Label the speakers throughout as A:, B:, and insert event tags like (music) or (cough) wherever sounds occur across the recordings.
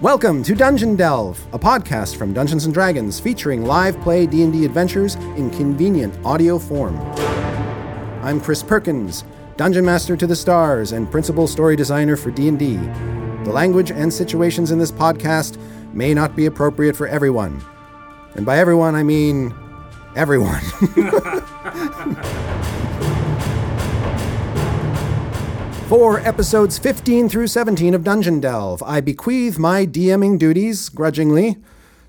A: Welcome to Dungeon Delve, a podcast from Dungeons and Dragons featuring live play D&D adventures in convenient audio form. I'm Chris Perkins, Dungeon Master to the Stars and Principal Story Designer for D&D. The language and situations in this podcast may not be appropriate for everyone. And by everyone, I mean everyone. (laughs) For episodes 15 through 17 of Dungeon Delve, I bequeath my DMing duties, grudgingly,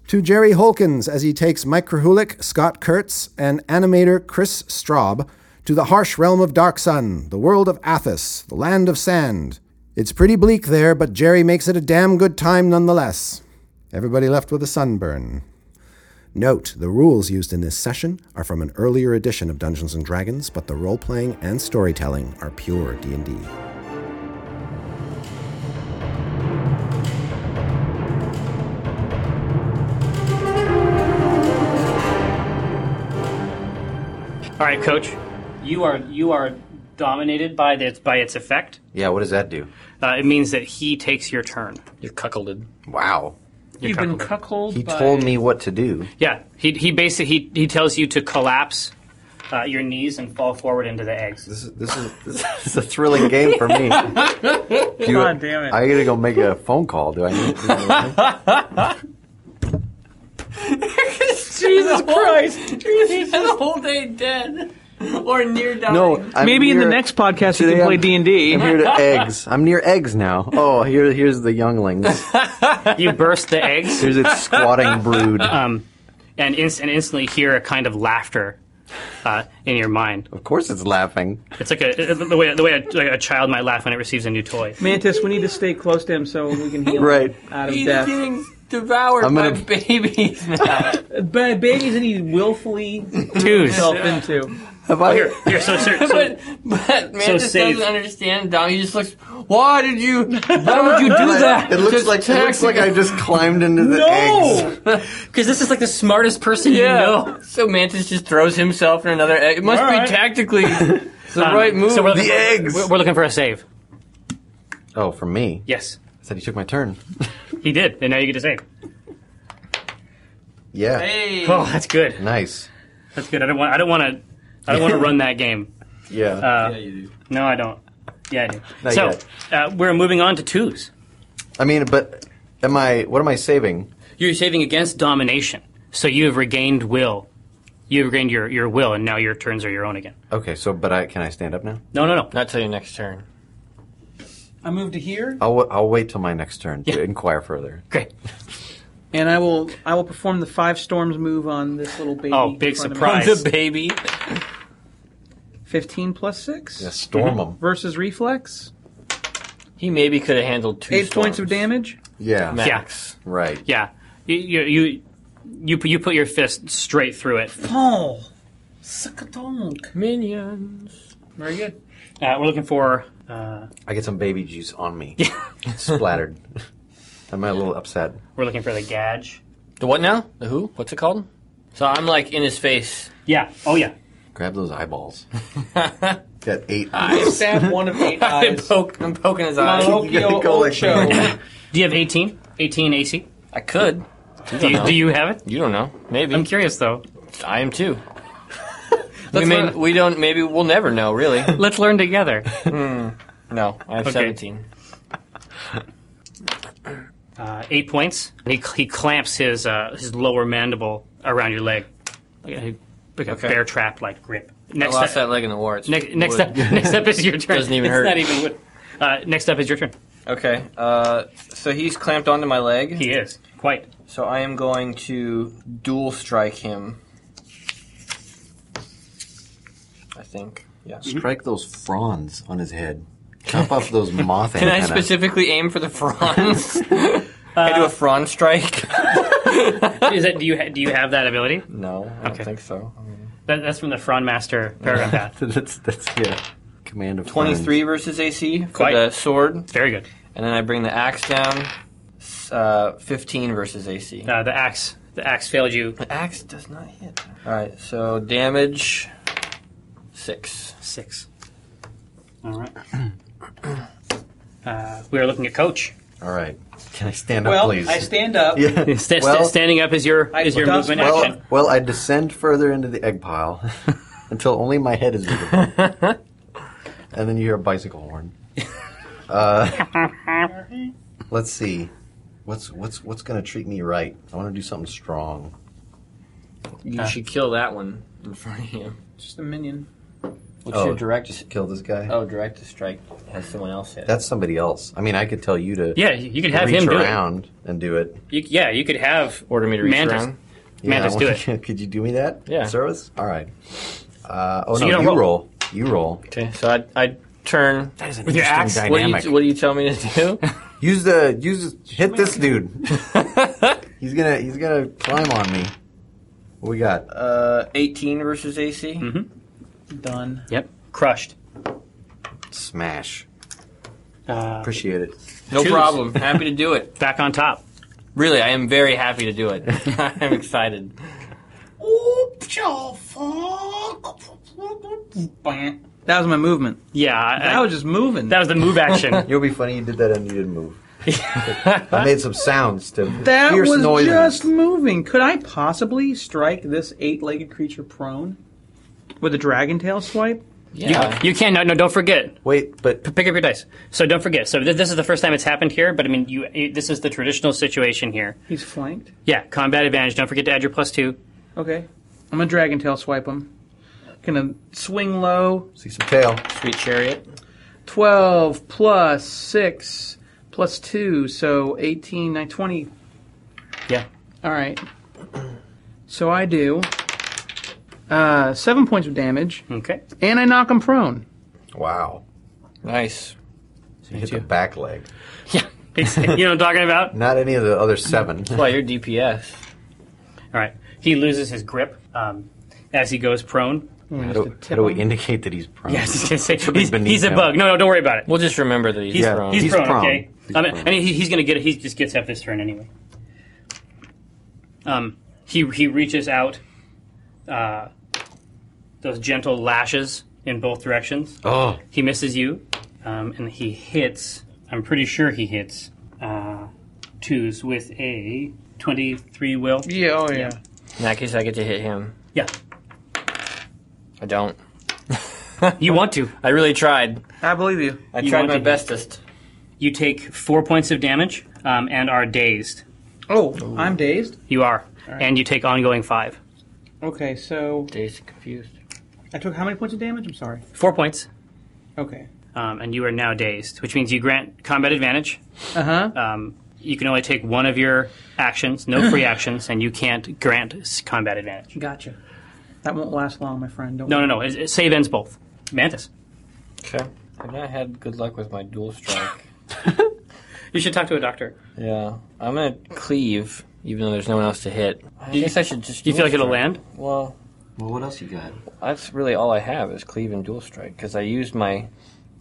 A: to Jerry Holkins as he takes Mike Krahulik, Scott Kurtz, and animator Chris Straub to the harsh realm of Dark Sun, the world of Athos, the land of sand. It's pretty bleak there, but Jerry makes it a damn good time nonetheless. Everybody left with a sunburn. Note, the rules used in this session are from an earlier edition of Dungeons and Dragons, but the role-playing and storytelling are pure D&D.
B: All right, coach. You are you are dominated by its by its effect.
C: Yeah, what does that do?
B: Uh, it means that he takes your turn.
D: You're cuckolded.
C: Wow.
E: You've been cuckolded.
C: He
E: by-
C: told me what to do.
B: Yeah, he he basically he, he tells you to collapse uh, your knees and fall forward into the
D: (laughs)
B: eggs.
C: This is, this (laughs) is, this is a thrilling game for
E: (laughs)
C: me. God
E: God Ah, damn it.
C: I gotta go make a phone call. Do I need (laughs) to?
E: Jesus Christ.
D: the whole day dead or near dying.
C: no, I'm
E: Maybe in the
C: near-
E: next podcast you
C: Today
E: can play
C: I'm-
E: D&D.
C: I'm near to eggs. I'm near eggs now. Oh, here, here's the younglings.
B: You burst the eggs
C: Here's its squatting brood.
E: Um,
B: and inst- and instantly hear a kind of laughter uh, in your mind.
C: of course, it's laughing.
B: It's like a it- the way the way a, like a child might laugh when it receives a new toy.
E: (laughs) Mantis, we need to stay close to him so we can heal him
C: Right.
E: out of
D: He's
E: death.
D: getting devoured
C: I'm gonna-
D: by (laughs)
C: (laughs)
D: babies now.
E: But babies that he willfully
B: Twos. (laughs)
E: himself into.
C: Have I?
B: Here, here. So, so, so
D: (laughs) but but man just
B: safe.
D: doesn't understand. Dom, he just looks. Why did you? Why would you do that?
C: It looks
D: Just
C: like it looks
D: taxing
C: like I
D: him.
C: just climbed into the eggs.
B: because this is like the smartest person
D: Yeah.
B: you know.
D: So Mantis just throws himself in another egg. It must
E: All
D: be
B: (laughs)
E: right.
D: tactically the
B: Um,
D: right move.
B: So we're
C: The
B: looking,
C: eggs.
B: we're, we're looking for a save.
C: Oh, for me.
B: Yes,
C: I said he took my turn.
B: he did, and now you get to save.
C: Yeah.
D: hey.
B: Oh, that's good.
C: Nice.
B: That's good. I don't want. I don't want to. I don't want
C: (laughs)
B: to run that game.
C: Yeah.
B: Uh, no, I don't. Yeah, I do.
C: Not
B: so
C: yet.
B: uh, we're moving on to twos.
C: I mean, but am I? What am I saving?
B: You're saving against domination, so you have regained will. You have regained your, your will, and now your turns are your own again.
C: Okay, so but I can I stand up now?
B: No, no, no.
D: Not till your next turn.
E: I move to here,
C: I'll wa- I'll wait till my next turn to
B: Yeah.
C: inquire further.
B: Great.
E: and I will I will perform the five storms move on this little baby.
B: Oh,
E: in
B: big
E: front of me.
B: surprise.
D: The baby.
E: Fifteen plus six
C: Yeah, storm them.
E: versus reflex.
D: He maybe could have handled two.
E: Eight points of
D: storms.
E: damage.
C: (laughs) Yeah.
D: Max.
C: Right.
B: Yeah, you you you you, pu- you put your fist straight through it.
E: Paul. Suckatonk.
D: Minions.
E: Very good.
B: Uh, we're looking for. Uh,
C: I get some baby juice on me. Splattered. Am I a little upset?
B: we're looking for the gadge.
D: The what now? The who? What's it called? So I'm like in his face.
B: Yeah. Oh yeah.
C: Grab those eyeballs. Got eight (laughs)
E: I
C: eyes.
E: stab
B: (laughs)
E: one of eight
D: I
E: eyes.
D: poke, I'm poking his eyes.
E: Hello? Pinocchio
C: go like
E: Ocho.
C: that.
B: Do you have 18? 18 AC?
D: I could.
B: Do you, do you have it?
D: You don't know. Maybe.
B: I'm curious though.
D: I am too. we
B: Let's
D: may,
B: learn-
D: we don't. Maybe we'll never know.
B: (laughs)
D: Really.
B: Let's learn together.
D: No. I have
B: Okay.
D: 17.
B: uh, eight points. And he, he clamps his uh, his lower mandible around your leg, like a, like a
D: Okay.
B: bear trap like grip.
D: I
B: Next
D: lost
B: up,
D: that leg in the war. It's
B: next, next
D: wood. (laughs)
B: up, next up is your turn.
D: Doesn't even
B: it's
D: hurt.
B: Not even wood. Uh, next up is your turn.
D: Okay. Uh, so he's clamped onto my leg.
B: He is quite.
D: So I am going to dual strike him. I think. Yeah.
B: Mm-hmm.
C: Strike those fronds on his head. Chop off those moth
D: Can I
C: antenna.
D: specifically aim for
B: (laughs)
D: the fronds? I do a frond strike.
B: Is that do you ha- do you have that ability?
D: No, I don't
B: Okay. Um,
D: think so.
B: That, that's from the Frond Master paragraph path.
C: (laughs) that's that's yeah. Command of fronds.
D: 23 versus AC for
B: Quite.
D: the sword, and
B: Very good.
D: then I bring the axe down. S- Uh, 15 versus AC.
B: Uh, the axe the axe failed you
D: The axe does not hit. All right, so damage six.
B: six. All right. Uh, we are looking at Coach.
C: All right. Can I stand
E: well,
C: up, please?
E: I stand
C: (laughs)
E: up.
C: Yeah.
B: Sta- sta-
C: Well-
B: standing up is your
E: I-
B: is your
E: well,
B: movement
E: well-
B: (laughs) action.
C: Well, I descend further into the egg pile (laughs) until only my head is visible.
B: (laughs)
C: and then you hear a bicycle horn. Uh, let's see. What's what's what's going to treat me right? I want to do something strong.
D: You should kill that one in front of you.
E: Just a minion.
D: What's
C: Oh.
D: your direct?
C: Kill this guy.
D: Oh, direct to strike has someone else hit.
C: That's somebody else. I mean, I could tell you to
B: Yeah, you could have
C: reach
B: him do it.
C: around and do it.
B: You, yeah, you could have
D: order me to reach
B: Mantis.
D: around.
B: Mantis
C: I
B: do
C: want-
B: it.
C: (laughs) could you do me that?
D: Yeah.
C: Service. All right. Uh, oh
B: So
C: no,
B: you
C: you,
B: don't roll.
C: roll. You roll.
D: Okay, so I I turn.
C: That is an
B: With your
C: interesting
B: axe? What
D: What do,
C: dynamic.
D: you, what do you tell me to (laughs) do?
C: Use the use hit this dude. (laughs) he's gonna he's gonna climb on me. What we got?
D: Uh, 18 versus AC.
E: Done.
B: Yep, crushed.
C: Smash.
B: Uh,
C: Appreciate it.
D: No
B: Choose.
D: (laughs) problem. Happy to do it.
B: back on top.
D: Really, I am very happy to do it. (laughs) I'm excited.
E: That was my movement.
B: Yeah, I-
E: That
B: I-
E: was just moving.
B: that was the move
C: (laughs)
B: action.
C: You'll be funny. You did that and you didn't
E: (laughs)
C: move. I made some sounds to
E: That
C: fierce
E: was
C: noises.
E: just moving. Could I possibly strike this eight-legged creature prone with a dragon tail swipe?
D: Yeah.
B: You can no, no. Don't forget.
C: Wait, but
B: Pick up your dice. So don't forget. So th- this is the first time it's happened here, but I mean, you, you- this is the traditional situation here.
E: He's flanked.
B: Yeah, combat advantage. Don't forget to add your plus two.
E: Okay. I'm gonna dragon tail swipe him. Gonna swing low.
C: see some tail.
D: Sweet chariot.
E: Twelve plus six plus two, so 18, 9, 20.
B: Yeah.
E: All right. So I do uh, seven points of damage,
B: Okay.
E: and I knock him prone.
C: Wow.
D: Nice.
C: So you hit the back leg.
B: Yeah. (laughs) you know what I'm talking about?
C: Not any of the other
E: (laughs)
C: seven.
D: Well, you're DPS.
B: All right. He loses his grip um, as he goes prone. (laughs)
C: How
E: Just
C: do,
E: to tip
C: how do we
E: him.
C: indicate that he's prone?
B: Yes, he's, gonna say,
C: be
B: he's,
C: beneath
B: he's a
C: him.
B: bug. No, no, don't worry about it.
D: We'll just remember that he's,
B: He's,
C: Yeah,
D: prone.
B: he's,
C: He's
B: prone,
C: prone.
B: Okay.
C: He's
B: I mean,
C: prone.
B: I mean, he, he's gonna get. He just gets up this turn anyway. Um, he he reaches out, uh, those gentle lashes in both directions.
C: Oh,
B: He misses you, um, and he hits. I'm pretty sure he hits uh, twos with a 23 will.
E: Yeah. Oh yeah.
D: In that case, I get to hit him.
B: Yeah,
D: I (laughs) don't.
B: you want to.
D: I really tried.
E: I believe you.
D: I
B: You
D: tried
B: want
D: my
B: to-
D: bestest.
B: You take four points of damage um, and are dazed.
E: Oh, I'm dazed.
B: You are, and you take ongoing five.
E: Okay, so
D: Days confused.
E: I took how many points of damage? I'm sorry.
B: Four points.
E: Okay.
B: um, and you are now dazed, which means you grant combat advantage.
E: Uh huh.
B: Um, you can only take one of your actions, no free actions, and you can't grant s- combat advantage.
E: Gotcha. That won't last long, my friend. Don't
B: No, no, no. It, it- save ends both. Mantis,
D: Okay. I've not had good luck with my dual (laughs) strike.
B: you should talk to a doctor.
D: yeah. I'm gonna cleave, even though there's no one else to hit. I guess I should just.
B: Do you feel
D: dual
B: like it'll
D: strike.
B: land?
D: Well,
C: well, what else you got?
D: that's really all I have is cleave and dual strike because I used my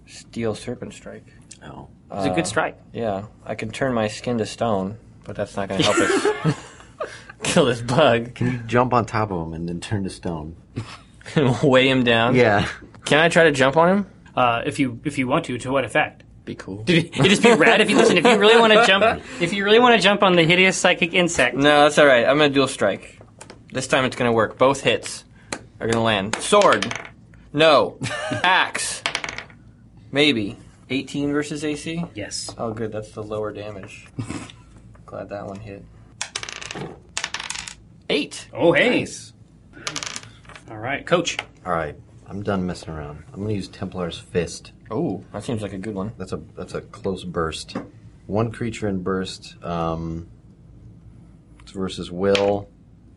D: steel serpent strike.
E: Oh.
C: No.
B: It's a good strike.
D: Yeah, I can turn my skin to stone, but that's not gonna help us (laughs) kill this bug.
C: Can you jump on top of him and then turn to stone?
D: (laughs) Weigh him down.
C: Yeah.
D: Can I try to jump on him?
B: Uh, if you if you want to, to what (laughs) effect?
D: Be cool.
B: It'd just be rad if you listen. If you really want to jump, (laughs) if you really want to jump on the hideous psychic insect,
D: No, that's all right. I'm gonna dual strike. This time it's gonna work. Both hits are gonna land. Sword. (laughs) No. Axe. Maybe. 18 versus AC.
B: yes,
D: Oh, good. That's the lower (laughs) damage. Glad that one hit. Eight.
B: Oh, hey. All right, coach.
C: All right, I'm done messing around. I'm gonna use Templar's Fist.
D: Oh, that seems like a good one.
C: That's a that's a close burst. One creature in burst. Um, it's versus Will.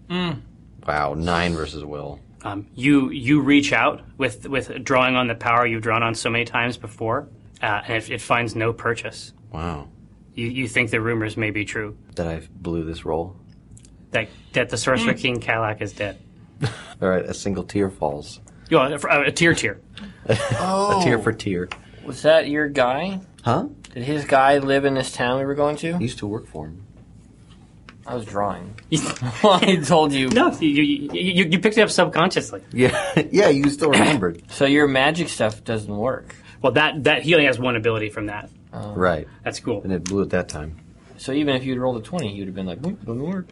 D: Mm.
C: Wow, nine versus Will.
B: Um, you you reach out with with drawing on the power you've drawn on so many times before, uh, and it, it finds no purchase.
C: Wow,
B: You, you think the rumors may be true
C: that I blew this roll.
B: that that the sorcerer king Kalak is dead.
C: All right, a single tear falls.
B: You know, for- uh, a tier tier.
C: A
D: Oh.
C: tear for tear.
D: Was that your guy?
C: Huh?
D: Did his guy live in this town we were going
C: I
D: to?
C: used to work for him.
D: I was drawing. (laughs) well, I told
B: (laughs)
D: you.
B: no, you, you you you picked it up subconsciously.
C: (laughs) Yeah, yeah. You still remembered,
D: So your magic stuff doesn't work.
B: Well, that that he only has one ability from that.
C: (coughs) right?
B: That's cool.
C: And it blew at that time.
D: So even if you'd rolled a 20, you'd have been like, "Nope, doesn't work.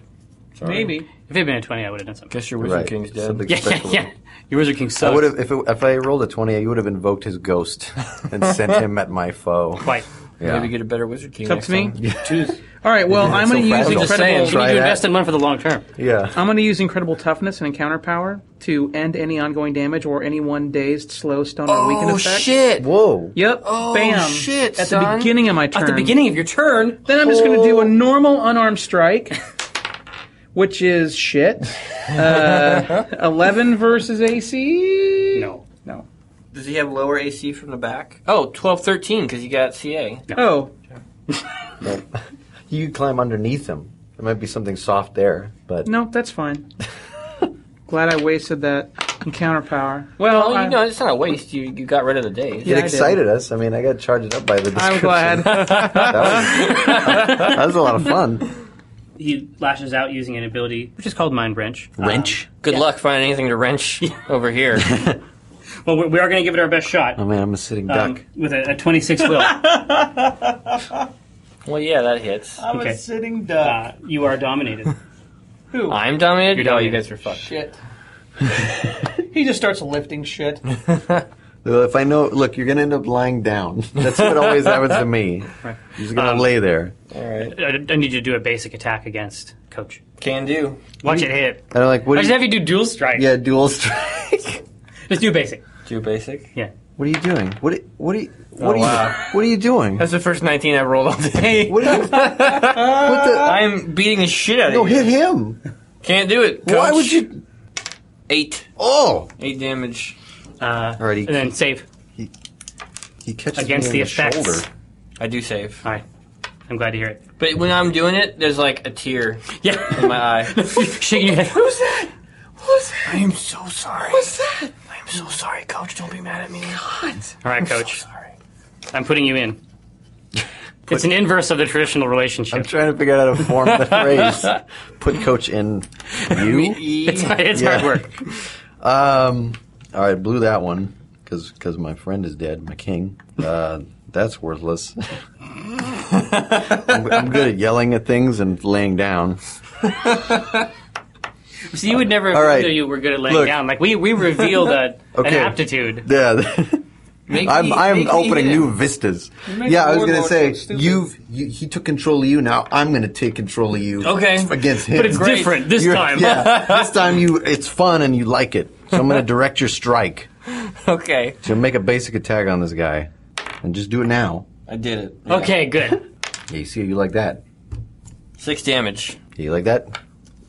D: Sorry.
E: Maybe.
B: If it had been a 20, I would have done something.
D: Guess your Wizard
C: Right.
D: King's dead.
C: Something
B: Yeah, yeah,
C: special.
B: yeah. Your Wizard King
C: I
B: sucks.
C: would have if, it- if I rolled a twenty. I would have invoked his ghost and
D: (laughs)
C: sent him at my foe.
B: Quite.
C: Yeah.
D: Maybe get a better Wizard King.
E: It's up
D: next
E: to me.
D: time.
B: Choose.
E: All right. Well, I'm
C: so
E: going to use
C: fragile.
E: incredible.
C: Just saying,
B: You
C: try
B: need to
C: that.
B: invest in one for the long term.
C: (laughs) Yeah.
E: I'm going to use incredible toughness and encounter power to end any ongoing damage or any one dazed, slow, stun, or weaken
D: Oh,
E: effect.
D: shit.
C: Whoa.
E: Yep.
D: Oh,
E: Bam.
D: shit,
E: At the
D: son.
E: beginning of my turn.
D: At the beginning of your turn,
E: Then I'm just going to do a normal unarmed strike, which is shit. Uh, 11 versus AC.
B: No.
E: No.
D: does he have lower AC from the back? Oh, 12, 13, because you got CA.
E: Oh,
C: You could climb underneath him. There might be something soft there, but
E: no, that's fine.
B: (laughs)
E: Glad I wasted that encounter power. Well,
D: Well,
E: I,
D: you know, it's not a waste. You you got rid of the days.
E: Yeah.
C: it
E: I did.
C: excited us. I mean, I got charged up by the description.
E: I'm
C: (laughs)
E: glad.
C: that, was, that was a lot of fun.
B: He lashes out using an ability, which is called Mind Wrench.
C: Mm.
B: Um,
D: Good luck finding anything to wrench (laughs) over
C: (laughs)
D: here.
B: well, we we are going to give it our best shot.
C: Oh man, I'm a sitting
B: um,
C: duck.
B: with a, a 26
C: (laughs)
B: will.
D: well, yeah, that hits.
E: I'm
B: Okay.
E: sitting duck.
B: Uh, you are dominated.
E: Who?
D: I'm dominated.
B: You're
D: No, you
B: dominated.
D: guys are fucked.
E: shit. he just starts lifting shit.
C: Well, if I know, look, you're gonna end up lying down. (laughs) That's what always happens to me. You're just gonna lay there.
D: All right,
B: I, I need you to do a basic attack against Coach.
D: can do.
B: Watch it hit.
C: And I'm like, what?
B: I
C: do
B: just
C: you,
B: have you do dual strike.
C: (laughs) yeah, dual strike. (laughs)
B: Just do basic.
D: Do basic.
C: what are you doing? What? are- What are you? What are you?
D: wow.
C: What are you
D: (laughs)
C: doing?
D: That's the first 19 I've rolled all day. (laughs)
C: What are you? what the?
D: I'm beating the shit out
C: No,
D: of you.
C: hit him.
D: Can't do it.
C: Why
D: coach.
C: would you?
D: Eight.
C: Oh.
D: Eight damage.
B: Uh,
C: Alrighty.
B: And then save.
C: He catches
B: Against the
C: me in the,
B: effects.
C: shoulder.
D: I do save.
B: All right. I'm glad to hear it.
D: But when I'm doing it, there's like a tear
C: (laughs)
B: Yeah.
D: in my (laughs) eye.
B: Shaking your head.
D: Who's that? Who's that? I am so sorry. What's that? I am so sorry, coach. Don't be mad at me. God.
B: All right,
C: (laughs)
B: Coach.
D: sorry.
B: I'm putting you in. It's an inverse of the traditional
C: I'm
B: relationship.
C: trying to figure out how to form
B: (laughs)
C: the phrase. Put coach in you.
B: It's, it's hard
C: Yeah.
B: work.
C: Um. All right, blew that one because my friend is dead, my king. Uh, that's worthless. (laughs) I'm, I'm good at yelling at things and laying down.
B: So you would never
C: All right.
B: know you were good at laying
C: Look.
B: down. Like we we revealed a,
C: (laughs) Okay.
B: an aptitude.
C: Yeah. (laughs)
D: Make
C: I'm,
D: me-
C: I'm
D: make me
C: opening
D: hit him.
C: new vistas.
E: make
C: Yeah, I was
E: Warlord
C: gonna say
E: look stupid.
C: you've you, he took control of you. Now I'm gonna take control of you.
D: Okay.
C: against him.
B: But it's
D: Great.
B: different this
C: You're-
B: time.
C: yeah, this time you it's fun and you like it. So I'm gonna direct your strike.
D: Okay.
C: So make a basic attack on this guy, and just do it now.
D: I did it.
B: (laughs) Okay, good.
C: Yeah, you see how you like that.
D: Six damage.
C: You like that?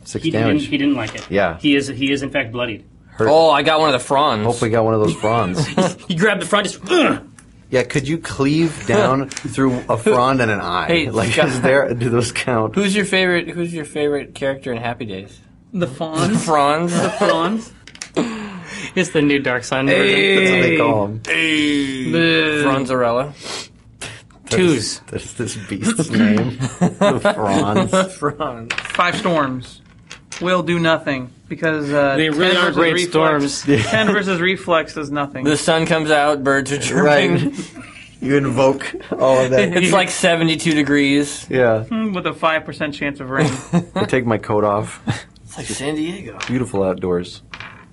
C: Six
B: He didn't,
C: damage.
B: he didn't like it.
C: Yeah.
B: He is he is in fact bloodied.
D: Oh, I got one of the fronds.
C: Hope we got one of those fronds.
B: He grabbed the front. Just, "Ugh."
C: yeah, could you cleave down through a frond and an eye?
D: Hey,
C: like
D: Scott.
C: is there? Do those count?
D: Who's your favorite? Who's your favorite character in Happy Days?
E: The fawn.
B: (laughs)
D: (laughs) Franz.
E: Prawns.
B: it's the new Dark Sun version.
C: That's what they call them.
D: Franzarella.
B: Twos.
C: That's this beast's name. the fronds.
D: Franz.
E: Five storms will do nothing because uh,
B: They
E: 10
B: really are
E: versus
B: great
E: reflex-
B: storms.
E: (laughs) Ten versus reflex does nothing.
D: The sun comes out. Birds are chirping.
C: Right. You invoke all of that.
D: It's like 72 degrees.
C: Yeah.
E: Mm, with a five percent chance
B: (laughs)
E: of rain.
C: I take my coat off.
D: It's like San Diego.
C: Beautiful outdoors.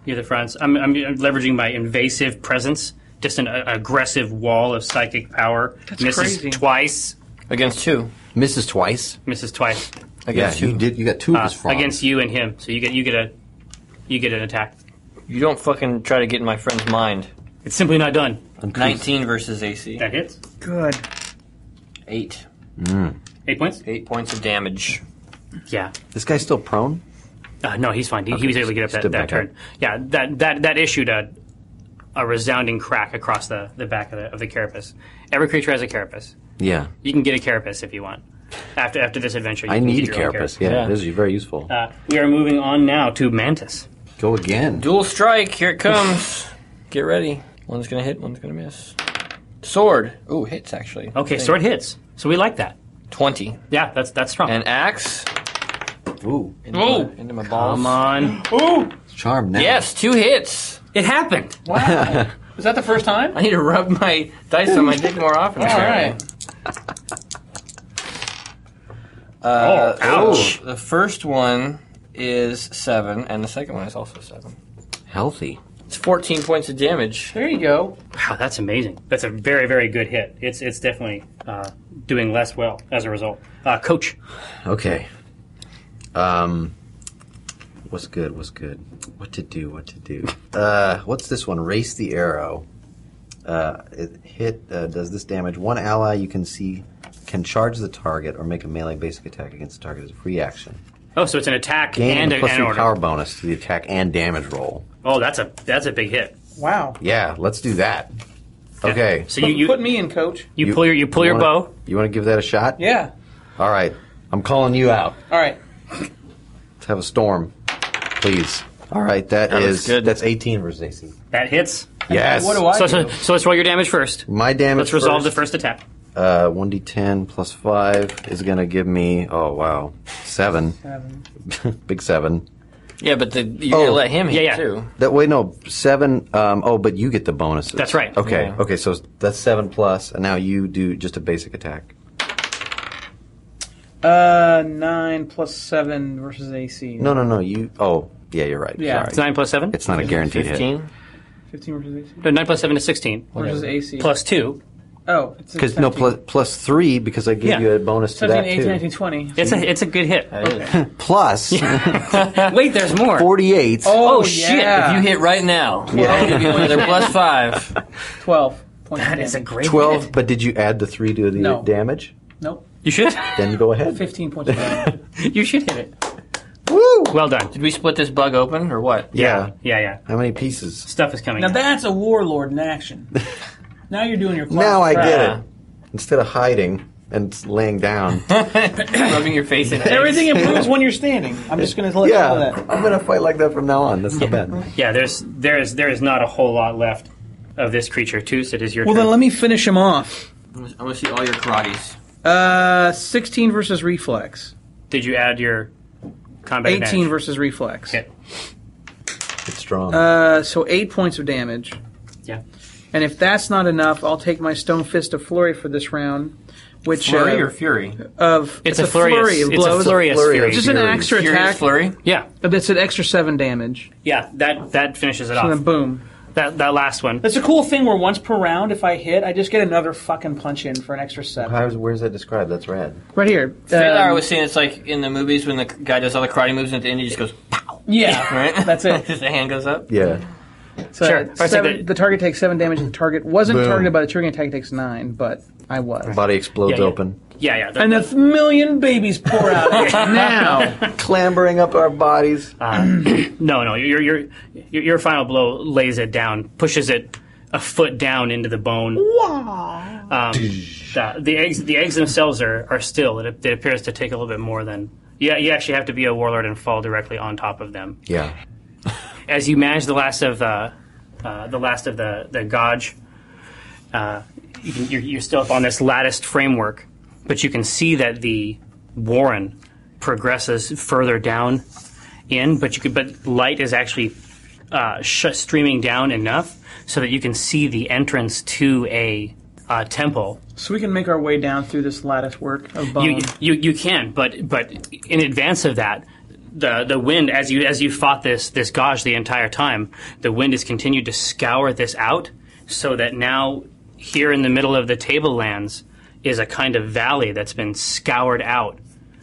B: You're the fronts. I'm, I'm leveraging my invasive presence. Just an uh, aggressive wall of psychic power.
E: That's
B: misses
E: crazy.
B: twice.
D: Against two.
C: Misses twice.
B: Misses twice.
C: Yeah,
D: Against two.
C: you did. You got two of
B: Uh,
C: his fronds.
B: against you and him. So you get you get a you get an attack.
D: You don't fucking try to get in my friend's mind.
B: It's simply not done.
C: Uncouth.
D: 19 versus AC.
B: That hits.
E: Good.
D: Eight.
B: Eight points.
D: Eight points of damage.
B: Yeah.
C: This guy's still prone.
B: Uh, no, he's fine. He, he was able to get up that,
C: stood
B: that
C: back
B: turn.
C: up.
B: Yeah, that that that issued a, a resounding crack across the, the back of the of the carapace. Every creature has a carapace.
C: Yeah.
B: You can get a carapace if you want. After after this adventure, you
C: I
B: can
C: need a
B: get your own
C: carapace. Yeah,
D: Yeah.
C: this is very useful.
B: Uh, we are moving on now to Mantis.
C: Go again.
D: Dual strike. Here it comes. Get ready. One's gonna hit, one's gonna miss. Sword. Ooh, hits actually.
B: Okay, sword hits. So we like that.
D: 20.
B: Yeah, that's that's strong.
D: And axe.
C: Ooh,
D: Into
E: Ooh.
D: my, into my balls.
B: Come on,
C: charm now.
D: Yes, two hits.
B: (gasps) it happened.
E: Wow. Is that the first time?
D: I need to rub my dice on my dick more often.
E: All right.
D: Uh,
B: Oh, ouch.
D: so The first one is seven, and the second one is also seven.
C: Healthy.
D: It's 14 points of damage.
E: There you go.
B: Wow, that's amazing. That's a very, very good hit. It's it's definitely uh, doing less well as a result. Uh, coach,
C: Okay. Um, what's good? What's good? What to do? What to do? Uh, what's this one? Race the arrow. Uh, it hit uh, does this damage. One ally you can see can charge the target or make a melee basic attack against the target as a free action.
B: oh, so it's an attack
C: Gain
B: and
C: a
B: a-
C: plus
B: an
C: three
B: order.
C: power bonus to the attack and damage roll.
B: Oh, that's a that's a big hit.
E: Wow.
C: Yeah, let's do that. Okay.
B: So you you,
E: put me in, coach.
B: you, pull your you pull your
C: wanna-
B: bow.
C: You want to give that a shot?
E: Yeah.
C: All right. I'm calling you out.
E: All right.
C: Let's have a storm, please. All right, that
D: That was
C: is-
D: good.
C: that's 18 versus AC.
B: That hits.
C: Yes.
E: What do I
B: So, so
E: do?
B: so let's roll your damage first.
C: My damage.
B: Let's resolve the
C: first,
B: first attack.
C: Uh, 1d10 plus 5 is going to give me, oh wow, 7.
E: Seven.
C: (laughs) Big 7.
D: Yeah, but the, you gotta
C: Oh.
D: let him hit
B: Yeah, yeah.
D: too.
C: That way, no, 7. Um, oh, but you get the bonuses.
B: That's right.
C: Okay,
D: Yeah.
C: okay, so that's 7 plus, and now you do just a basic attack.
E: Uh, nine plus seven versus AC.
C: No, no, no, you, oh, yeah, you're right.
E: Yeah.
C: Sorry.
B: It's nine plus seven.
C: It's not a guaranteed hit.
D: 15?
E: Fifteen versus AC.
B: No, nine plus seven is sixteen.
E: Versus AC.
B: Plus two.
E: Oh, it's
C: Because, no, plus, plus 3, because I give
B: Yeah.
C: you a bonus to
E: 17,
C: that,
E: 18,
C: too.
E: 19, 20.
B: It's a it's a good hit.
C: (laughs) Plus
B: Wait, there's more.
C: 48.
E: Oh,
D: Oh, shit.
E: yeah.
D: If you hit right now, I'll give you another plus five.
E: 12 points.
B: That is a great
C: 12,
B: hit.
C: but did you add the 3 to the
E: No.
C: damage?
E: Nope.
B: You should
C: Then go ahead.
E: 15 points of damage.
B: you should hit it.
C: Woo!
B: Well done.
D: Did we split this bug open or
C: (clears throat)
D: what?
C: Yeah.
B: Yeah, yeah.
C: How many pieces?
B: Stuff is coming.
E: Now
B: out.
E: that's a warlord in action. Now you're doing your class
C: now I get
D: Yeah.
C: it. Instead of hiding and s- laying
E: (laughs)
C: down.
D: Rubbing your face in it.
E: Everything improves when you're standing. I'm just going to let you know
C: yeah,
E: that.
C: I'm gonna fight like that from now on. That's not bad.
B: Yeah, there's there is there is not a whole lot left of this creature too. So it is your
E: Well,
B: turn.
E: then let me finish him off.
D: I'm gonna see all your karates.
E: Uh, 16 versus reflex.
B: Did you add your combat?
E: 18
B: advantage?
E: versus reflex.
B: Okay.
C: It's strong.
E: Uh, so 8 points of damage.
B: Yeah.
E: And if that's not enough, I'll take my stone fist of flurry for this round, which
D: Flurry
E: uh,
D: or Fury?
E: of
B: It's, a, flurry. It's
E: of
B: a
E: blows.
B: flurry.
C: Flurry of
B: Fury.
E: Just an
C: Fury.
E: extra
D: Furious
E: attack.
D: Flurry?
B: Yeah,
E: That's an extra seven damage.
B: yeah. That that finishes it
E: And then
B: off.
E: boom.
B: That that last one.
E: That's a cool thing where once per round, if I hit, I just get another fucking punch in for an extra seven.
C: How's, where's that described? That's rad.
B: Uh-huh.
E: Right here.
D: Failure, I
E: Um,
D: was saying it's like in the movies when the guy does all the karate moves and at the end he just goes,
E: (laughs)
D: (laughs)
B: (laughs)
E: yeah,
D: right?
E: That's it.
D: just the hand goes up.
C: Yeah.
E: (laughs) So
B: Sure. Or say
E: seven-
B: that-
E: the target takes seven damage. The target wasn't
C: Boom.
E: targeted by the triggering attack. Takes nine, but I was.
C: Body explodes
B: Yeah, yeah.
C: open.
B: Yeah, yeah. that-
E: And a million babies pour out of it (laughs) now.
C: Clambering up our bodies.
B: Uh, no, no. Your your your your final blow lays it down, pushes it a foot down into the bone. Um, the, the eggs the eggs themselves are, are still. It, it appears to take a little bit more than. Yeah, you actually have to be a warlord and fall directly on top of them.
C: yeah.
B: as you manage the last of uh, uh, the last of the the gauge, uh, you can, you're, you're still up on this latticed framework, but you can see that the warren progresses further down in. But you could, but light is actually uh, sh- streaming down enough so that you can see the entrance to a uh, temple.
E: So we can make our way down through this lattice work of bone.
B: You, you you can, but but in advance of that, the the wind as you as you fought this this gosh the entire time, the wind has continued to scour this out, so that now here in the middle of the tablelands is a kind of valley that's been scoured out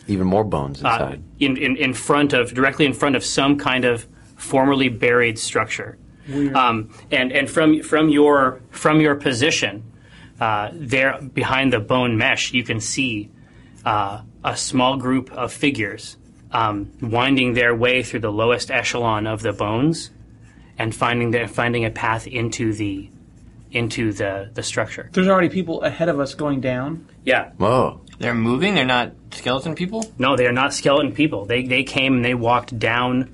C: Even more bones
B: uh,
C: inside.
B: in, in in front of directly in front of some kind of formerly buried structure. Um, and and from from your from your position uh, there behind the bone mesh, you can see uh, a small group of figures um, winding their way through the lowest echelon of the bones and finding their, finding a path into the into the, the structure.
E: There's already people ahead of us going down.
B: Yeah.
C: Whoa.
D: They're moving, they're not skeleton people?
B: No, they are not skeleton people. They they came and they walked down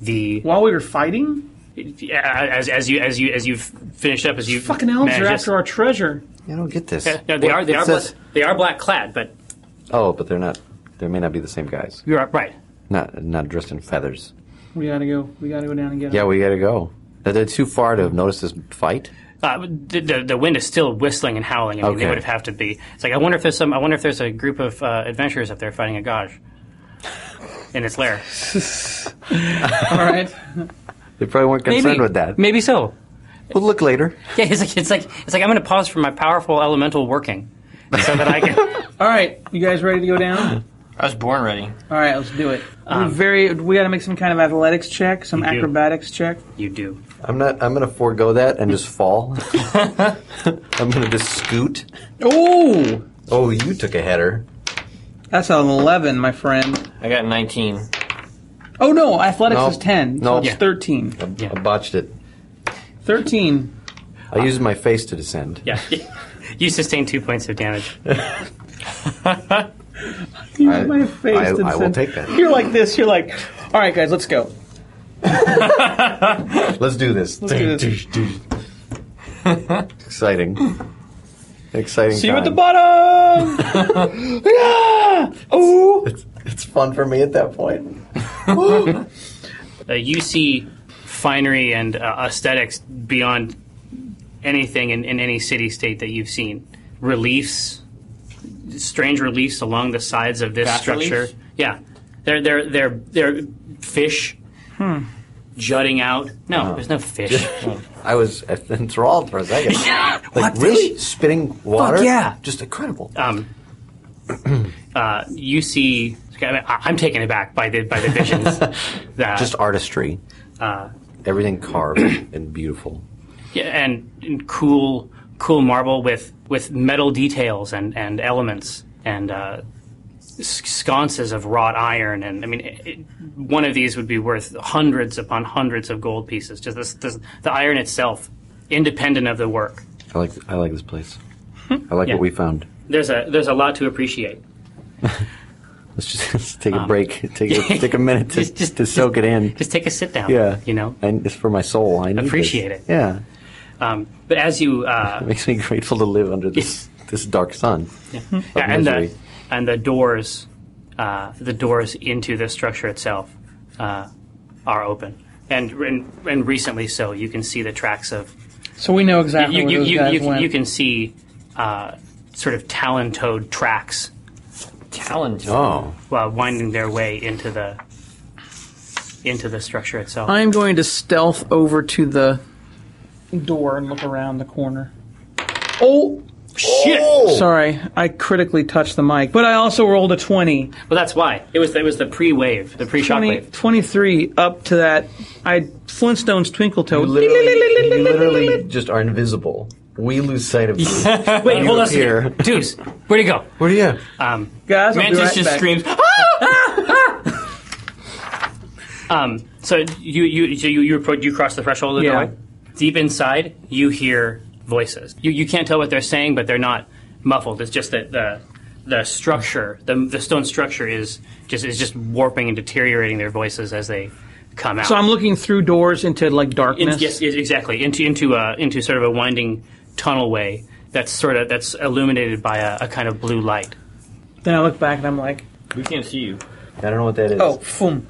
B: the
E: While we were fighting,
B: Yeah, as as you as you as you've finished up as you
E: fucking elves are after our treasure.
C: I don't get this.
B: Yeah, no, they are they
C: It
B: are black,
C: says-
B: they are black clad, but
C: Oh, but they're not. They may not be the same guys.
B: you're right.
C: Not not dressed in feathers.
E: We gotta go. We gotta go down and get
C: Yeah,
E: them.
C: we gotta go. Are they too far to have noticed this fight?
B: Uh, the, the, the wind is still whistling and howling. I mean,
C: Okay.
B: they would have had to be. It's like I wonder if there's some. I wonder if there's a group of uh, adventurers up there fighting a
C: (laughs)
B: Gaj in its lair.
E: All
B: (laughs)
E: right.
C: They probably weren't concerned with that.
B: Maybe so.
C: We'll look later.
B: Yeah, it's like it's like it's like I'm going to pause for my powerful elemental working so that I
C: (laughs)
B: can.
E: All right. You guys ready to go down?
D: I was born ready.
E: All right. Let's do it. We're very. We got to make some kind of athletics check, some
B: You do.
E: acrobatics check.
B: you do.
C: I'm not. I'm gonna forego that and just fall. (laughs) I'm gonna just scoot.
E: Oh,
C: Oh, you took a header.
E: that's an eleven, my friend.
D: I got 19.
E: Oh no, athletics
C: No.
E: is ten.
C: No.
E: so it's
C: Yeah.
E: thirteen.
C: I,
B: Yeah.
C: I botched it.
E: Thirteen.
C: I used my face to descend.
B: Yeah. (laughs) you sustain two points of damage.
E: You
C: I-
E: my face
C: I-
E: and
C: I will
E: said-
C: take that.
E: You're like this. You're like, all right, guys, let's go.
C: Let's do this.
E: do this.
C: (laughs) Exciting. Exciting.
E: See you at the
C: time.
E: bottom. (laughs) yeah! Oh.
C: It's, it's fun for me at that point.
B: Uh, you see finery and uh, aesthetics beyond anything in, in any city state that you've seen. Reliefs, strange reliefs along the sides of this
D: Bass
B: structure.
D: reliefs?
B: Yeah, they're they're they're they're fish jutting out. No, there's no fish.
C: I was (laughs) enthralled for a
B: (laughs)
C: second. like really spitting water.
B: yeah.
C: just incredible.
B: um, uh, you see, I- I'm taken aback by the by the visions. that,
C: just artistry.
B: Uh, (clears throat)
C: Everything carved and beautiful.
B: Yeah, and, and cool, cool marble with, with metal details and, and elements and uh, s- sconces of wrought iron. And I mean, it, it- one of these would be worth hundreds upon hundreds of gold pieces. Just this, this, the iron itself, independent of the work.
C: I like. I like this place. I like
B: Hmm? Yeah.
C: what we found.
B: There's a there's a lot to appreciate.
C: Let's just (laughs) let's take a break. Take
B: (laughs)
C: a, take a minute to,
B: Um, Just- just-
C: to soak it in.
B: (laughs) Just take a sit down.
C: yeah,
B: you know.
C: and it's for my soul. I need this.
B: Appreciate it.
C: Yeah,
B: Um, but as you uh,
C: it makes me (laughs) grateful to live under this this dark sun. of
B: Yeah, and uh, the
C: misery.
B: and the doors, uh, the doors into the structure itself, uh, are open, and, and and recently so you can see the tracks of
E: So we know exactly
B: you
E: where
B: you,
E: those
B: you,
E: guys
B: you,
E: went.
B: you can see uh, sort of talon-toed tracks
D: Talent.
C: Oh,
B: uh, winding their way into the into the structure itself.
E: I'm going to stealth over to the door and look around the corner. Oh,
B: Shit!
C: Oh!
E: sorry, I critically touched the mic, but I also rolled a 20.
B: Well, that's why it was it was the pre-wave, the pre-shock
E: 20
B: wave.
E: 23 up to that. I Flintstones twinkle toe.
C: you literally, you
B: (laughs)
C: literally just are invisible. We lose sight of you.
B: Wait, hold on, a
C: appear.
B: second. dudes, where'd he go?
C: Where are you?
E: Guys, I'll be
D: Mantis
E: right
D: just
E: back.
D: screams,
B: "Ah, (laughs) Um, so you you so you you, approach, you cross the threshold of the
E: Yeah.
B: door. Deep inside, you hear voices. You you can't tell what they're saying, but they're not muffled. It's just that the the structure, the the stone structure, is just is just warping and deteriorating their voices as they come out.
E: So I'm looking through doors into like
B: In-
E: darkness.
B: yes, yes, exactly into into uh, into sort of a winding tunnel way that's sort of that's illuminated by a, a kind of blue light.
E: Then I look back and I'm like,
D: We can't see you.
C: I don't know what that is.
E: oh, foom.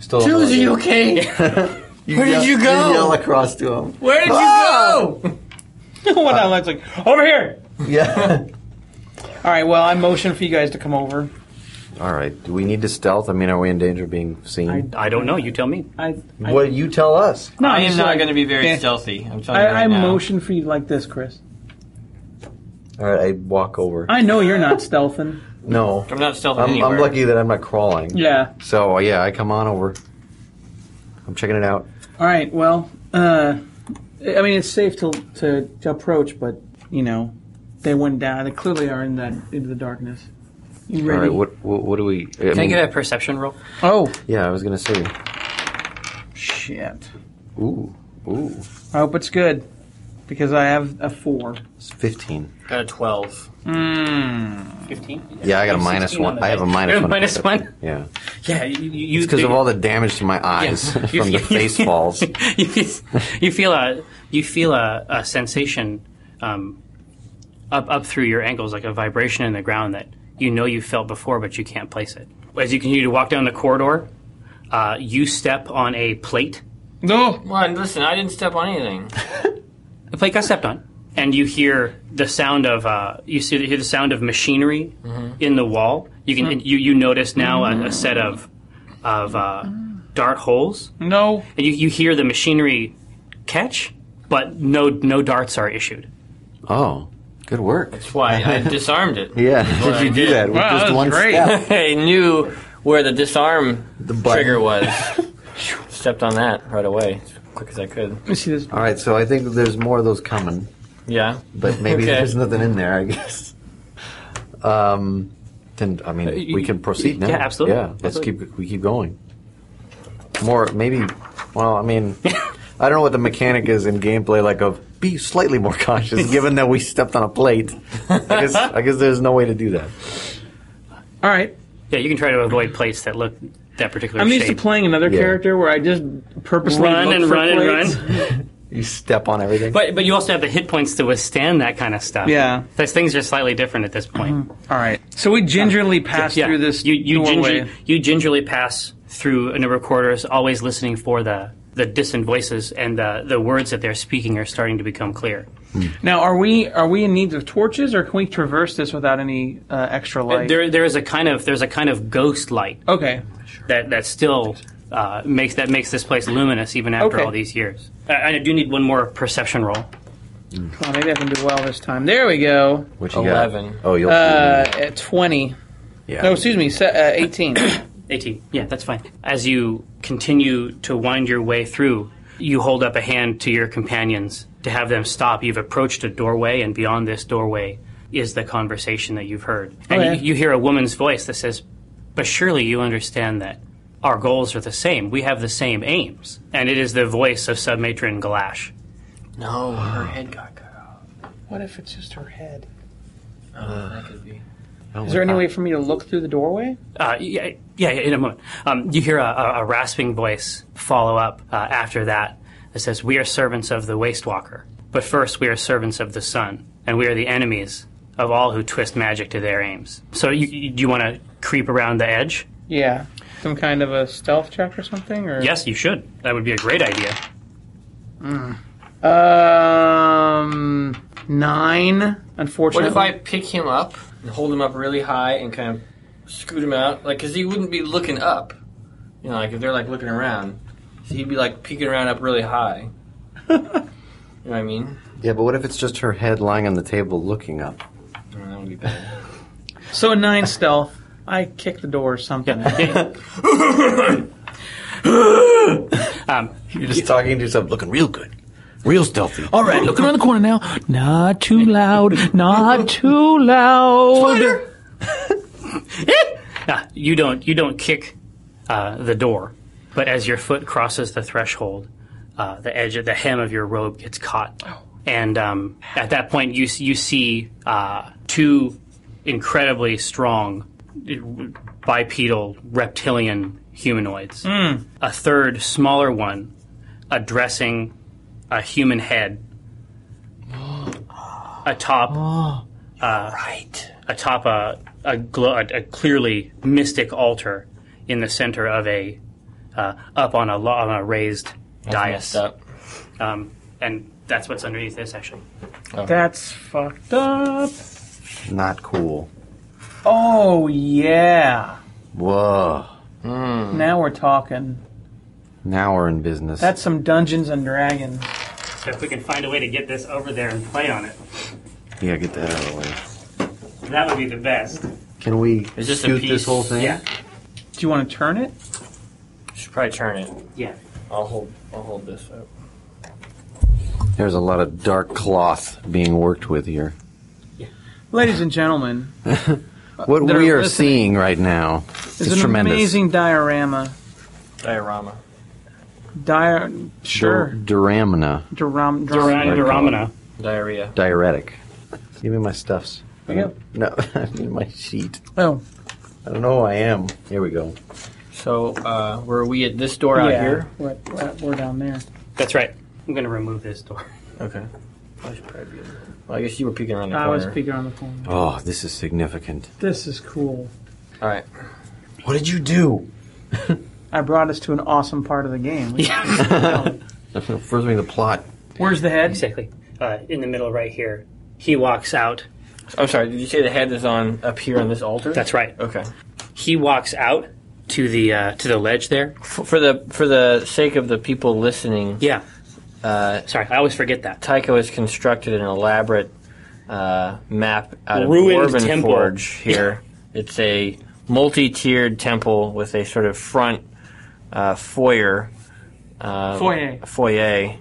C: Still don't know what it is.
D: okay?
C: Where
D: did you go?
C: Yell across to him.
D: Where did you go?
E: what I look's like, over here.
C: Yeah.
E: All right, well, I motion for you guys to come over.
C: (laughs) All right. Do we need to stealth? I mean, are we in danger of being seen?
B: I don't know. You tell me.
E: I, I,
C: what you tell us?
E: no,
D: I
E: I'm
D: am
E: just
D: not
E: like-
D: going to be very
E: Yeah.
D: stealthy. I'm telling
E: I,
D: you right
E: I
D: now.
E: motion for you like this, Chris.
C: All right. I walk over.
E: I know you're not stealthing.
C: no.
D: I'm not stealthy
C: I'm,
D: anywhere.
C: I'm lucky that I'm not crawling.
E: Yeah.
C: So yeah, I come on over. I'm checking it out.
E: All right. Well, uh, I mean, it's safe to, to to approach, but you know, they went down. They clearly are in that into the darkness. You
C: All
E: ready?
C: right. What what, what do we? I
B: Can I
C: mean-
B: get a perception roll?
E: Oh
C: yeah, I was gonna say.
E: shit!
C: Ooh, ooh.
E: I hope it's good because I have a four.
C: It's fifteen.
D: Got a 12.
B: Fifteen.
C: Yeah, I got a minus one. I have
B: (laughs)
C: a minus one.
B: Minus one.
C: Yeah,
B: Yeah, you, you
C: because of all the damage to my
B: Yeah.
C: eyes
B: You
C: from the
B: feel-
C: face falls.
B: (laughs) you, feel, you feel a you feel a, a sensation um, up up through your ankles, like a vibration in the ground that you know you felt before, but you can't place it. As you continue to walk down the corridor, uh, you step on a plate.
E: No.
D: Come on, listen, I didn't step on anything.
B: the plate got stepped on, and you hear the sound of uh, you see you hear the sound of machinery in the wall. You can you you notice now a, a set of of uh, dart holes,
E: No.
B: and you, you hear the machinery catch, but no no darts are issued.
C: Oh, good work.
D: That's why
C: (laughs)
D: I disarmed it.
C: Yeah, (laughs)
D: what
C: did
D: I
C: you do
D: did.
C: that with
E: Wow,
C: just
E: that was
C: one
E: great.
D: (laughs)
C: step?
D: I knew where the disarm
C: button.
D: trigger
C: (laughs)
D: was. Stepped on that right away, as quick as I could.
E: Let me see this.
C: All right, so I think there's more of those coming,
D: Yeah.
C: but maybe
D: Okay.
C: there's nothing in there. I (laughs) guess. Um, then I mean we can proceed now.
B: yeah, absolutely.
C: Yeah, let's keep we keep going. More maybe. Well, I mean, I don't know what the mechanic is in gameplay like of be slightly more cautious, given that we stepped on a plate. I guess I guess there's no way to do that.
E: All right.
B: Yeah, you can try to avoid plates that look that particular
E: I'm
B: shape.
E: used to playing another
C: Yeah.
E: character where I just purposely
B: Run
E: look
B: and
E: for
B: run and
E: plates.
B: run.
C: You step on everything.
B: But but you also have the hit points to withstand that kind of stuff.
E: Yeah.
B: those things are slightly different at this point.
E: All right. So we gingerly pass
B: yeah,
E: through this
B: you you,
E: doorway.
B: ginger, you gingerly pass through a number of corridors, always listening for the the distant voices and the the words that they're speaking are starting to become clear.
E: Now, are we are we in need of torches, or can we traverse this without any uh, extra light?
B: There there is a kind of there's a kind of ghost light
E: okay.
B: that that still. Uh, makes that makes this place luminous even after
E: Okay.
B: all these years. I, I do need one more perception roll.
E: Well, Oh, maybe I can do well this time. There we go.
C: What you
D: Eleven.
C: Got? Oh, you'll.
E: Uh, at twenty.
C: yeah.
E: No, excuse me. Se- uh, (coughs) Eighteen.
B: 18. Yeah, that's fine. As you continue to wind your way through, you hold up a hand to your companions to have them stop. You've approached a doorway, and beyond this doorway is the conversation that you've heard. And
E: Okay.
B: you, you hear a woman's voice that says, But surely you understand that our goals are the same. We have the same aims. And it is the voice of Submatron Galash.
D: No, her head got cut off.
E: what if it's just her head?
D: Oh, that could be.
E: Is there any way for me to look through the doorway?
B: Uh, yeah, yeah, in a moment. Um, you hear a, a, a rasping voice follow up uh, after that that says, We are servants of the Waste Walker, but first we are servants of the sun, and we are the enemies of all who twist magic to their aims. So you, you, do you want to creep around the edge?
E: Yeah. Some kind of a stealth check or something, or
B: Yes, you should. That would be a great idea.
E: Um, nine.
D: What
E: Unfortunately,
D: if I pick him up and hold him up really high and kind of scoot him out? Like, because he wouldn't be looking up. You know, like if they're like looking around, so he'd be like peeking around up really high.
C: (laughs)
D: you know what I mean?
C: Yeah, but what if it's just her head lying on the table looking up?
D: Oh, that would be bad.
E: so a nine stealth. I kick the door or something.
C: You're just talking to yourself, looking real good, real stealthy.
E: All right, look around the corner now. Not (laughs) too loud. Not too loud.
B: Ah, you don't you don't kick uh, the door, but as your foot crosses the threshold, uh, the edge of the hem of your robe gets caught, and um, at that point you s- you see uh, two incredibly strong uh, bipedal reptilian humanoids, a third smaller one addressing a human head (gasps)
D: (gasps)
B: atop
D: Oh, right.
B: atop uh, a uh, a, glo- a, a clearly mystic altar in the center of a uh, up on a lo- on a raised
D: Messed
B: dais,
D: up.
B: um, and that's what's underneath this actually.
E: That's fucked up.
C: Not cool.
E: Oh yeah.
C: Whoa.
E: Now we're talking.
C: Now we're in business.
E: That's some Dungeons and Dragons.
B: So if we can find a way to get this over there and play on it,
C: yeah, get that out of the way.
B: that would be the best.
C: Can we
D: Is this a
C: shoot this
D: piece?
C: whole thing?
B: Yeah,
E: Do you want to turn it?
D: Should probably turn it.
B: yeah.
D: I'll hold. I'll hold this up.
C: There's a lot of dark cloth being worked with here.
E: Ladies and gentlemen,
C: What
E: Uh, They're
C: we are
E: listening.
C: seeing right now
E: it's,
C: is
E: an
C: tremendous.
E: amazing diorama.
D: Diorama.
E: Dire sure.
C: Dur- Duramina
E: Diorama.
B: Duran Duramina.
D: Diarrhea.
C: diuretic. Give me my stuffs.
E: Yeah.
C: No, (laughs) I mean my sheet.
E: Oh,
C: I don't know who I am. Here we go.
D: So, uh, were we at this door out
E: yeah.
D: here?
E: We're, we're- we're down there.
B: That's right. I'm gonna remove this door.
D: Okay. I should probably be. Well, I guess you were peeking around the
E: I
D: corner.
E: was peeking around the corner.
C: Oh, this is significant.
E: This is cool.
D: All right.
C: What did you do?
E: I brought us to an awesome part of the game.
C: First thing, the plot.
E: Where's the head?
B: Exactly. uh, in the middle right here. He walks out.
D: I'm Oh, sorry. Did you say the head is on up here on this altar?
B: That's right.
D: Okay.
B: He walks out to the uh, to the ledge there.
D: For, for the for the sake of the people listening,
B: Yeah.
D: uh,
B: Sorry, I always forget that.
D: Tycho has constructed an elaborate uh, map out
B: Ruined
D: of Dwarven
B: temple. (laughs)
D: Forge here. it's a multi-tiered temple with a sort of front uh, foyer, uh,
E: Foyer.
D: foyer,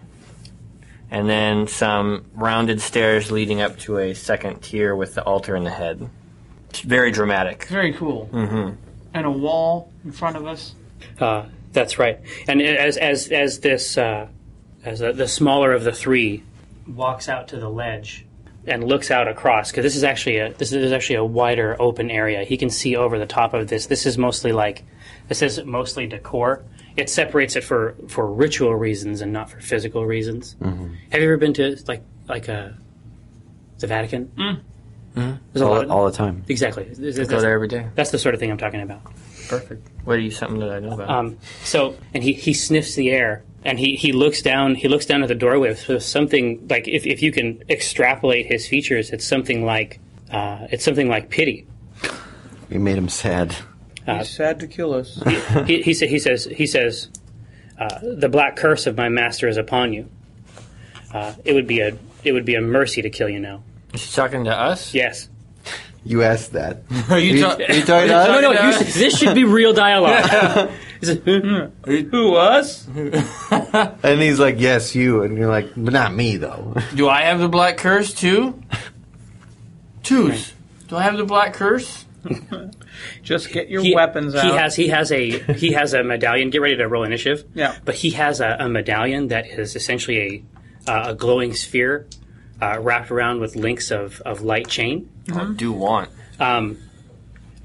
D: and then some rounded stairs leading up to a second tier with the altar and the head. It's very dramatic.
E: Very cool. Mm-hmm. And a wall in front of us.
B: Uh, that's right. And as as as this uh, as the, the smaller of the three walks out to the ledge and looks out across because this is actually a this is actually a wider open area. He can see over the top of this. This is mostly like this is mostly decor. It separates it for for ritual reasons and not for physical reasons. Have you ever been to like like a the Vatican? Mm. There's a
C: all,
B: lot. Of,
C: all the time.
B: exactly. That's,
D: Go there every day.
B: that's the sort of thing I'm talking about.
D: Perfect. What are you? Something that I know about.
B: Um, so, and he, he sniffs the air and he, he looks down he looks down at the doorway. So something like if, if you can extrapolate his features, it's something like uh, it's something like pity.
C: We made him sad.
E: He's sad to kill us.
B: He, he, sa- he says he says uh, the black curse of my master is upon you. Uh, it would be a it would be a mercy to kill you now.
D: Is she talking to us?
B: Yes.
C: You asked that.
D: Are you, ta-
C: Are you talking to us?
B: No, no.
E: uh,
B: You, this should be real
E: (laughs)
B: dialogue. He says,
E: Who us?
C: And he's like, yes, you. And you're like, but not me, though.
D: Do I have the black curse too? Twos. Do I have the black curse?
E: Just get your
B: he,
E: weapons out.
B: He has he has a he has a medallion. Get ready to roll initiative.
E: Yeah.
B: But he has a, a medallion that is essentially a uh, a glowing sphere uh, wrapped around with links of, of light chain.
D: I do want.
B: Um,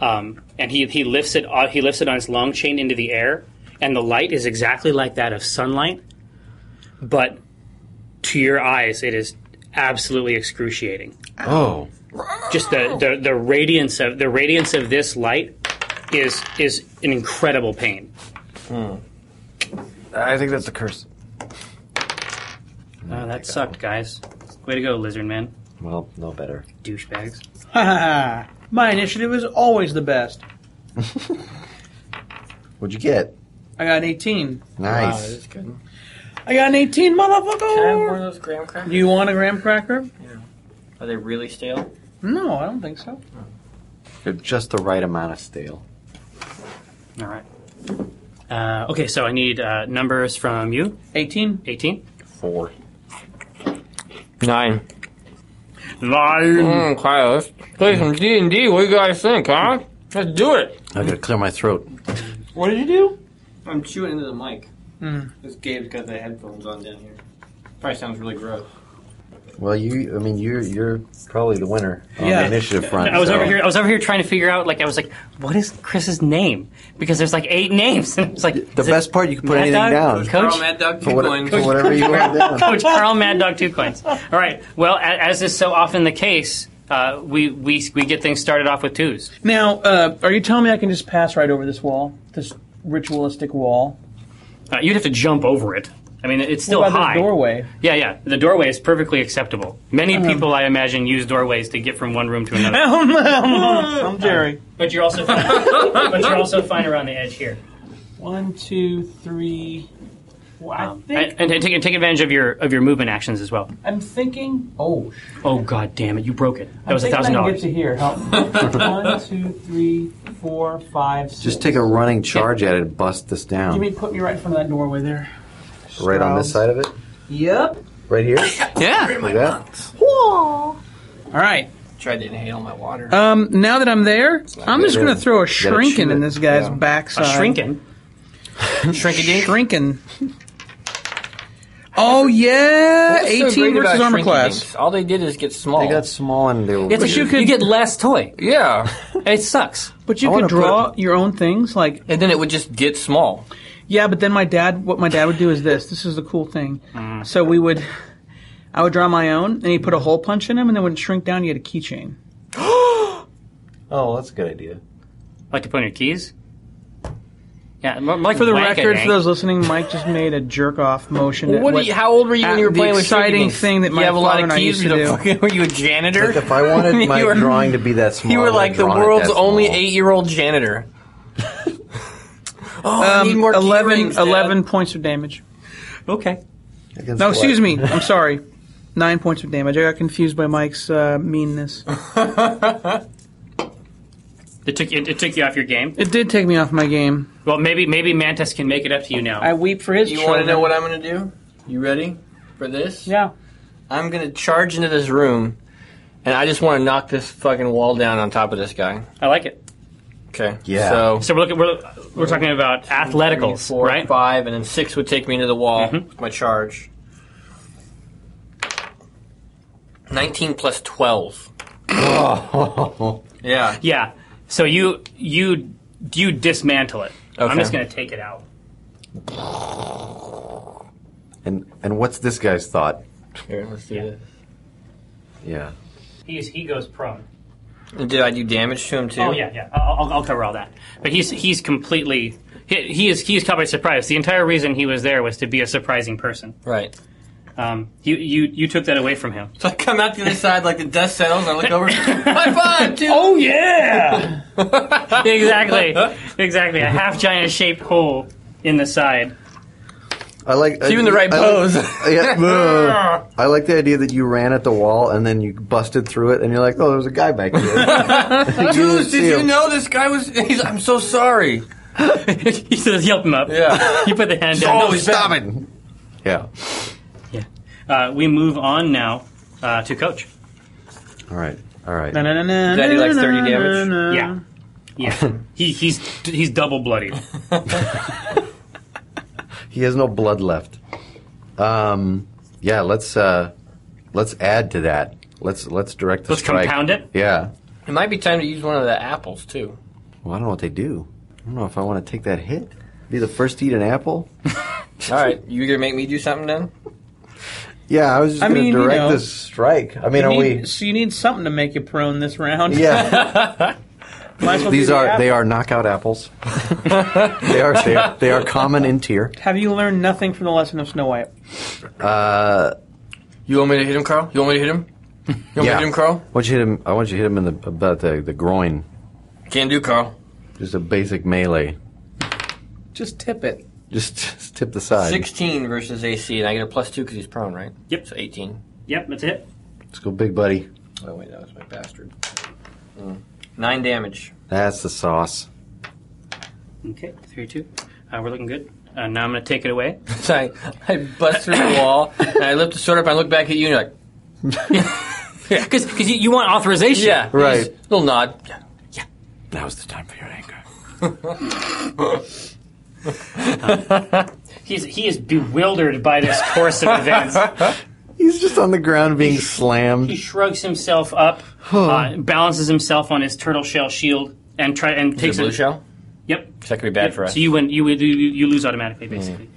B: um, and he, he lifts it uh, he lifts it on his long chain into the air, and the light is exactly like that of sunlight, but to your eyes it is absolutely excruciating
C: Oh.
B: just the, the, the radiance of the radiance of this light is is an incredible pain.
C: I think that's a curse.
B: Uh, that sucked, guys. Way to go, lizard man,
C: Well, no better.
B: douchebags.
E: (laughs) My initiative is always the best.
C: What'd you get?
E: I got an 18.
D: Wow, that
C: Nice.
D: is good.
E: I got an 18,
D: Can I have one of
E: motherfucker!
D: those graham crackers?
E: Do you want a graham cracker?
D: Are they really stale?
E: No, I don't think so.
C: They're just the right amount of stale.
B: All right. Uh, okay, so I need uh, numbers from you.
E: 18.
B: Eighteen.
C: Four.
D: Nine.
B: Nine.
D: Mm, Kyle, let's play some D and D. What do you guys think, huh? Let's do it.
C: I gotta clear my throat.
D: What did you do? Hmm. I'm chewing into the mic. This Gabe's got the headphones on down here. Probably sounds really gross.
C: Well, you, I mean, you're you're probably the winner on
E: Yeah.
C: the initiative front.
B: I was
C: so-
B: over here. I was over here trying to figure out. Like, I was like, "What is Chris's name?" Because there's like eight names. (laughs) And it's like
C: The
B: is it
C: best part, you can put
B: Mad
C: anything
B: Dog?
C: down.
B: Coach? Carl,
D: Mad Dog,
C: For, what, for whatever you
B: (laughs)
C: want down.
B: Coach Carl Mad Dog two coins. All right. Well, a- as is so often the case, uh, we we we get things started off with twos.
E: Now, uh, are you telling me I can just pass right over this wall? This ritualistic wall?
B: Uh, you'd have to jump over it. I mean, it's still
E: what about
B: high.
E: this doorway?
B: Yeah, yeah. The doorway is perfectly acceptable. Many people, I imagine, use doorways to get from one room to
E: (laughs)
B: another.
E: Oh, no, I'm Jerry.
B: but you're also fine. but you're also fine around the edge here.
E: One, two, three. Well, I
B: Um,
E: think
B: and, and, take, and take advantage of your of your movement actions as well.
E: I'm thinking. Oh,
B: Oh God damn it! You broke it. That was a
E: I think I
B: thousand
E: can Get
B: dollars.
E: to here.
B: (laughs)
E: Help. One, two, three, four, five, six.
C: Just take a running charge at it and bust this down.
E: Give me, put me right in front of that doorway there.
C: right on this side of it?
E: Yep.
C: Right here?
E: Yeah.
C: Like that?
E: All right.
D: Tried to inhale my water.
E: Um, now that I'm there, I'm just gonna throw a
C: shoot
E: shrinking in
C: it.
E: this guy's
C: Yeah.
E: backside.
B: A shrinking.
D: Shrinking
E: Shrinking. Oh yeah, eighteen versus armor class.
D: All they did is get small.
C: They got small and they were
B: It's
C: weird.
B: like you, you get less toy.
D: (laughs) yeah,
B: It sucks.
E: But you
C: I
E: could
C: wanna put-
E: draw your own things, like
D: and then it would just get small.
E: yeah. But then my dad, what my dad would do is this. This is the cool thing.
D: Mm.
E: So we would, I would draw my own, and he put a hole punch in him, and then when it shrink down, you had a keychain.
C: Oh, that's a good idea.
B: Like to put on your keys. Yeah, more, more like
E: For the
B: wank, I
E: record, for
B: think.
E: those listening, Mike just made a jerk off motion.
D: Well,
E: at
D: what are you, how old were you
E: at
D: when you were
E: Ah, the
D: playing with shaky
E: exciting
D: things?
E: thing that
D: you
E: my
D: have a
E: father
D: lot
E: and
D: of
E: I
D: keys.
E: used to
D: were, you
E: do.
D: the fucking- (laughs) were you a janitor?
C: Like if I
D: (laughs)
C: wanted my
D: were-
C: drawing to be that small,
D: you were like the world's only eight-year-old (laughs) janitor. oh, I
E: Um,
D: need more key
E: 11,
D: rings, Dad.
E: 11 points of damage.
D: Okay.
E: No, excuse me. I'm sorry. Nine points of damage. I got confused by Mike's uh, meanness.
B: It took it, it took you off your game.
E: It did take me off my game.
B: Well, maybe maybe Mantis can make it up to you now.
E: I weep for his
D: You want to know what I'm going to do? You ready for this?
E: Yeah.
D: I'm going to charge into this room, and I just want to knock this fucking wall down on top of this guy.
B: I like it.
D: Okay.
C: Yeah.
D: So
B: So we're looking, we're we're talking about athleticals,
D: three, four,
B: right? Mm-hmm.
D: Five, and then six would take me into the wall with my charge. Nineteen plus twelve. Yeah.
B: Yeah. So you you you dismantle it.
D: Okay.
B: I'm just going to take it out.
C: (laughs) And and what's this guy's thought?
D: Here, let's do this.
C: Yeah.
B: He's he goes prone.
D: And Did I do damage to him too?
B: Oh yeah, yeah. I'll, I'll- I'll cover all that. But he's he's completely he, he is he's caught by surprise. The entire reason he was there was to be a surprising person.
D: Right.
B: Um, you you you took that away from him.
D: So I come out the other side, like the dust settles, and I look over. (laughs) High five, dude!
B: Oh yeah! (laughs) exactly, exactly. A half giant shaped hole in the side. (laughs)
C: I like
D: you in the right
C: I
D: pose.
C: Like, (laughs)
D: (laughs)
C: yeah. I like the idea that you ran at the wall and then you busted through it and you're like, oh, there was a guy back (laughs)
D: (laughs)
C: there. You didn't
D: Dude,
C: see
D: did you
C: him.
D: know this guy was? He's, I'm so sorry.
B: he says, "Help him up."
D: Yeah. (laughs)
B: You put the hand
D: Oh,
B: down.
D: he's back.
C: it! Yeah.
B: Uh, we move on now uh, to coach.
C: All right. All right.
E: Daddy
D: likes 30
E: Uh-huh.
D: damage?
B: Yeah, yeah. (laughs) he he's he's double bloodied.
C: He has no blood left. Um, yeah. Let's uh, let's add to that. Let's let's direct the
B: Let's
C: strike.
B: compound it.
C: Yeah.
D: It might be time to use one of the apples too.
C: Well, I don't know what they do. I don't know if I want to take that hit. Be the first to eat an apple.
D: All right, you gonna make me do something then?
C: Yeah, I was just
E: I
C: going to
E: mean, you
C: direct
E: know.
C: this strike. I mean,
E: You
C: are
E: need, (laughs)
C: we?
E: so you need something to make you prone this round.
C: (laughs) Yeah,
E: (laughs) Might as well do
C: these
E: the
C: are
E: apple.
C: they are knockout apples. they are they are, they are common in tier.
E: Have you learned nothing from the lesson of Snow White?
C: Uh,
D: You want me to hit him, Carl? You want me to hit him? You want me
C: yeah.
D: to hit him, Carl?
C: I want you to hit him. I want you to hit him in the about the, the groin.
D: Can't do, Carl.
C: Just a basic melee.
E: Just tip it.
C: Just, just tip the side.
D: 16 versus AC, and I get a plus two because he's prone, right?
B: Uh, Yep.
D: So 18.
B: Yep, that's it.
C: Let's go, big buddy.
D: Oh wait, that was my bastard. Mm. Nine damage. (laughs)
C: That's the sauce.
B: Okay, three two. Uh, we're looking good. Uh, now I'm going to take it away.
D: So I, I bust through the wall, and I lift the sword up, and I look back at you, and you're like,
B: (laughs) Because you, you want authorization.
D: yeah,
C: Right.
D: Just Little nod. Yeah.
C: Now's the time for your anger.
B: He's, he is bewildered by this course of (laughs) events.
C: He's just on the ground being
B: He
C: slammed.
B: shrugs himself up, uh, balances himself on his turtle shell shield, and try and
D: Is
B: takes
D: it blue
B: a-
D: shell?
B: Yep.
D: 'Cause That could be bad for us. Mm.
B: So you win. You would- you, you lose automatically, basically.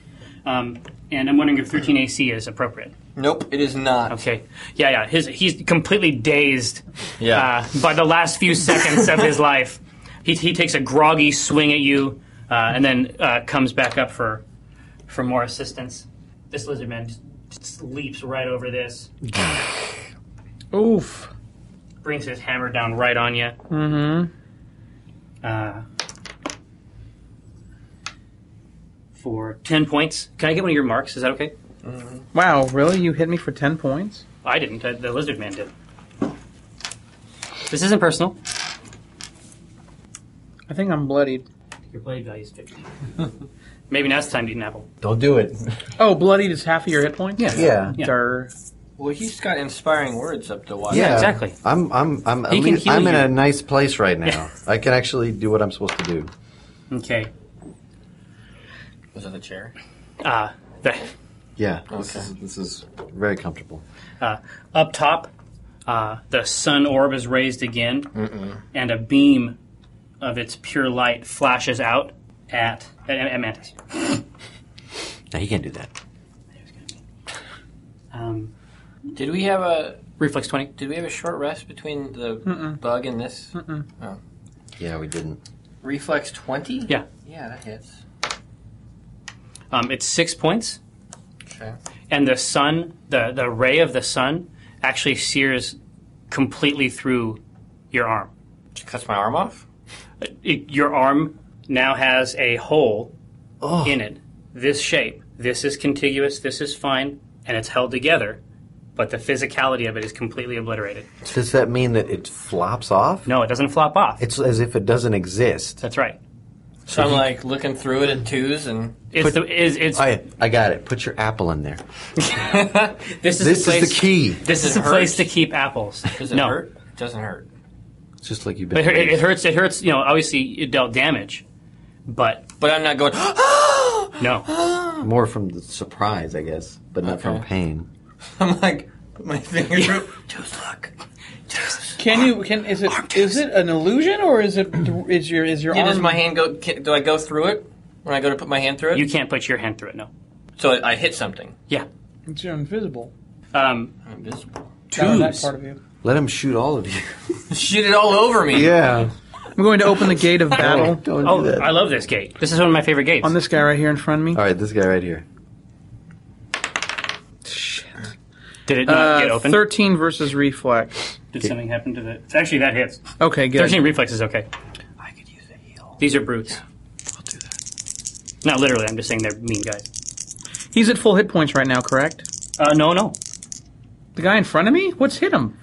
B: Um, and I'm wondering if 13 AC is appropriate.
D: nope, it is not.
B: Okay. Yeah, yeah. His, he's completely dazed
D: Yeah.
B: uh, by the last few seconds of his life. He, he takes a groggy swing at you uh, and then uh, comes back up for for more assistance. This lizard man just, just leaps right over this,
E: Oof.
B: brings his hammer down right on you.
E: Mm-hmm.
B: Uh, for 10 points. Can I get one of your marks? Is that okay?
E: Wow, really? You hit me for 10 points?
B: I didn't. Uh, The lizard man did. This isn't personal.
E: I think I'm bloodied.
B: Your blade value is 50. (laughs) Maybe now's the time to eat an apple.
C: Don't do it.
E: Oh, bloodied is half of your hit points?
C: Yeah.
B: Yeah.
E: Durr.
D: Well, he's got inspiring words up the wall.
C: Yeah.
B: exactly.
C: I'm I'm I'm at
B: He can
C: least-
B: heal
C: I'm in
B: you.
C: a nice place right now. I can actually do what I'm supposed to do.
B: Okay.
D: Was that the chair?
B: Uh, the,
C: Yeah. This, is, this is very comfortable.
B: uh, up top, uh, the sun orb is raised again, and a beam of its pure light flashes out at, at, at Mantis.
C: Now he can't do that.
B: Um,
D: Did we have a
B: reflex 20.
D: Did we have a short rest between the bug and this?
C: Yeah, we didn't.
D: Reflex 20?
B: Yeah.
D: Yeah, that hits.
B: Um, it's six points,
D: Okay.
B: and the sun, the, the ray of the sun, actually sears completely through your arm.
D: Cuts my arm off.
B: It, your arm now has a hole in it, this shape. This is contiguous, this is fine, and it's held together, but the physicality of it is completely obliterated.
C: Does that mean that it flops off?
B: No, it doesn't flop off.
C: It's as if it doesn't exist.
B: That's right.
D: So I'm like looking through it in twos, and
B: It's, the, is, it's,
C: I, I got it. Put your apple in there.
B: this is,
C: This
B: the, place,
C: is the key.
B: This is
D: Does it
B: the place
D: hurt?
B: to keep (laughs) apples.
D: does it
B: no.
D: hurt? It doesn't hurt.
C: It's just like you've
B: It,
C: been.
B: hurt- it hurts. It hurts. You know, obviously it dealt damage, but
D: But I'm not going. "Ah!"
B: no.
C: More from the surprise, I guess, but not from
D: Okay.
C: pain.
D: (laughs) I'm like put my finger. (laughs) through. Just look.
E: Can you? Can is it? Is it an illusion or is it? Is your is your
D: Yeah,
E: arm?
D: does my hand go? Can, do I go through it when I go to put my hand through it?
B: You can't put your hand through it. No.
D: so I, I hit something.
B: Yeah.
E: It's invisible.
B: Um,
D: I'm (laughs) invisible.
E: That- that
C: Tubes.
E: part of you.
C: Let him shoot all of you.
D: Shoot it all over me.
C: Yeah.
E: I'm going to open the gate
C: (laughs)
E: of battle
C: Don't, don't
B: oh,
C: do that.
B: I love this gate. This is one of my favorite gates.
E: on this guy right here in front of me.
C: all right, this guy right here.
B: Did it not get
E: Uh,
B: open?
E: Thirteen versus reflex.
B: Did something happen to the? Actually, that hits.
E: Okay, good.
B: Thirteen reflex is okay.
D: I could use a heal.
B: These are brutes. Not literally. I'm just saying they're mean guys.
E: He's at full hit points right now, correct?
B: Uh, no, no.
E: The guy in front of me? What's hit him?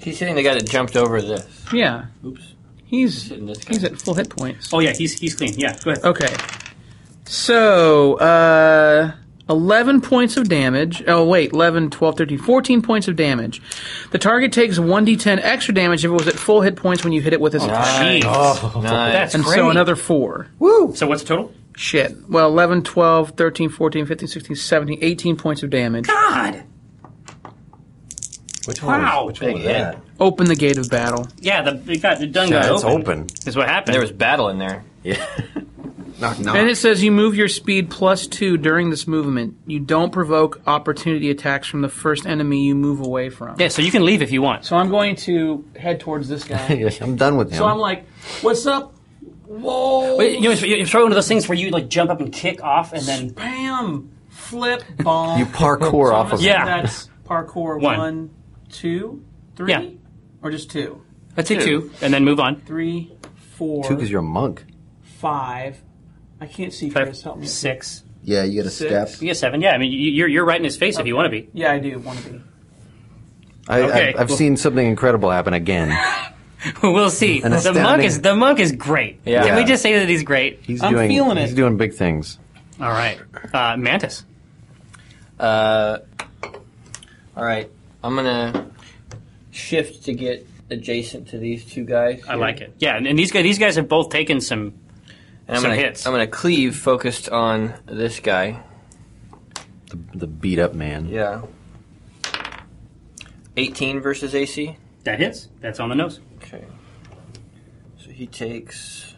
D: He's hitting the guy that jumped over this.
E: Yeah,
D: Oops.
E: he's
D: Hitting this guy.
E: he's at full hit points.
B: Oh yeah, he's he's clean. Yeah. Go ahead.
E: Okay. So, uh, 11 points of damage. Oh, wait, 11, 12, 13, 14 points of damage. The target takes 1d10 extra damage if it was at full hit points when you hit it with his
B: Jeez.
E: attack.
C: Oh.
D: Nice.
B: That's
E: And
B: great.
E: so another 4.
B: So what's the total?
E: Shit. Well, 11, 12, 13, 14, 15, 16, 17, 18 points of damage.
B: God.
C: Which
B: Wow.
C: Which one was
D: Big hit.
C: that?
E: Open the gate of battle.
B: Yeah. The it got the done
C: Yeah,
B: got
C: it's open.
B: Is what happened.
D: There was battle in there.
C: Yeah. knock knock.
E: And it says you move your speed plus 2 during this movement. You don't provoke opportunity attacks from the first enemy you move away from.
B: yeah. So you can leave if you want.
E: So I'm going to head towards this guy.
C: (laughs) Yeah, I'm done with him.
E: So I'm like, what's up? Whoa!
B: But, you know, it's, it's probably one of those things where you like jump up and kick off, and then
E: Bam! Flip, bomb.
C: you parkour off of
E: So
C: him.
B: Yeah.
E: That's parkour
B: One.
E: one, two, three?
B: Yeah.
E: Or just two?
B: let's say two, and then move on.
E: Three, four,
C: Two, because you're a monk.
E: five. I can't see,
B: Five,
E: Chris. Help me.
B: Six.
C: Yeah, you got a
E: Six.
B: You get seven. Yeah, I mean, you- you're you're right in his face if you want to be.
E: Yeah, I do want to be.
C: I,
B: Okay.
C: I, I've seen something incredible happen again.
B: (laughs) we'll see.
C: An
B: The monk
C: astounding-
B: is the monk is great.
D: Yeah.
B: Can we
C: Yeah.
B: just say that he's great?
C: He's
E: I'm
C: doing,
E: feeling it.
C: He's doing big things.
B: All right, uh, Mantis.
D: Uh, all right. I'm gonna shift to get adjacent to these two guys.
B: I like it. Yeah, and, and these guys these guys have both taken some.
D: And I'm
B: Some
D: gonna,
B: hits.
D: I'm gonna cleave focused on this guy.
C: The, the beat up man.
D: Yeah. 18 versus AC.
B: That hits. That's on the nose.
D: Okay. So he takes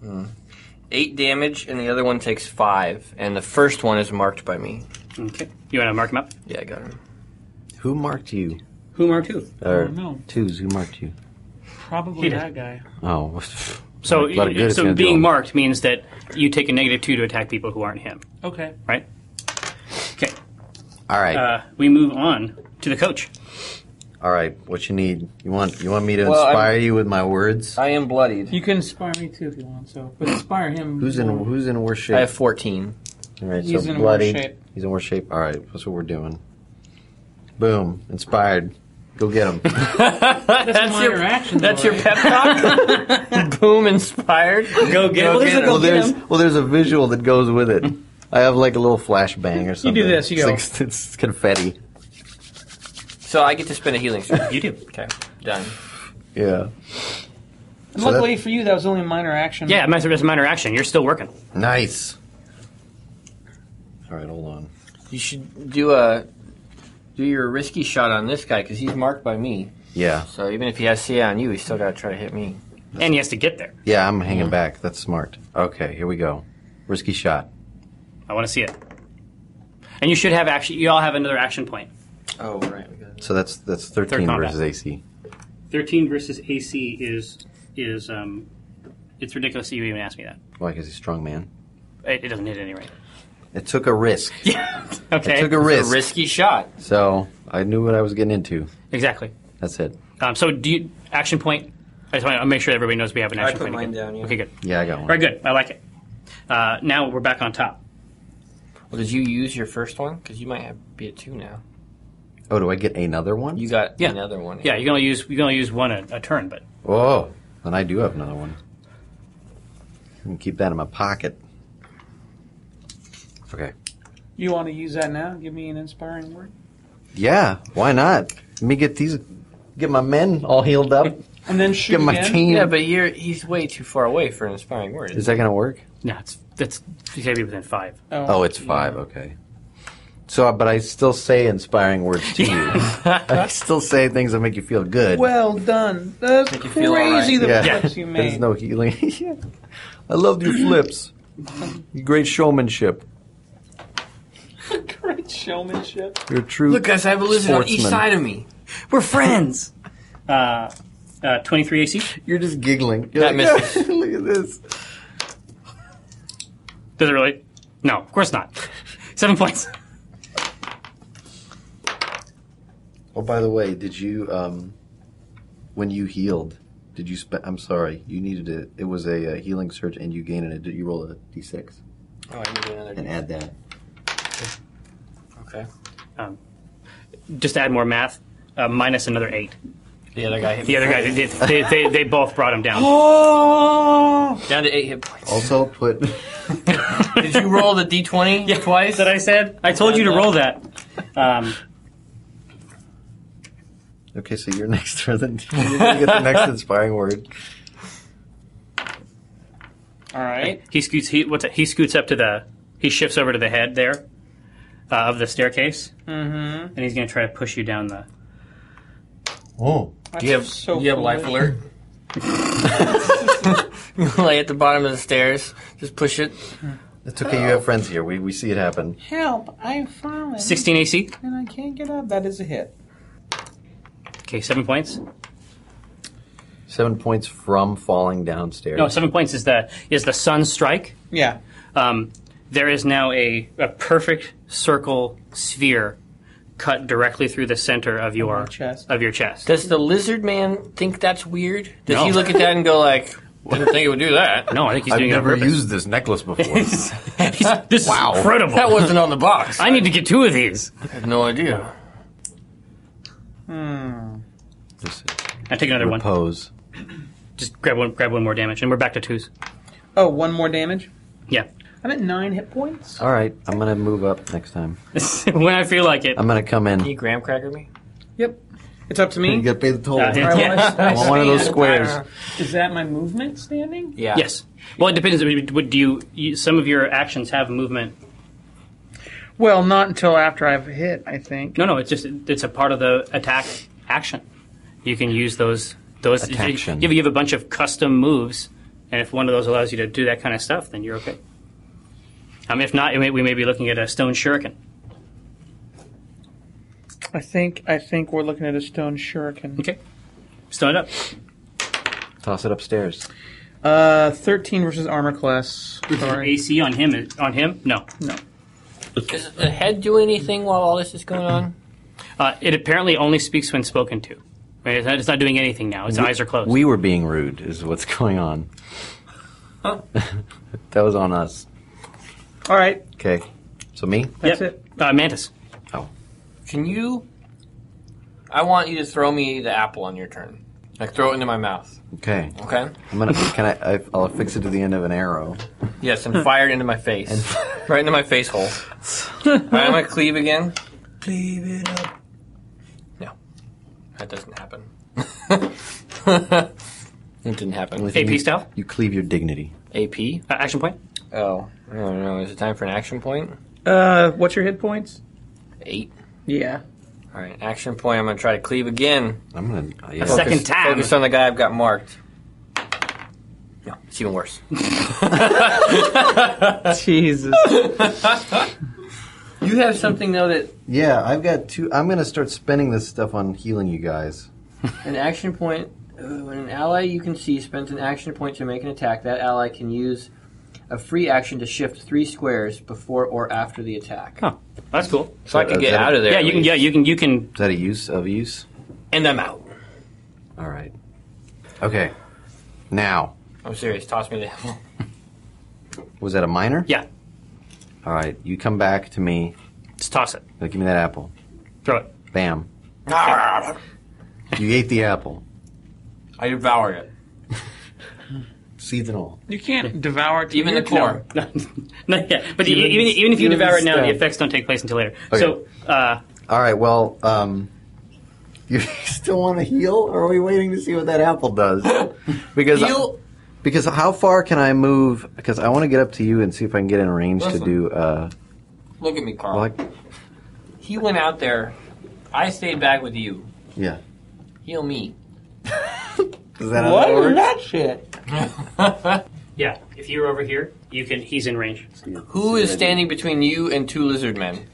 D: hmm, eight damage, and the other one takes five. And the first one is marked by me.
B: Okay. You want to mark him up?
D: Yeah, I got him.
C: Who marked you?
B: Who marked who?
C: Or
E: no.
C: twos? Who marked you?
E: Probably
B: He did.
E: that guy.
C: Oh, (laughs)
B: So
C: A lot of good it's
B: so
C: gonna do
B: being
C: him.
B: marked means that you take a negative two to attack people who aren't him.
E: Okay.
B: Right. Okay.
C: all right,
B: Uh, we move on to the coach.
C: all right. What you need? You want you want me to
D: Well, I'm-
C: inspire you with my words?
D: I am bloodied.
E: You can inspire me too if you want. So, but inspire him.
C: who's in Who's in worse shape?
D: I have 14.
C: all right,
E: He's
C: so
E: in worse
C: bloody.
E: shape.
C: He's in worse shape. All right, that's what we're doing. Boom! Inspired. Go get
E: (laughs)
C: him.
E: That's, minor action.
B: That's
E: though,
B: your pep talk.
D: (laughs) Boom, inspired.
B: (laughs)
D: (laughs)
B: go get.
D: Go
B: it.
D: get it.
C: well, there's well, there's a visual that goes with it. I have like a little flashbang or something.
E: this,
C: it's
E: you go.
C: Like, (laughs) it's confetti.
D: So I get to spin a healing strike.
B: You do.
D: okay, done.
C: Yeah.
E: And Luckily for you, that was only a minor action.
B: Yeah, minor, it's a minor action. You're still working.
C: Nice. All right, hold on.
D: You should do a do your risky shot on this guy because he's marked by me.
C: Yeah,
D: So even if he has CA on you, he's still got to try to hit me.
B: And he has to get there.
C: yeah, I'm
E: Mm.
C: hanging back. That's smart. Okay, here we go. Risky shot.
B: I want to see it. And you should have action. You all have another action point.
D: Oh right, we got
C: So that's that's 13
B: combat.
C: versus AC.
B: Thirteen versus AC is is um, it's ridiculous that you even asked me that.
C: Why? Because he's strong man.
B: It, it doesn't hit at any rate.
C: It took a risk.
B: Okay.
C: took a risk.
D: A risky shot.
C: So I knew what I was getting into.
B: Exactly.
C: That's it.
B: Um, so do you action point? I just want to make sure everybody knows we have an action
D: put
B: point.
D: mine
B: again.
D: down, yeah.
B: Okay, good.
C: Yeah, I got one.
B: All right, good. I like it. Uh, now we're back on top.
D: Well, did you use your first one? Because you might have be a two now.
C: Oh, do I get another one?
D: You got
B: Yeah.
D: another one.
B: Yeah, you can only use you can only use one a, a turn, but
C: Oh, then I do have another one. I'm gonna keep that in my pocket. Okay.
E: You want to use that now? Give me an inspiring word.
C: Yeah, why not? Let me get these, get my men all healed up.
E: And then shoot
C: Get my
E: again?
C: team.
D: Yeah, but you're he's way too far away for an inspiring word.
C: Is that gonna work?
B: no, it's that's you gotta be within five.
C: Oh, it's five. Okay. So, but I still say inspiring words to you. (laughs) I still say things that make you feel good.
E: Well done. That's
D: Make you
E: crazy
D: feel alright.
E: the
C: Yeah.
E: flips you
C: (laughs) There's
E: made.
C: no healing. Yeah. I loved your flips. Great showmanship.
E: (laughs) Great showmanship.
C: You're a true.
D: Look, guys, I have a lizard on each
C: Sportsman.
D: side of me.
B: We're friends. Uh, uh, Twenty three AC.
C: You're just giggling. You're
D: That misses.
C: (laughs) Look at this.
B: Does it really? No, of course not. Seven points.
C: Oh, by the way, did you um, when you healed? Did you spend? I'm sorry, you needed it. It was a, uh healing surge, and you gained it. Did you roll a d6
D: Oh, I need another.
C: and add that?
D: Okay.
B: Just to add more math. Uh, minus another eight.
D: The other guy hit me.
B: The other guy, they, they, they, they both brought him down. Oh.
D: Down to eight hit points.
C: Also, put
D: Did you roll
B: (laughs)
D: the d20 twice?
B: that I said. I told you to roll that. Um,
C: okay. So you're (laughs) next to the. You're gonna get the
B: (laughs)
C: next inspiring word.
E: All right.
B: he scoots. He what's it? He scoots up to the. He shifts over to the head there, uh, of the staircase,
E: Mm-hmm.
B: and he's going to try to push you down the.
C: Oh,
D: Do you have,
E: so
D: you have life
B: (laughs)
E: foolish.
D: alert? (laughs) Lay at the bottom of the stairs. Just push it.
C: it's okay. You have friends here. We we see it happen.
E: Help! I'm falling.
B: Sixteen AC.
E: and I can't get up. That is a hit.
B: Okay, seven points.
C: Seven points from falling downstairs.
B: No, seven points is the is the sun strike.
E: Yeah.
B: Um, there is now a, a perfect circle sphere cut directly through the center of your
E: chest.
B: of your chest.
D: Does the lizard man think that's weird? Does he
B: No.
D: look at that and go like, (laughs) "Didn't think it would do that."
B: no, I think he's
C: I've
B: doing it on
C: never
B: purpose.
C: used this necklace
B: (laughs)
C: before.
B: He's- this
C: Wow.
B: is incredible.
D: That wasn't on the box.
B: I need to get two of
C: (laughs)
B: these.
D: have no idea.
E: Hmm.
C: This is
B: I take another one.
C: repose.
B: Just grab one. Grab one more damage, and we're back to twos.
E: Oh, one more damage.
B: Yeah. (laughs)
E: I'm at nine hit points.
C: All right, I'm gonna move up next time.
B: when I feel like it.
C: I'm gonna come in.
D: Can you graham cracker me?
E: Yep. It's up to
C: You
E: me.
C: gotta pay the toll.
B: Uh, yeah.
E: All right, well, I- I
C: I want one of those
E: stand.
C: squares.
E: Is that my movement standing?
D: Yeah.
B: Yes. Well, it depends. Would do you, you? Some of your actions have movement.
E: Well, not until after I've hit, I think.
B: No, no. It's just it's a part of the attack action. You can use those those.
C: Attaction.
B: You, you have a bunch of custom moves, and if one of those allows you to do that kind of stuff, then you're okay. Um, if not, we may- we may be looking at a stone shuriken.
E: I think I think we're looking at a stone shuriken.
B: Okay. Stone it up.
C: Toss it upstairs.
E: Uh, thirteen versus armor class. Sorry.
B: AC on him. is- On him? No.
D: Does the head do anything while all this is going on?
B: Uh, it apparently only speaks when spoken to. Right? It's, not, it's not doing anything now. Its eyes are closed.
C: We were being rude, is what's going on. (laughs) that was on us.
E: All right.
C: Okay. So me?
E: That's
B: Yep.
E: it.
B: Uh, Mantis.
C: Oh.
D: Can you? I want you to throw me the apple on your turn. Like throw it into my mouth.
C: Okay.
D: Okay.
C: I'm gonna. Can I? I I'll affix it to the end of an arrow. (laughs)
D: Yes,
B: Hmm.
D: and fire it into my face. right into my face hole. All right, I'm gonna cleave again. Cleave it up. No, that doesn't (laughs) happen. it didn't happen.
C: If you-
B: AP style.
C: You cleave your dignity.
D: AP.
B: Uh, action point.
D: Oh, I don't know. Is it time for an action point?
E: Uh, what's your hit points?
D: Eight.
E: Yeah.
D: All right, action point. I'm gonna try to cleave again.
C: I'm gonna. uh, yeah.
B: second- time.
D: Focus on the guy I've got marked. No, it's even worse.
E: (laughs) Jesus.
D: You have something though that
C: Yeah, I've got two. I'm gonna start spending this stuff on healing you guys.
D: An action point. uh, When an ally you can see spends an action point to make an attack, that ally can use a free action to shift three squares before or after the attack.
B: Oh, that's cool.
D: So I can
C: Uh,
D: get
C: that-
D: out of there.
B: yeah,
D: at
B: you can.
D: least.
B: Yeah, you can. You can.
C: Is that a use of use?
D: And I'm out.
C: All right. Okay. Now,
D: I'm serious. Toss me the (laughs) apple.
C: was that a minor?
B: Yeah,
C: All right. You come back to me.
B: just toss it.
C: Now, give me that apple.
B: Throw it.
C: Bam. You ate the apple.
D: I devour it.
C: Seeds and all.
E: You can't devour it.
D: Even the core.
B: (laughs) No, yeah, but even, even, even if you
E: even
B: devour it now, the
E: stab.
B: effects don't take place until later.
C: Okay.
B: So, uh,
C: All right. Well, um, (laughs) you still want to heal, or are we waiting to see what that apple
D: (laughs)
C: does? Because
D: Heal.
C: because how far can I move? Because I want to get up to you and see if I can get in range to
D: Listen.
C: do. Uh,
D: Look at me, Carl.
C: like,
D: he went out there. I stayed back with you.
C: yeah.
D: Heal me. (laughs)
C: Is that how that works?
E: that shit?
B: yeah, if you're over here, you can. He's in range.
D: Who is standing between you and two lizard men?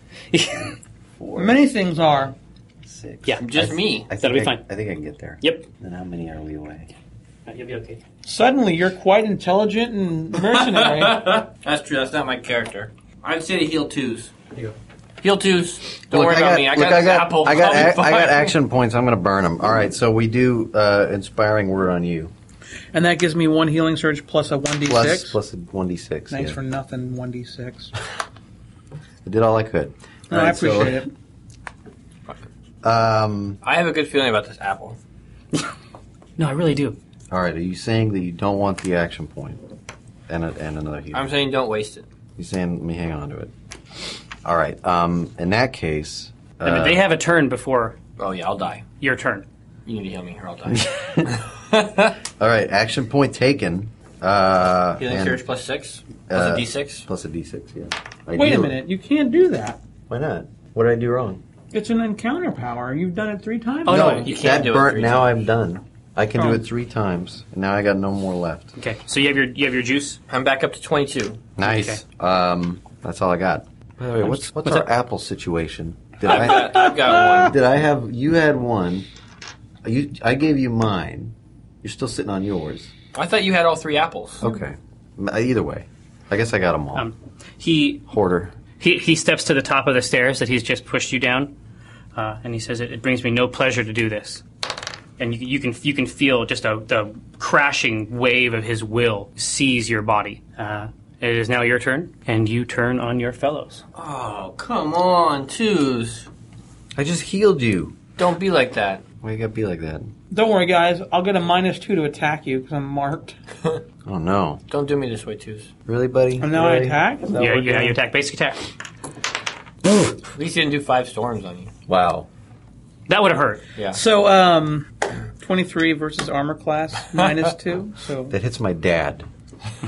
E: Many things are.
C: Six.
B: Yeah,
D: Just me.
C: I think
B: That'll be
C: I-
B: fine.
C: I think I can get there.
B: Yep,
C: Then how many are we away?
B: Uh, you'll be okay.
E: Suddenly, you're quite intelligent and mercenary.
D: That's true. That's not my character. I'd say to heal twos.
B: you go.
D: Heal twos. Don't
C: Look,
D: worry
C: I
D: about
C: got-
D: me. I
C: look,
D: got
C: I
D: this
C: got,
D: apple.
C: I got,
D: (laughs) I'll be
C: ac- I got
D: fine.
C: action points. I'm going to burn them. All right, so we do uh, inspiring word on you.
E: (laughs) and that gives me one healing surge plus a one d
C: Plus,
E: six.
C: plus a 1d6.
E: Thanks
C: yeah.
E: for nothing, one d six.
C: I did all I could.
E: No, I appreciate it.
C: it. Um,
D: I have a good feeling about this apple.
B: No, I really do.
C: all right, are you saying that you don't want the action point and, a, and another heal?
D: I'm saying don't waste it.
C: You're saying let me hang on to it. All right, um, in that case.
B: I mean,
C: uh,
B: they have a turn before
D: Oh yeah, I'll die.
B: your turn.
D: You need to heal me, or
C: (laughs)
D: I'll die.
C: all right, action point taken. Uh,
D: Healing
C: and
D: surge plus six. Plus
C: Uh,
D: a d6.
C: Plus a d6, yeah.
E: Wait a
C: Ideally.
E: minute, you can't do that.
C: Why not? What did I do wrong?
E: It's an encounter power. You've done it three times.
B: Oh, no,
E: already.
D: you
C: that
D: can't do it
C: burnt.
D: three
C: now I'm done. I can
E: Oh.
C: do it three times, and now I got no more left.
B: Okay, so you have your you have your juice.
D: I'm back up to 22.
C: Nice. Um, that's all I got. By the way, what's what's, our apple situation? Did I
D: I've got one.
C: did I have you had one? You I gave you mine. You're still sitting on yours.
D: I thought you had all three apples.
C: Okay. M- uh, Either way, I guess I got them all.
B: Um, He
C: Hoarder.
B: He, he steps to the top of the stairs that he's just pushed you down, uh, and he says, it, "It brings me no pleasure to do this." And you, you can you can feel just a the crashing wave of his will seize your body. Uh, it is now your turn, and you turn on your fellows.
D: Oh, come on, twos.
C: I just healed you.
D: Don't be like that.
C: Why you gotta be like that?
E: Don't worry, guys. I'll get a minus two to attack you because I'm marked.
C: Oh no.
D: Don't do me this way, twos.
C: Really, buddy?
E: And now I
C: Really?
E: attack.
C: Is that
B: Yeah,
C: what
B: you,
C: we're
B: you
C: doing?
B: attack, basic attack.
D: At least you didn't do five storms on you.
C: Wow.
B: That would have hurt.
D: (laughs)
E: So, um, 23 versus
B: (laughs)
E: armor class minus two. So,
C: That hits my dad.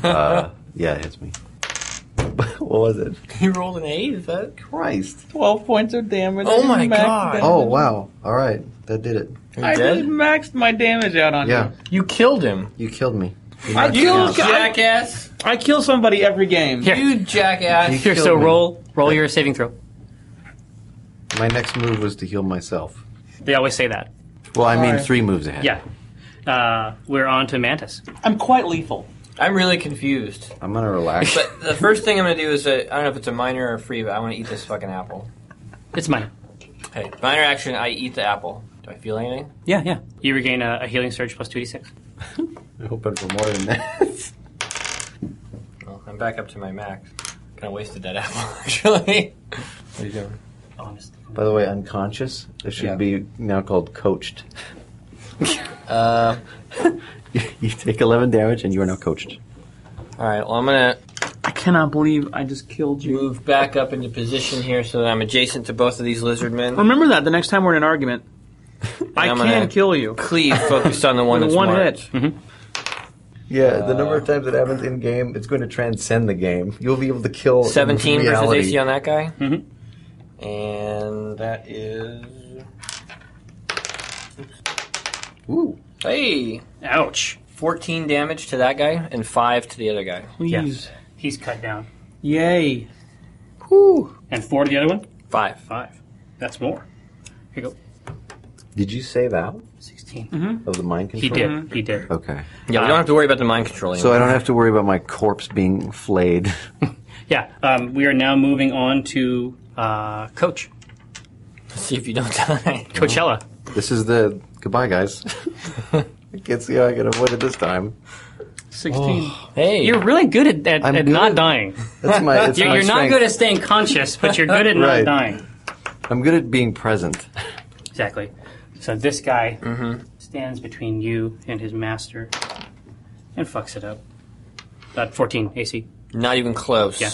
C: Uh, yeah, it hits me. (laughs) what was it?
D: You rolled an eight, is that?
C: Christ.
E: 12 points of damage.
D: Oh my
E: I maxed
D: God.
E: damage.
C: Oh wow. All right, that did it.
E: I
D: dead?
E: just maxed my damage out on
C: Yeah,
E: you.
D: You killed him.
C: you killed me.
E: I kill, I,
D: Jackass.
E: I kill somebody every game.
B: Here.
D: You jackass.
B: Here,
C: killed
B: so
C: me.
B: roll roll your saving throw.
C: My next move was to heal myself.
B: They always say that.
C: Well, I mean,
E: Alright.
C: three moves ahead.
B: Yeah. Uh, we're on to Mantis.
E: I'm quite lethal.
D: I'm really confused.
C: I'm gonna relax.
D: But the first thing I'm gonna do is uh, I I don't know if it's a minor or a free, but I want to eat this fucking apple.
B: It's mine.
D: Hey, minor action. I eat the apple. Do I feel anything?
B: Yeah, yeah. You regain a, a healing surge plus two d six.
C: I'm hoping for more than that.
D: Well, I'm back up to my max. Kind of wasted that (laughs) apple actually. What are you doing?
B: Honestly.
C: (laughs) By the way, unconscious. It should
D: Yeah.
C: be now called (laughs) coached.
D: Uh,
C: (laughs) you take 11 damage, and you are now coached.
D: all right. Well, I'm gonna
E: I cannot believe I just killed you.
D: move back up into position here so that I'm adjacent to both of these lizard men.
E: Remember that the next time we're in
C: (laughs)
E: an argument. I
D: I'm
E: can
D: gonna-
E: kill you.
D: Cleave focused on the one
E: With
D: that's
E: one
D: marked.
E: hit.
C: Yeah, the number of times it happens in game, it's going to transcend the game. You'll be able to kill.
D: 17 versus
C: reality.
D: AC on that guy.
B: Mhm.
D: Mm-hmm. And that is.
C: Ooh.
D: Hey!
B: Ouch.
D: 14 damage to that guy and 5 to the other guy.
E: Please.
B: He's cut down.
E: Yay.
B: And four to the other one.
D: 5.
B: Five. That's more. Here you go.
C: Did you save out?
B: 16. 16.
C: of the mind control?
B: He did. He did.
C: Okay.
D: Yeah, we don't have to worry about the mind controlling.
C: So I don't have to worry about my corpse being flayed. (laughs)
B: Yeah. Um, we are now moving on to uh, Coach
D: (laughs) see if you don't die.
B: Coachella.
C: this is the goodbye, (laughs) guys. I can't see how I can avoid it this time.
E: 16.
D: Hey,
B: Oh. You're really good at, at,
C: I'm
B: at
C: good
B: not
C: at-
B: dying. (laughs)
C: That's my. It's
B: You're,
C: my
B: you're not
C: strength.
B: good at staying conscious, but you're (laughs) good at
C: Right.
B: not dying.
C: I'm good at being present.
B: Exactly. So this guy stands between you and his master and fucks it up. Uh, About 14 AC.
D: not even close.
B: Yeah.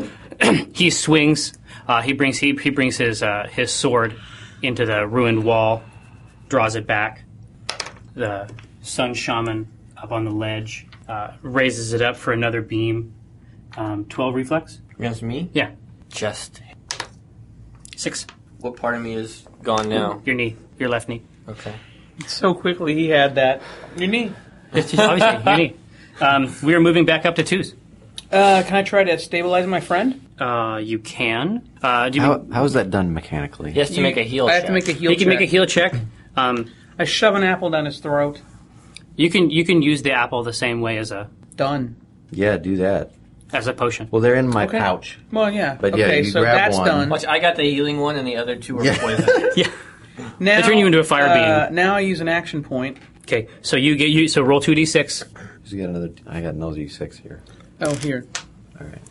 B: Yeah. (clears throat) he swings. Uh, he brings he, he brings his uh, his sword into the ruined wall, draws it back. The sun shaman up on the ledge uh, raises it up for another beam. Um, Twelve reflex.
D: Against me?
B: Yeah,
D: Just
B: six.
D: what part of me is gone now?
B: Your knee, your left knee.
D: Okay.
E: So quickly he had that. Your knee.
B: Obviously, your knee. Um, we are moving back up to twos.
E: Uh, can I try to stabilize my friend?
B: Uh, you can. Uh, do you
C: How,
B: mean-
C: how is that done mechanically?
D: (laughs) He has to
E: You-
D: make a heal.
E: I have to
D: check.
E: make a heal.
B: you can make a
E: check.
B: heal check. Um,
E: I shove an apple down his throat.
B: you can you can use the apple the same way as a
E: Done.
C: Yeah, do that.
B: as a potion.
C: Well, they're in my
E: Okay.
C: pouch.
E: Well, yeah.
C: But yeah,
E: okay,
C: you
E: so
C: grab
E: that's
C: one.
E: done.
D: Watch, I got the healing one, and the other two are
C: Yeah.
D: poison.
B: yeah.
E: Now,
B: turn you into a fire
E: uh,
B: being.
E: Now I use an action point.
B: Okay, so you get you so roll two d six.
C: Just got another. I got another six here.
E: Oh, here.
C: All right.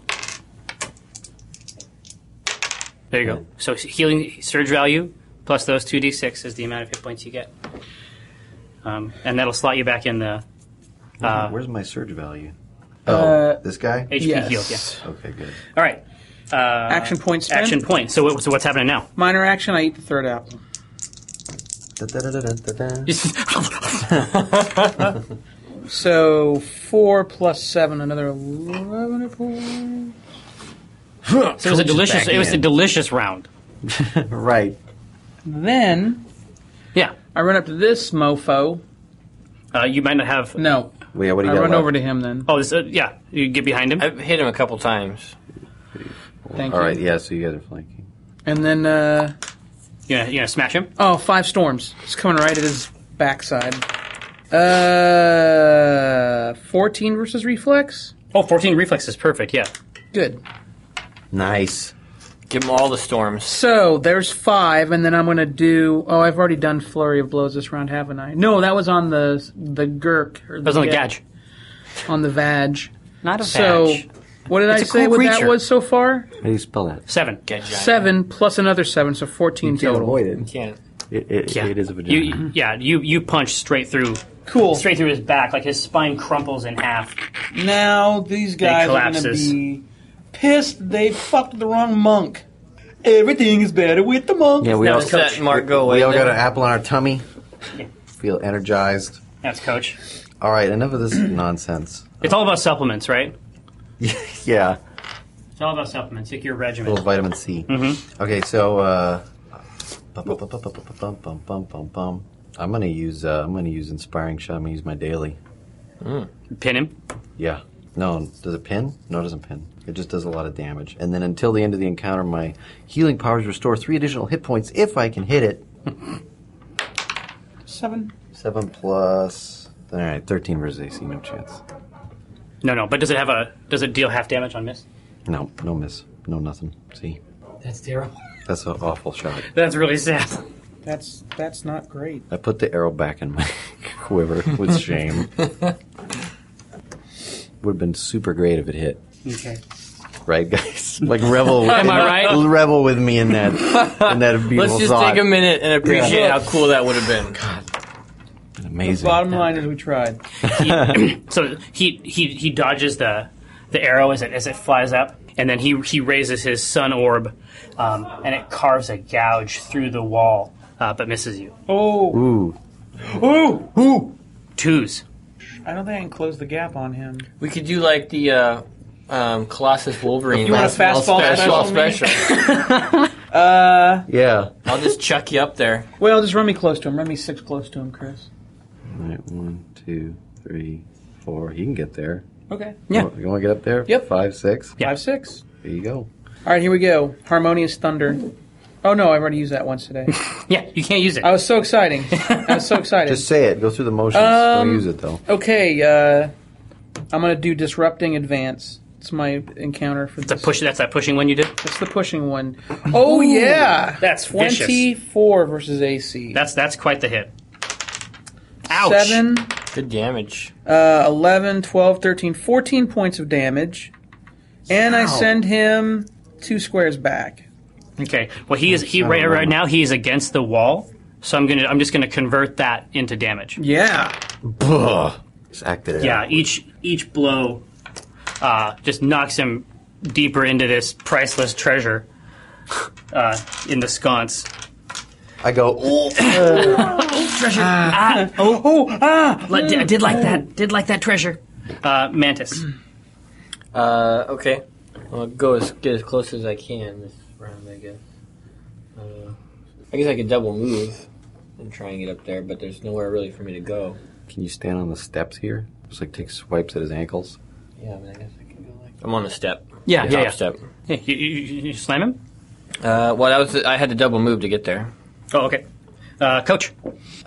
B: There you go. So healing surge value plus those two d six is the amount of hit points you get, um, and that'll slot you back in the Uh,
C: Where's my surge value? Oh,
E: Uh,
C: this guy.
B: HP heal. Yeah.
E: Yes.
C: Okay, good.
B: All right. Uh,
E: Action point spent.
B: action point. So, what, so what's happening now? (laughs)
E: Minor action. I eat the third apple.
C: Da-da-da-da-da-da.
E: So four plus seven, another eleven. or four.
B: So it was a delicious.
C: back
B: It was a
C: in.
B: delicious round.
C: Right.
E: Then
B: Yeah.
E: I run up to this mofo.
B: Uh, you might not have.
E: No,
C: Well, yeah. What do
E: I
C: you got
E: run
C: left?
E: over to him. Then
B: Oh, this, uh, yeah. You get behind him.
D: I've hit him a couple times.
E: thank
C: All
E: you.
C: right. Yeah. So you guys are flanking.
E: And then uh,
B: You know, you know, smash him.
E: oh, five storms. It's coming right at his backside. Uh, fourteen versus reflex.
B: Oh, 14 reflex is perfect. Yeah.
E: Good.
C: Nice.
D: Give him all the storms.
E: So there's five, and then I'm gonna do. Oh, I've already done flurry of blows this round, haven't I? No, that was on the the Gurk. Or the
B: That was on the
E: Gad-
B: gadge.
E: On the Vag.
B: Not a
E: So,
B: badge.
E: what did
B: It's
E: I
B: a
E: say?
B: cool
E: What that
B: creature.
E: was so far?
C: How do you spell that?
B: seven.
D: Get giant.
E: Seven plus another seven, so fourteen total.
C: it.
D: Can't.
C: It, it,
B: Yeah.
C: it is a vagina.
B: You, yeah, you you punch straight through,
E: Cool.
B: straight through his back, like his spine crumples in half.
E: Now these guys are gonna
B: collapses.
E: be pissed. They fucked the wrong monk. Everything is better with the monk.
C: yeah, we
B: That
C: all
B: was
D: Let that mark go away.
C: we all
D: then.
C: got an apple on our tummy.
B: Yeah.
C: Feel energized.
B: That's coach.
C: All right. Enough of this (clears throat) nonsense.
B: It's all about supplements, right?
C: Yeah.
B: It's all about supplements. Like your
C: A little
B: regimen.
C: vitamin C. Okay, so uh, bum, bum, bum, bum, bum, bum, bum, bum, bum. I'm gonna use uh, I'm gonna use inspiring shot. I'm gonna use my daily.
B: Pin him.
C: Yeah. No, does it pin? No, it doesn't pin. It just does a lot of damage. And then until the end of the encounter, my healing powers restore three additional hit points if I can hit it.
E: Seven.
C: Seven plus. All right, thirteen versus AC, no chance.
B: No, no. But does it have a? Does it deal half damage on miss?
C: No, no miss, no nothing. See,
B: That's terrible.
C: that's an awful shot.
B: That's really (laughs) sad.
E: That's that's not great.
C: I put the arrow back in my (laughs) quiver with shame. Would have been super great if it hit,
B: Okay.
C: right, guys? (laughs) Like revel. With,
B: Am I right?
C: (laughs) Revel with me in that in that beautiful
D: Let's just
C: thought.
D: take a minute and appreciate
E: Yeah.
D: how cool that would have been.
C: Amazing.
E: Bottom line is we tried.
B: So he he he dodges the the arrow as it as it flies up, and then he he raises his sun orb, um, and it carves a gouge through the wall, uh, but misses you.
E: Oh,
C: Ooh,
E: ooh.
B: Twos.
E: I don't think I can close the gap on him.
D: We could do like the uh, um, Colossus Wolverine.
E: You want a
D: Fastball
E: fastball
D: special?
E: special?
C: yeah.
D: I'll just chuck you up there.
E: Well, just run me close to him. Run me six close to him, Chris.
C: All right, one, two, three, four. He can get there.
E: Okay.
C: Yeah. You want, to get up there?
E: Yep.
C: Five, six.
B: Yeah.
E: Five six.
C: There you go.
E: All right, here we go. Harmonious thunder. Oh no, I've already used that
B: (laughs)
E: once today.
B: Yeah, you can't use it.
E: I was so exciting. I was so excited.
C: Just say it. Go through the motions. Don't use it though.
E: okay, uh, I'm gonna do disrupting advance. It's my encounter for
B: the
E: this.
B: push. That's that pushing one you did.
E: That's the pushing one. Oh yeah,
B: That's vicious.
E: 24 versus AC.
B: That's that's quite the hit. Ouch.
E: Seven,
D: Good damage.
E: uh, 11, 12, 13, 14 points of damage, and I send him two squares back.
B: Okay. Well, he is he right, right now he is against the wall. So I'm gonna I'm just gonna convert that into damage.
E: Yeah.
C: Ugh. Just act it
B: Yeah.
C: out.
B: Each each blow uh, just knocks him deeper into this priceless treasure uh, in the sconce.
C: I go. "Ooh."
B: Oh, oh ah! Like, I did like that. Did like that treasure. Uh, Mantis.
D: Uh, okay. I'll go as get as close as I can this round, I guess. Uh, I guess I could double move and try and get up there, but there's nowhere really for me to go.
C: Can you stand on the steps here? Just like take swipes at his ankles.
D: Yeah, I mean, I guess I can go like. I'm on the step.
B: Yeah,
D: The
B: yeah,
D: top
B: yeah.
D: step.
B: Hey, you, you, you you slam him.
D: Uh, well, that was the, I had to double move to get there.
B: Oh, okay. Uh, coach.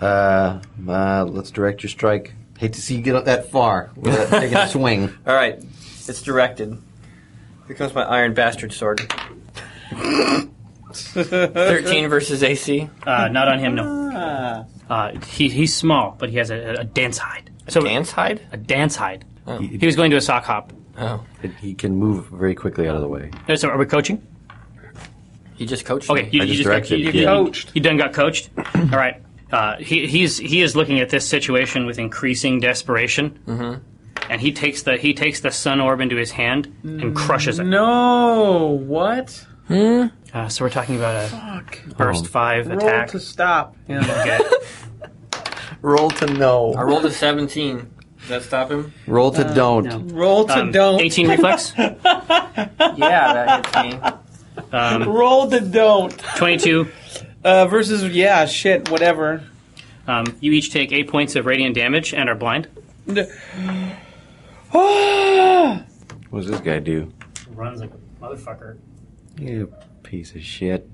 C: Uh, uh, let's direct your strike. Hate to see you get up that far
B: (laughs)
C: without taking a swing.
D: All right, it's directed. Here comes my iron bastard sword. Thirteen versus AC.
B: Uh, not on him. No.
C: Ah.
B: Uh, he, he's small, but he has a, a dance hide. So
D: Dance hide.
B: a dance hide.
C: Oh.
B: He was going to a sock hop.
D: Oh,
C: It, he can move very quickly out of the way.
B: Uh, So are we coaching?
D: he just coached.
B: Okay,
D: me.
B: you,
C: I
B: you
C: just
B: just got,
C: directed,
B: you,
C: yeah.
E: Coached.
B: You done got
C: (clears throat)
B: coached. All right. Uh, he, he's he is looking at this situation with increasing desperation,
C: Mm-hmm.
B: and he takes the he takes the sun orb into his hand and crushes it.
E: Mm, No. What?
B: Uh, so we're talking about a
E: Fuck.
B: burst five
E: Roll
B: attack.
E: to stop. him.
B: Okay.
C: Roll to no.
D: I rolled a seventeen. Does that stop him?
C: Roll
B: Uh,
C: to don't.
E: Roll (laughs) to
B: Um,
E: don't.
B: 18
E: (laughs)
B: reflex,
D: Yeah, that hits me.
E: Roll to don't.
B: 22.
E: Uh, versus yeah, shit, whatever.
B: Um, you each take eight points of radiant damage and are blind.
C: What does this guy do?
B: Runs like a motherfucker.
C: You piece of shit.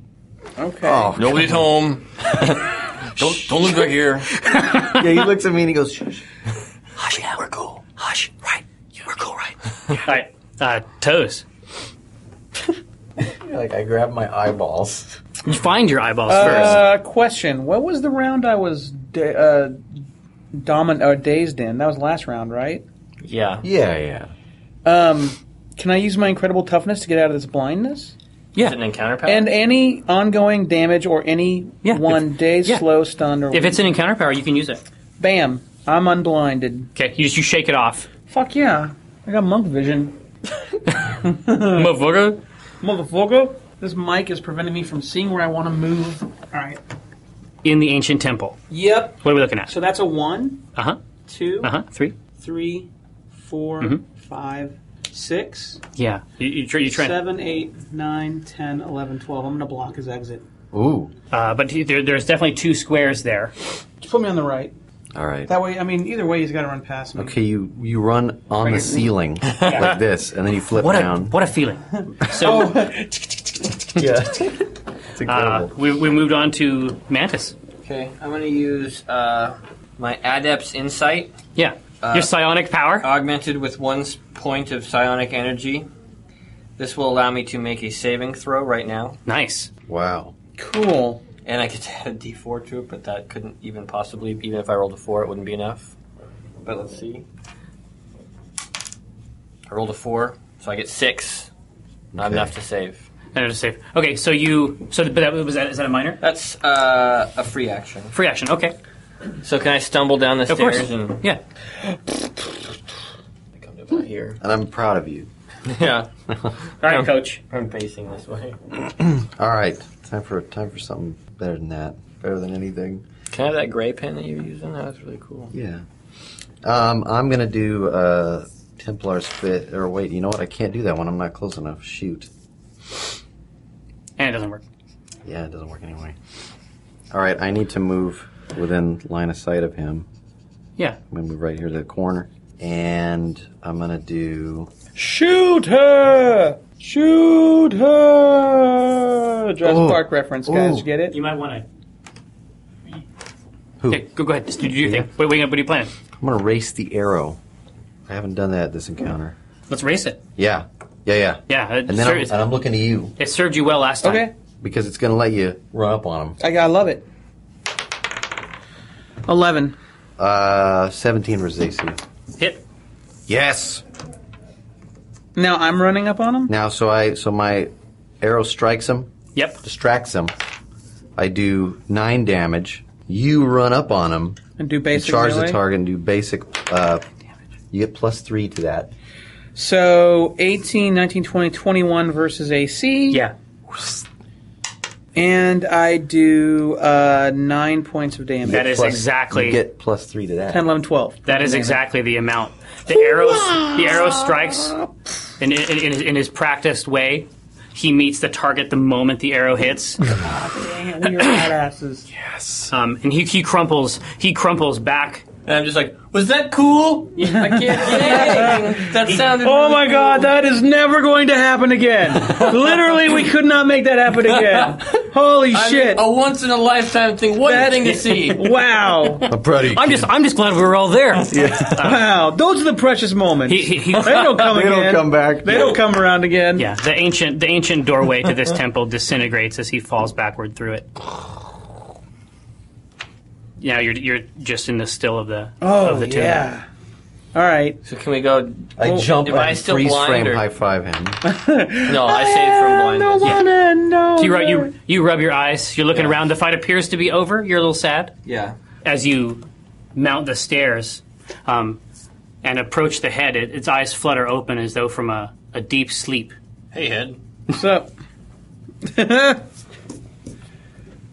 E: Okay.
B: Oh,
D: Nobody's (laughs) home. don't don't look back here.
C: (laughs) yeah, he looks at me and he goes, shush.
B: Hush, yeah, we're cool. Hush, right? we're cool, right? All right, uh, toes.
C: Like, I grab my eyeballs.
B: You find your eyeballs first.
E: Uh, question: What was the round I was da- uh, domin- or dazed in? That was last round, right?
D: Yeah.
C: Yeah, yeah.
E: Um, can I use my incredible toughness to get out of this blindness?
D: Is it an encounter pattern?
E: And any ongoing damage or any
B: Yeah,
E: one dazed,
B: yeah.
E: slow, stunned, or
B: If it's an encounter power, you can use it.
E: bam, I'm unblinded.
B: Okay, you just you shake it off.
E: Fuck yeah, I got monk vision,
B: Hmm. Motherfucker.
E: motherfucker. This mic is preventing me from seeing where I want to move. All right.
B: In the ancient temple.
E: Yep.
B: What are we looking at?
E: So that's a one,
B: Uh huh.
E: two,
B: Uh huh. Three.
E: three, four, five, six.
B: Yeah. You, you, tr- Mm-hmm. you try.
E: Seven, eight, nine, 10, 11, 12. I'm going to block his exit.
C: Ooh.
B: Uh, but he- there, there's definitely two squares there.
E: Just put me on the right.
C: All right.
E: That way, I mean, either way, he's got to run past me.
C: Okay, you, you run on
B: (laughs)
C: the ceiling like this, and then you flip
B: What a (laughs)
C: down.
B: what a feeling. So
E: Oh.
C: Yeah. (laughs) it's
B: uh,
C: incredible.
B: we, we moved on to Mantis.
D: Okay, I'm gonna use uh, my Adept's Insight, uh,
B: Yeah. your psionic power.
D: augmented with one s- point of psionic energy. This will allow me to make a saving throw right now,
B: nice.
C: wow.
E: Cool.
D: and I could (laughs) add a D4 to it, but that couldn't even possibly, even if I rolled a four, it wouldn't be enough. But let's see. I rolled a four, so I get six. Not
C: Okay.
D: enough to save.
B: And it's safe. Okay, so you so but that was that is that a minor?
D: That's uh, a free action.
B: Free action. Okay.
D: So can I stumble down the
B: Of
D: stairs
B: course.
D: and (laughs)
B: Yeah.
D: come to about here?
C: And I'm proud of you.
D: (laughs) yeah,
B: All right, coach.
D: I'm facing this way.
C: All right. Time for time for something better than that. Better than anything.
D: Can I have that gray pen that you're using? That was really cool.
C: Yeah. Um, I'm gonna do uh, Templar spit. Or wait, you know what? I can't do that one. I'm not close enough. Shoot.
B: And it doesn't work.
C: Yeah, it doesn't work anyway. All right. I need to move within line of sight of him.
B: Yeah.
C: I'm gonna move right here to the corner, and I'm gonna do
E: Shoot her! Shoot her! Oh, Jurassic
C: Oh.
E: Park reference, guys.
C: Ooh.
E: You get it?
B: You might want to.
C: Who?
B: Okay, go, go ahead. Just do your thing. Wait, wait, what are you planning?
C: I'm gonna race the arrow. I haven't done that this encounter.
B: Let's race it.
C: Yeah, yeah, yeah.
B: Yeah, it,
C: And then uh, I'm,
B: serves,
C: and I'm looking to you
B: it served you well last time.
E: Okay.
C: because it's gonna let you run up on them.
E: I, I love it. 11.
C: Uh, 17 resistance.
B: Hit.
C: Yes.
E: Now I'm running up on him?
C: Now, so I so my arrow strikes him,
B: Yep.
C: distracts him. I do nine damage. You run up on him,
E: And do basic
C: charge
E: melee?
C: the target, and do basic. Uh, you get plus three to that.
E: So 18, 19, 20, 21 versus AC.
B: Yeah.
E: And I do uh, 9 points of damage.
B: That is
C: Plus-
B: exactly.
C: You get plus three to that.
E: 10, 11, 12.
B: That is exactly the amount. The arrows, the arrow strikes, in, in, in, his- in his practiced way, he meets the target the moment the arrow hits,
E: Dang it, we are badasses.
B: um, and he, he crumples. He crumples back.
D: And I'm just like, was that cool? I (laughs) can't get anything. That sounded.
E: (coughs) Oh
D: really
E: my
D: cool.
E: god, that is never going to happen again. Literally, we could not make that happen again. Holy
D: I mean,
E: shit.
D: a once in a lifetime thing. What a
E: That-
D: thing to
E: (laughs)
D: see.
E: Wow.
C: I'm proud of you.
B: I'm just, I'm just glad we were all there.
E: Wow. Those are the precious moments.
B: He, he, he,
E: they don't come
C: They
E: again.
C: don't come back.
E: They don't come around again.
B: yeah, the ancient, the ancient doorway to this temple disintegrates as he falls backward through it. Now you're, you're just in the still of the
E: Oh,
B: of the tomb.
E: yeah. All right.
D: So can we go?
C: I jump
D: am I
C: and
D: still
C: freeze
D: blind
C: frame
D: or-
C: high five him.
D: No, I saved from blindness.
E: No one and no.
B: You, rub,
E: one.
B: you, you rub your eyes. You're looking
D: Yeah.
B: around. The fight appears to be over. You're a little sad.
D: Yeah.
B: as you mount the stairs um, and approach the head, it, its eyes flutter open as though from a, a deep sleep.
D: Hey, head.
E: What's up?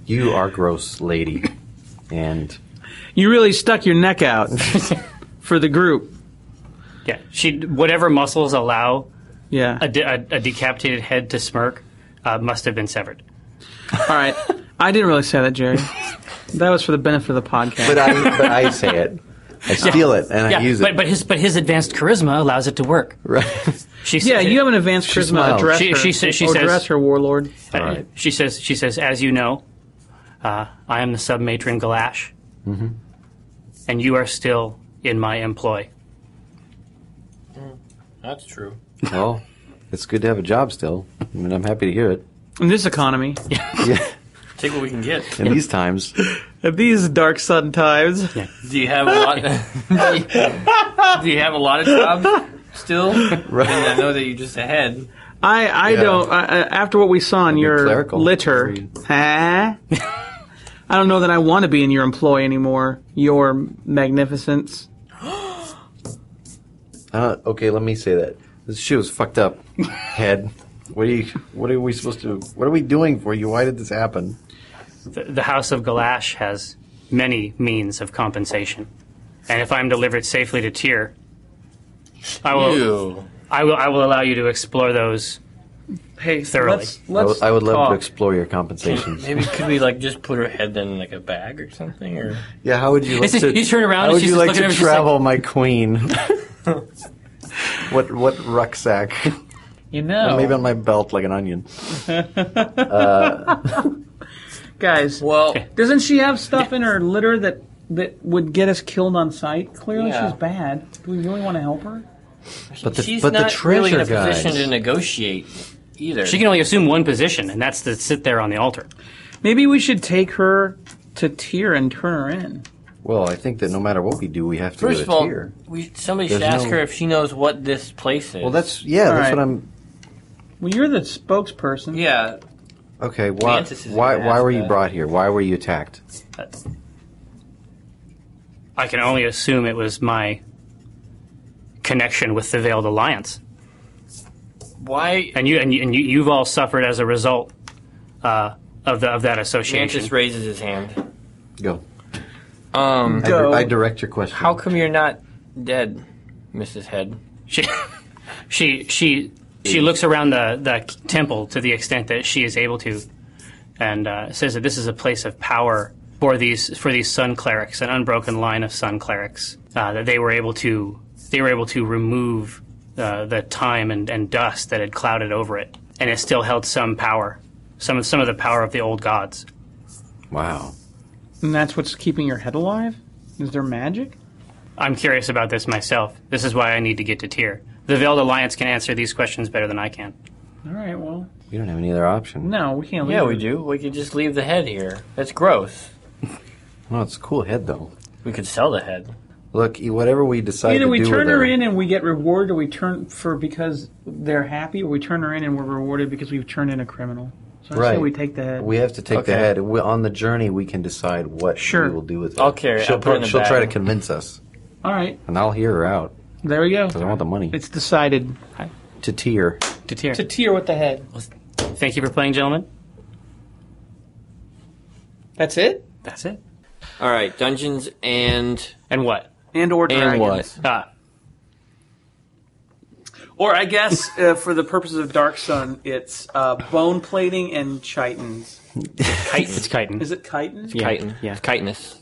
C: You are gross, lady. And
E: You really stuck your neck (laughs) out for the group.
B: Yeah, she whatever muscles allow
E: Yeah.
B: a, de- a, a decapitated head to smirk uh, must have been severed.
E: All right. I didn't really say that, (laughs) Jerry. That was for the benefit of the podcast.
C: but uh, I but I say it. I steal it and
B: Yeah,
C: I use it.
B: but but his but his advanced charisma allows it to work.
C: right.
B: She
E: yeah,
B: says,
E: you have an advanced charisma.
C: smiles.
E: Address
B: She-
E: her.
B: she sa- she
E: or
B: says-
E: address her, warlord.
B: uh,
C: All right.
B: She says she says as you know, uh, I am the submatron Galash,
C: Mm-hmm.
B: and you are still in my employ.
D: That's true.
C: (laughs) Well, it's good to have a job still. I mean, I'm happy to hear it.
E: In this economy,
C: Yeah.
D: Take what we can get.
C: In these times,
E: at these dark sun times,
D: Do you have a lot?
E: (laughs)
D: do you have a lot of (laughs) jobs still?
C: Right.
D: I, mean, I know that you just ahead.
E: I I
C: Yeah.
E: don't. I, I- after what we saw in
C: be
E: your
C: clerical.
E: litter,
C: Read.
E: huh? (laughs) I don't know that I want to be in your employ anymore. Your magnificence.
C: uh, okay, let me say that this shit was fucked up. Head, what are you? What are we supposed to? What are we doing for you? Why did this happen?
B: the, the House of Galash has many means of compensation, and if I am delivered safely to Tyr, I will, I will, I will allow you to explore those.
E: Hey,
B: Thoroughly.
E: Let's,
C: I
E: let's
C: would- I would love
E: talk.
C: to explore your
D: (laughs)
C: compensations.
D: Maybe could we like just put her head in like a bag or something? Or
C: yeah, how would you like
B: It's just-
C: to?
B: you turn around
C: How
B: and
C: would
B: she's
C: you
B: just
C: like
B: looking
C: to
B: at her just like-
C: travel, my queen? what what rucksack?
E: You know,
C: Maybe on my belt, like an onion.
E: guys.
D: well,
E: Doesn't she have stuff in her litter that that would get us killed on sight? Clearly,
D: Yeah.
E: she's bad. Do we really want to help her?
C: But the
D: she's
C: but
D: not
C: the treasure
D: really in a
C: guys.
D: position to negotiate either.
B: She can only assume one position, and that's to sit there on the altar.
E: Maybe we should take her to Tyr and turn her in.
C: Well, I think that no matter what we do, we have to
D: First
C: go
D: of
C: to
D: all,
C: tier.
D: we, somebody should
C: There's
D: ask
C: no-
D: her if she knows what this place is.
C: Well, that's yeah. that's
E: right.
C: what I'm.
E: Well, you're the spokesperson.
D: yeah.
C: Okay, why
D: Mantis is
C: why
D: gonna
C: why
D: ask
C: were you
D: that.
C: brought here? Why were you attacked?
B: I can only assume it was my connection with the Veiled Alliance,
D: Why?
B: and you and, you, and you, you've all suffered as a result uh, of the, of that association.
D: Mantis raises his hand.
C: Go.
D: Um,
C: I,
E: Go.
C: I direct your question.
D: how come you're not dead, Mrs. Head?
B: She, (laughs) she, she, she looks around the, the temple to the extent that she is able to, and uh, says that this is a place of power for these for these sun clerics, an unbroken line of sun clerics. Uh, that they were able to they were able to remove uh, the time and, and dust that had clouded over it, and it still held some power. some of some of the power of the old gods.
C: Wow.
E: And that's what's keeping your head alive? Is there magic?
B: I'm curious about this myself. This is why I need to get to Tyr. The Veiled Alliance can answer these questions better than I can.
E: All right, well,
C: We don't have any other option.
E: no, we can't leave.
D: Yeah, we
E: it.
D: do. We could just leave the head here. That's gross.
C: No, it's a cool head though.
D: We could sell the head.
C: Look, e- whatever we decide
E: Either
C: to
E: we
C: do
E: turn
C: with
E: her in and we get rewarded, or we turn for because they're happy, or we turn her in and we're rewarded because we've turned in a criminal. So I say
C: Right.
E: we take the head.
C: we have to take the
D: Okay.
C: head. We, on the journey, we can decide what
E: Sure.
C: we will do with it.
D: I'll carry it.
C: She'll,
D: I'll put it in the
C: she'll try to
D: bag.
C: convince us,
E: All right,
C: and I'll hear her out
E: there we go.
C: because I want the money
E: It's decided.
C: to tear.
B: To Tyr.
E: To tear with the head.
B: Thank you for playing, gentlemen.
E: That's it.
B: That's it.
D: All right, dungeons and
B: And what?
E: And or dragons.
D: and what?
B: Uh,
E: Or I guess uh, for the purposes of Dark Sun, it's uh, bone plating and chitons.
B: chitin. It's chitin.
E: Is it chitons?
B: Yeah.
D: Chitin.
B: Yeah.
D: Chitinous.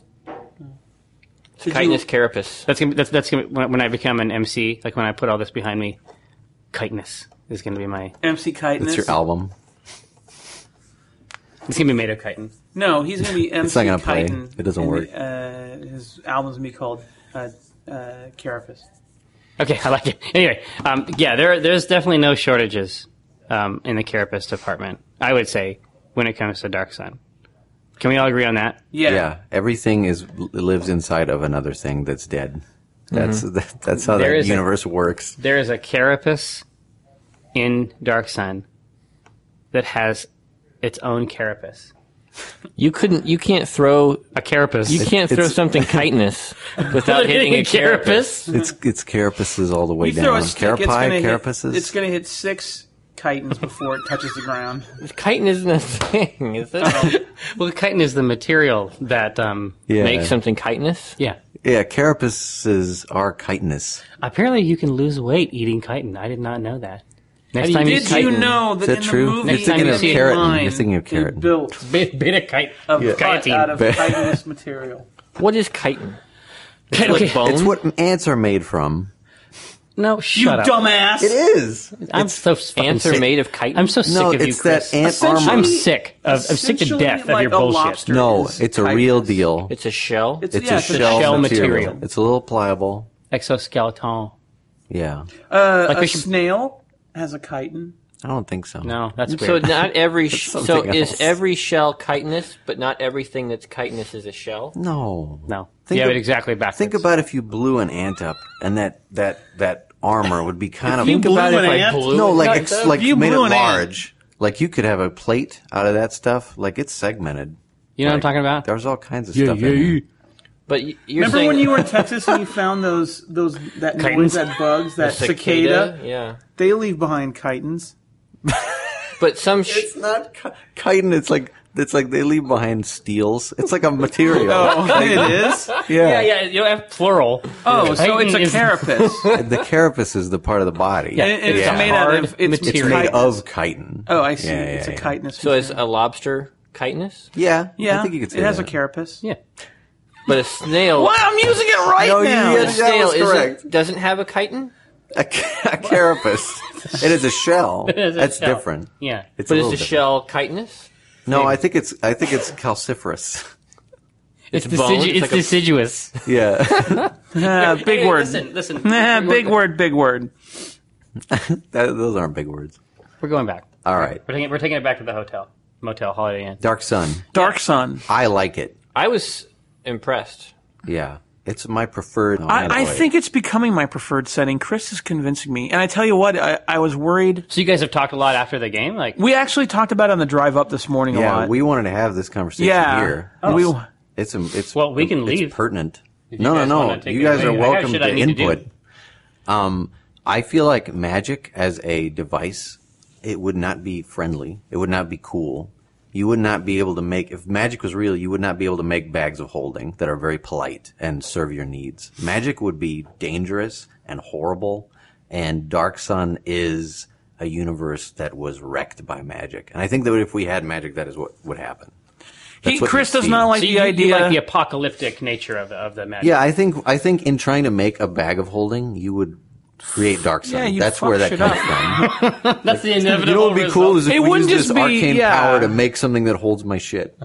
D: Chitinous carapace.
B: That's gonna be, that's that's gonna be, when, when I become an MC. Like when I put all this behind me, chitinous is gonna be my.
E: MC chitinous.
C: It's your album.
B: It's gonna be made of chitin.
E: No, he's going to be MC
C: not gonna play.
E: chitin.
C: It doesn't
E: and,
C: work.
E: uh, his album's going to be called uh, uh, Carapace.
B: Okay, I like it. (laughs) Anyway, um, yeah, there there's definitely no shortages um, in the carapace department. I would say when it comes to Dark Sun, can we all agree on that?
E: Yeah.
C: Yeah, everything is lives inside of another thing that's dead. That's
E: Mm-hmm.
C: that, that's how
B: There
C: the
B: is a-
C: universe works.
B: There is a carapace in Dark Sun that has its own carapace.
D: You couldn't. You can't throw.
B: A carapace.
D: You can't throw
C: it's-
D: (laughs) something chitinous (laughs) without hitting a carapace.
C: It's it's carapaces all the way
E: Mm-hmm. You
C: down.
E: throw a stick, it's gonna
C: Carapi,
E: hit-
C: carapaces.
E: It's going to hit six chitons before it touches
B: (laughs)
E: the ground.
D: Chitin isn't a thing, is (laughs) it?
B: Well, chitin is the material that. Um,
C: yeah.
D: Make something chitinous.
B: yeah.
C: yeah, carapaces are chitinous.
B: Apparently, you can lose weight eating chitin. I did not know that. Next
D: you-
B: time
E: Did
B: you
E: you know that,
C: Is that
E: in
C: true?
E: the movie,
C: You're
B: thinking
E: they
B: of
E: made
C: keratin.
E: line
C: You're thinking of
E: they
C: keratin.
E: built
B: beta, beta chitin.
E: a
C: Yeah.
E: butt
B: Chitin. (laughs)
E: out of
C: Ba-
E: chitinous material.
D: What is chitin?
B: Okay.
D: Like bone?
C: It's what ants are made from.
B: No, shut up.
E: you dumbass!
C: It is.
B: I'm so fucking
D: Ants are
B: sick.
D: made of chitin.
B: I'm so sick
C: No,
B: of you,
C: it's that
B: Chris.
C: ant
E: Essentially-
B: I'm
C: armor.
B: sick. Of, I'm sick to
E: Essentially
B: death of
E: like
B: your
E: a
B: bullshit.
E: lobster.
C: No,
E: is
C: it's a real
E: chitinous.
C: deal. It's,
D: It's a shell.
E: It's- yeah,
C: a
E: it's a
C: shell,
B: shell
C: material.
B: material.
C: It's a little pliable.
B: Exoskeleton.
C: Yeah.
E: Uh,
B: Like
E: a
B: we should-
E: snail has a chitin.
C: I don't think so.
B: No, that's
D: so
B: weird.
D: not
C: (laughs)
D: every sh- so
C: something
D: is
C: else.
D: every shell chitinous, but not everything that's chitinous is a shell.
C: No.
B: no.
C: Think
B: yeah,
C: ab-
B: but exactly backwards.
C: Think about if you blew an ant up, and that that that armor would be kind of.
E: you blew an ant?
C: No, like
E: No,
C: ex-
E: if
C: like
E: you
C: made it
E: blew an ant-
C: large. Like you could have a plate out of that stuff. Like it's segmented.
B: You know what I'm
C: Like,
B: talking about?
C: There's all kinds of stuff. in there.
D: But y- you're
E: Remember
D: saying
B: (laughs)
E: when you were in Texas and you found those those that
B: Chitons?
E: noise, that bugs, that
D: cicada?
E: cicada?
D: Yeah,
E: They leave behind chitons.
D: but some sh-
C: It's not ki- chitin. It's like it's like they leave behind steels. It's like a material.
B: Oh.
E: it
B: (laughs)
E: is.
B: yeah, yeah, you have plural.
E: Oh, so it's a
B: Chitin is- (laughs)
E: carapace.
C: The carapace is the part of the body.
B: Yeah.
E: And it's
C: Yeah.
E: made out
B: Hard
E: of it's
B: material.
C: Made
E: chitin.
C: of chitin.
E: Oh, I see.
C: Yeah,
E: it's
C: yeah,
E: a
C: yeah.
E: chitinous.
D: so is a
E: material.
D: lobster chitinous,
C: Yeah,
E: yeah,
C: I think you could say
E: it has
C: that.
E: a carapace.
B: Yeah.
D: but a snail.
E: What? I'm using it right
C: No, you-
E: now.
C: yeah,
D: A
C: That
D: snail
C: was
D: isn't-
C: correct.
D: doesn't have a chitin,
C: a, ca- a
E: (laughs)
C: carapace. it is a shell.
B: is a
C: That's
B: shell.
C: different.
B: Yeah.
C: It's
D: but
C: a
D: is
C: little
D: the
C: different.
D: shell chitinous?
C: No, I think it's I think it's calciferous. (laughs)
B: It's,
D: bone,
B: decidu-
D: it's
B: it's
D: like a-
B: deciduous.
C: Yeah. (laughs)
E: Ah, big word.
B: Listen, listen.
E: Ah, big word. Big word.
C: That, those aren't big words.
B: We're going back.
C: All right.
B: We're taking, we're taking it back to the hotel. Motel, Holiday Inn.
C: Dark Sun.
E: Dark sun.
C: I like it.
D: I was impressed.
C: Yeah. It's my preferred.
E: I, I
C: Android.
E: think it's becoming my preferred setting. Chris is convincing me, and I tell you what, I, I was worried.
B: So you guys have talked a lot after the game? Like,
E: We actually talked about it on the drive up this morning a
C: Yeah,
E: lot.
C: we wanted to have this conversation
E: Yeah.
C: here.
E: Oh.
C: It's-
E: We-
C: it's, it's
B: Well, we can
C: it's
B: leave.
C: pertinent. No,
B: guys
C: no,
B: wanna
C: no.
B: take
C: You
B: it
C: guys
B: away,
C: are
B: I got
C: welcome
B: shit I
C: to
B: need to do.
C: input. um, I feel like magic as a device, it would not be friendly. It would not be cool. You would not be able to make if magic was real. You would not be able to make bags of holding that are very polite and serve your needs. Magic would be dangerous and horrible. And Dark Sun is a universe that was wrecked by magic. And I think that if we had magic, that is what would happen.
E: He-
C: That's what
E: Chris
C: we
E: does
C: see.
E: not like
B: so
E: the
B: you, you
E: idea.
B: like the apocalyptic nature of, of the magic.
C: Yeah, I think I think in trying to make a bag of holding, you would create dark side.
E: Yeah, you
C: That's where that
E: fucked
C: comes
E: shit (laughs)
C: from.
B: That's the inevitable.
C: you know what would be
B: result.
C: cool is if
E: It
C: we use
E: wouldn't
C: this
E: just be-
C: arcane
E: yeah.
C: power to make something that holds my shit.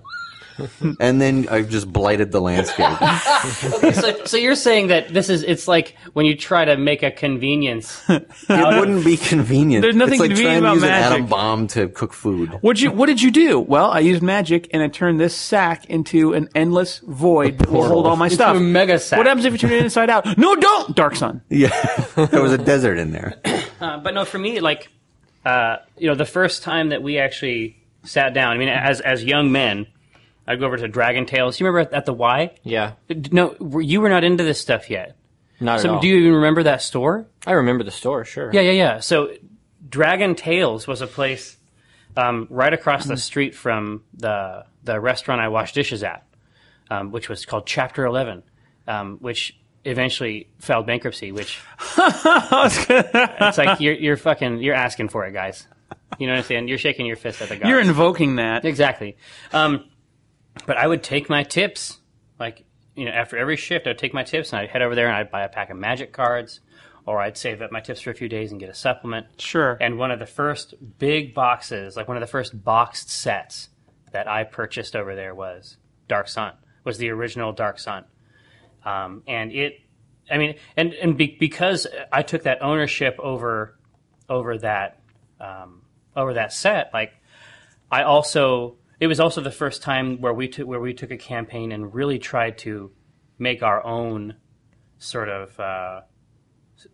C: and then I've just blighted the
E: (laughs)
C: landscape.
B: so, so you're saying that this is it's like when you try to make a convenience. Uh,
C: it wouldn't be convenient.
E: There's nothing
C: it's like
E: convenient
C: trying
E: about
C: to use
E: magic.
C: an atom bomb to cook food.
E: What you what did you do? Well, I used magic and I turned this sack into an endless void that will hold all my stuff.
B: a mega sack.
E: What happens if you turn it inside out? No, don't, Dark Sun.
C: Yeah, there was a desert in there.
B: Uh, but no, for me, like uh, you know, the first time that we actually sat down, I mean, as as young men, I'd go over to Dragon Tales. You remember at, at the Y?
D: Yeah.
B: No, were- you were not into this stuff yet.
D: Not at
B: So
D: all.
B: do you even remember that store?
D: I remember the store, sure.
B: Yeah, yeah, yeah. So Dragon Tales was a place um, right across the street from the the restaurant I washed dishes at, um, which was called Chapter Eleven, um, which eventually filed bankruptcy. Which it's like you're you're fucking you're asking for it, guys. You know what I'm saying? You're shaking your fist at the guy.
E: You're invoking that.
B: Exactly. Um, but I would take my tips, like you know, after every shift, I'd take my tips and I'd head over there and I'd buy a pack of magic cards, or I'd save up my tips for a few days and get a supplement.
E: Sure.
B: And one of the first big boxes, like one of the first boxed sets that I purchased over there was Dark Sun, was the original Dark Sun, um, and it, I mean, and and be, because I took that ownership over over that um, over that set, like I also it was also the first time where we took where we took a campaign and really tried to make our own sort of uh,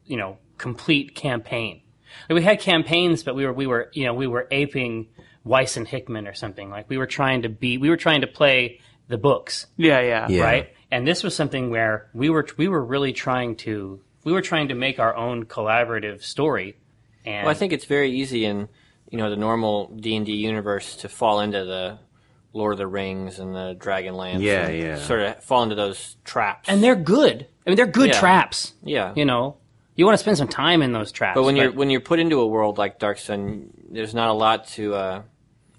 B: you know complete campaign. Like, we had campaigns, but we were we were you know we were aping Weiss and Hickman or something. Like we were trying to be we were trying to play the books
E: Yeah, yeah.
C: Yeah.
B: right? And this was something where we were we were really trying to we were trying to make our own collaborative story. And
D: Well, I think it's very easy in you know the normal D and D universe to fall into the Lord of the Rings and the Dragonlance.
C: Yeah,
D: and
C: yeah.
D: Sort of fall into those traps.
B: and they're good. I mean, they're good
D: Yeah.
B: traps.
D: yeah,
B: You know, you want to spend some time in those traps.
D: but when you're when you're put into a world like Dark Sun, there's not a lot to. Uh,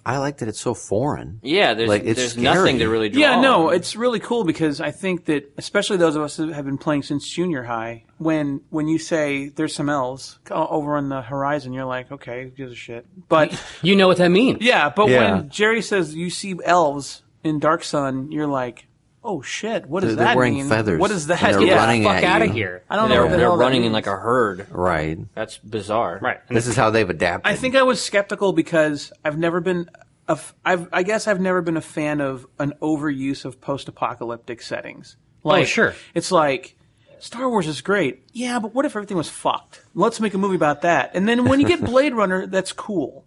C: I like that it's so foreign.
D: yeah, there's
C: Like, it's
D: there's
C: scary.
D: nothing to really draw.
E: Yeah, no,
D: on.
E: it's really cool because I think that especially those of us who have been playing since junior high, when when you say there's some elves o- over on the horizon, you're like, okay, who gives a shit. But
B: you know what that means.
E: yeah, but
C: Yeah.
E: when Jerry says you see elves in Dark Sun, you're like, oh shit, what
C: They're-
E: does
C: they're
E: that
C: wearing
E: mean?
C: feathers
E: What is
C: and
E: that?
C: they're
E: yeah.
C: running
B: fuck
C: at
B: out of
C: you.
B: here.
E: I don't know.
D: they're
E: what the
D: they're
E: hell that
D: running in
E: means.
D: like a herd.
C: Right.
D: That's bizarre.
B: Right. And
C: This is how they've adapted.
E: I think I was skeptical because I've never been a f- I've, I guess I've never been a fan of an overuse of post-apocalyptic settings. Like,
B: sure.
E: It's like Star Wars is great. Yeah, but what if everything was fucked? Let's make a movie about that. And then when you get Blade Runner, that's cool.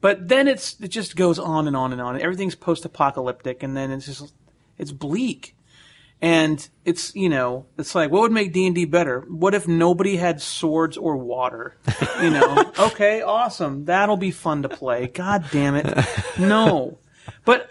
E: But then it's it just goes on and on and on. Everything's post-apocalyptic and then it's just it's bleak. And it's, you know, it's like what would make D&D better? What if nobody had swords or water? You know.
B: (laughs)
E: okay, awesome. That'll be fun to play. God damn it. No. But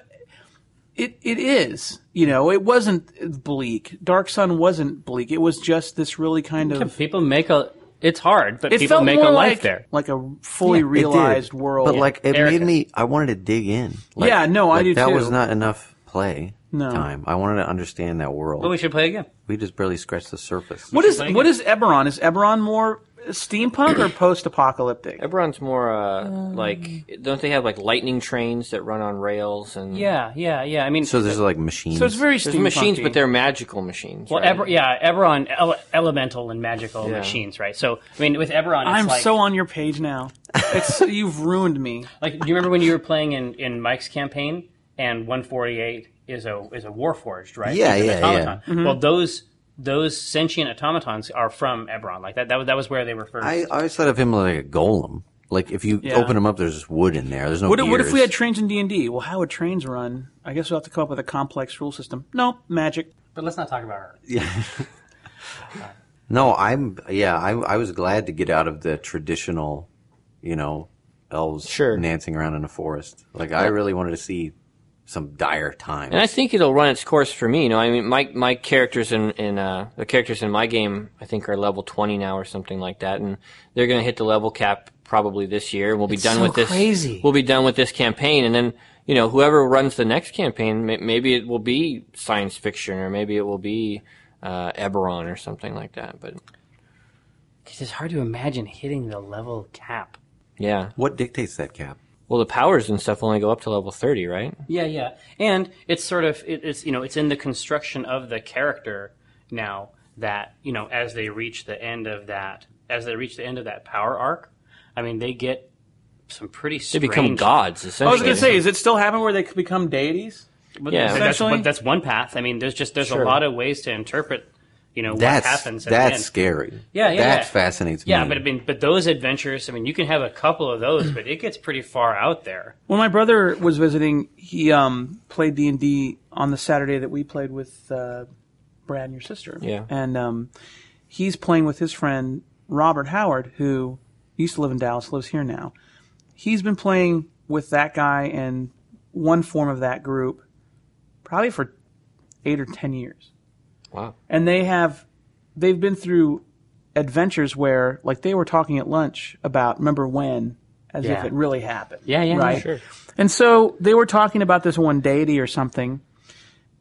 E: it it is. You know, it wasn't bleak. Dark Sun wasn't bleak. It was just this really kind of
B: People make a. It's hard, but
E: it
B: people
E: felt
B: make
E: more
B: a
E: like,
B: life there.
E: like a fully
C: It did.
E: realized world.
C: But like, it
B: Erica.
C: made me. I wanted to dig in. Like-
E: Yeah, no, I
C: like,
E: do
C: That
E: too.
C: was not enough play
E: No.
C: time. I wanted to understand that world.
B: But we should play again.
C: we just barely scratched the surface.
E: what is
B: Like-
E: what is Eberron? Is Eberron more steampunk or post-apocalyptic?
D: Everyone's more uh,
B: Um,
D: like, don't they have like lightning trains that run on rails and
B: Yeah, yeah, yeah. I mean,
C: So there's like machines.
E: So it's very
D: There's machines,
E: steampunky.
D: but they're magical machines.
B: well,
D: right?
B: Eber, yeah, Eberron, ele- elemental and magical
D: Yeah.
B: machines, right? So I mean, with Eberron, it's
E: I'm
B: like,
E: so on your page now.
D: (laughs)
E: It's you've ruined me.
B: Like, do you remember when you were playing in, in Mike's campaign and 148 is a is a Warforged, right?
C: Yeah,
B: It's an
C: yeah, yeah.
B: automaton. Well, those those sentient automatons are from Eberron. Like that, that was that was where they were first.
C: I, I always thought of him like a golem. Like if you
E: Yeah.
C: open him up, there's just wood in there. There's no.
E: What, if- what if
C: gears.
E: we had trains in D and D? Well, how would trains run? I guess we'll have to come up with a complex rule system. No magic.
B: but let's not talk about her.
C: No, I'm yeah, I I was glad to get out of the traditional, you know, elves
D: Sure.
C: dancing around in a forest. Like I really wanted to see some dire time.
D: And I think it'll run its course for me. You know, I mean, my my characters in in uh, the characters in my game, I think are level twenty now or something like that, and they're going to hit the level cap probably this year. We'll be done
B: so
D: with this.
B: crazy.
D: We'll be done with this campaign, and then you know, whoever runs the next campaign, may, maybe it will be science fiction, or maybe it will be uh, Eberron or something like that. But
B: Because it's hard to imagine hitting the level cap.
D: Yeah.
F: What dictates that cap?
D: Well, the powers and stuff only go up to level 30, right?
B: Yeah, yeah, and it's sort of it, it's you know it's in the construction of the character now that you know as they reach the end of that as they reach the end of that power arc, I mean they get some pretty
D: They
B: strange,
D: become gods,
E: I
D: essentially.
E: was gonna say, is it still happen where they could become deities?
B: But
D: Yeah.
B: that's- that's,
E: Essentially-
B: one- that's one path. I mean, there's just there's
D: Sure.
B: a lot of ways to interpret you know
F: That's
B: what happens. At the
F: that's
B: end.
F: scary.
B: Yeah, yeah,
F: That
B: yeah.
F: fascinates
B: Yeah,
F: me.
B: but I mean, but those adventures. I mean, you can have a couple of those, but it gets pretty far out there.
E: When my brother was visiting, he um, played D and D on the Saturday that we played with uh, Brad and your sister.
D: Yeah.
E: and um, he's playing with his friend Robert Howard, who used to live in Dallas, lives here now. He's been playing with that guy and one form of that group probably for eight or ten years
D: Wow.
E: and they have they've been through adventures where like they were talking at lunch about remember when as if
B: Yeah.
E: it really happened
B: Yeah, yeah, yeah,
E: right
B: sure.
E: and so they were talking about this one deity or something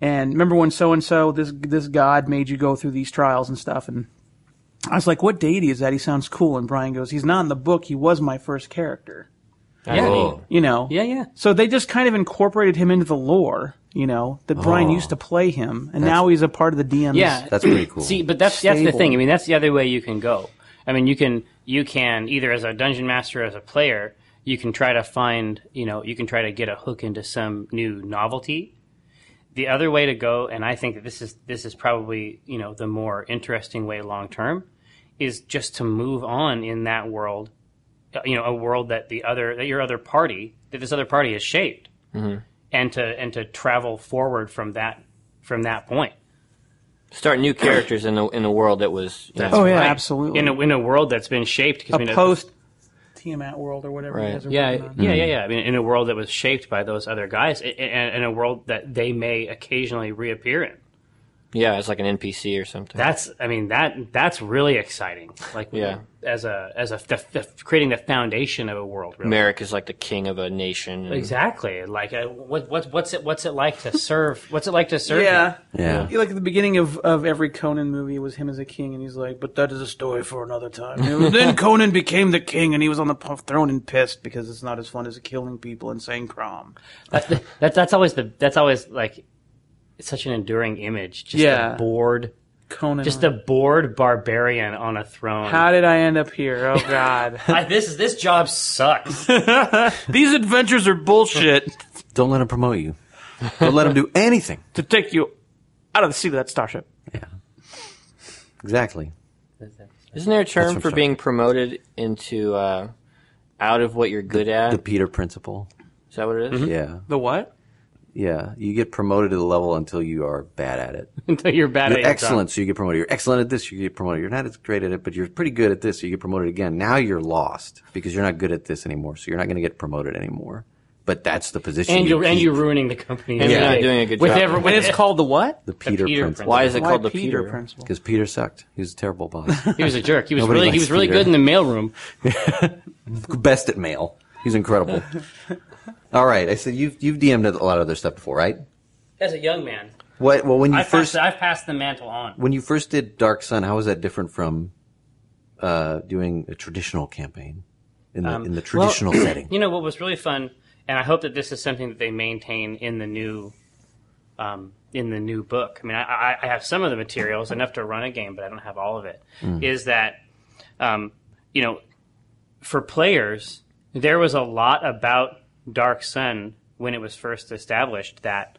E: and remember when so and so this this god made you go through these trials and stuff and I was like, "What deity is that?" He sounds cool, and Brian goes, "He's not in the book. He was my first character,
B: yeah,
C: Oh.
E: you know."
B: yeah, yeah.
E: So they just kind of incorporated him into the lore, you know, that Brian used to play him, and now he's a part of the DM's.
B: Oh. Yeah,
F: That's pretty cool.
B: See, but that's that's
E: Stable.
B: the thing. I mean, that's the other way you can go. I mean, you can you can either as a dungeon master or as a player, you can try to find you know you can try to get a hook into some new novelty. The other way to go, and I think that this is this is probably you know the more interesting way long term, is just to move on in that world, uh, you know, a world that the other that your other party that this other party has shaped, and to and to travel forward from that from that point.
D: Start new characters in the in the world that was. You know,
E: Oh yeah,
B: Right.
E: absolutely.
B: In a in a world that's been shaped because
E: a
B: I mean,
E: post Mm-hmm. Tiamat world or whatever.
D: Right.
E: You guys are
B: yeah,
E: working on.
B: yeah, yeah, yeah. I mean, in a world that was shaped by those other guys, and in a world that they may occasionally reappear in.
D: yeah, it's like an NPC or something.
B: That's, I mean, that that's really exciting. Like,
D: Yeah.
B: as a as a the, the, creating the foundation of a world. Really.
D: America's like the king of a nation. and-
B: Exactly. Like, uh, what what what's it what's it like to serve? what's it like to serve?
E: Yeah.
F: yeah.
E: You Like at the beginning of, of every Conan movie was him as a king, and he's like, "But that is a story for another time."
D: (laughs)
E: And then Conan became the king, and he was on the p- throne and pissed because it's not as fun as killing people and saying "crom."
B: That's the, that, that's always the that's always like, it's such an enduring image. Just
E: Yeah.
B: a bored,
E: Conan,
B: just a bored barbarian on a throne.
E: how did I end up here? Oh
D: (laughs)
E: God,
B: I, this this job sucks.
E: these adventures are bullshit.
F: Don't let him promote you. Don't let him do anything.
E: to take you out of the seat of that starship.
F: Yeah. Exactly.
D: Isn't there a term
F: from
D: for
F: Star
D: being promoted into uh, out of what you're good at?
F: The Peter principle.
D: is that what it is?
B: Mm-hmm.
F: Yeah.
E: The what?
F: Yeah. You get promoted to the level until you are bad at it.
B: (laughs) until you're bad
F: You're
B: at your job.
F: excellent, so you get promoted. You're excellent at this, you get promoted. You're not as great at it, but you're pretty good at this, so you get promoted again. Now you're lost because you're not good at this anymore, so you're not going to get promoted anymore. But that's the position.
B: and
F: you
B: you're and
F: keep.
B: you're ruining the company.
D: And you're not doing a good
B: with
D: job.
B: Every,
E: And it's called the what?
F: the Peter,
B: Peter
F: principle.
B: principle.
D: Why is it
E: Why
D: called the
E: Peter,
D: Peter?
E: principle?
F: Because Peter sucked. He was a terrible boss.
B: he was a jerk. He was
F: Nobody
B: really he
F: likes
B: was really
F: Peter.
B: good in the mailroom.
F: Best at mail. He's (laughs) incredible. All right, I said you've you've DM'd a lot of other stuff before, right?
B: As a young man,
F: What? Well, when you
B: I
F: first
B: passed, I've passed the mantle on.
F: when you first did Dark Sun, how was that different from uh, doing a traditional campaign in the in the traditional (clears throat) setting?
B: (clears throat) You know what was really fun, and I hope that this is something that they maintain in the new, um, in the new book. I mean, I, I, I have some of the materials enough to run a game, but I don't have all of it.
F: Mm.
B: Is that, um, you know, for players, there was a lot about Dark Sun when it was first established that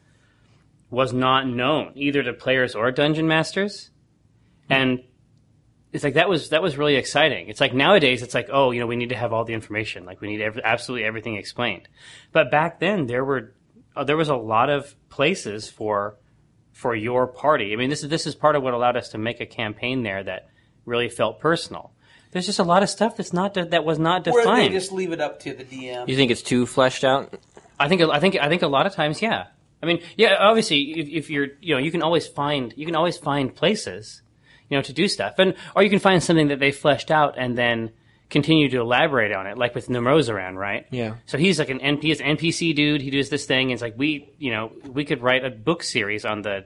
B: was not known either to players or dungeon masters,
F: Mm.
B: and it's like that was that was really exciting. It's like nowadays, it's like oh, you know, we need to have all the information, like we need ev- absolutely everything explained. But back then, there were uh, there was a lot of places for for your party. I mean, this is this is part of what allowed us to make a campaign there that really felt personal. There's just a lot of stuff that's not de- that was not defined.
E: leave it up to the DM.
D: You think it's too fleshed out?
B: I think I think I think a lot of times, yeah. I mean, yeah. Obviously, if, if you're you know you can always find you can always find places you know to do stuff, and or you can find something that they fleshed out and then continue to elaborate on it, like with Nemozoran, right?
D: Yeah.
B: So he's like an NP, he's an NPC dude. He does this thing. And it's like we you know we could write a book series on the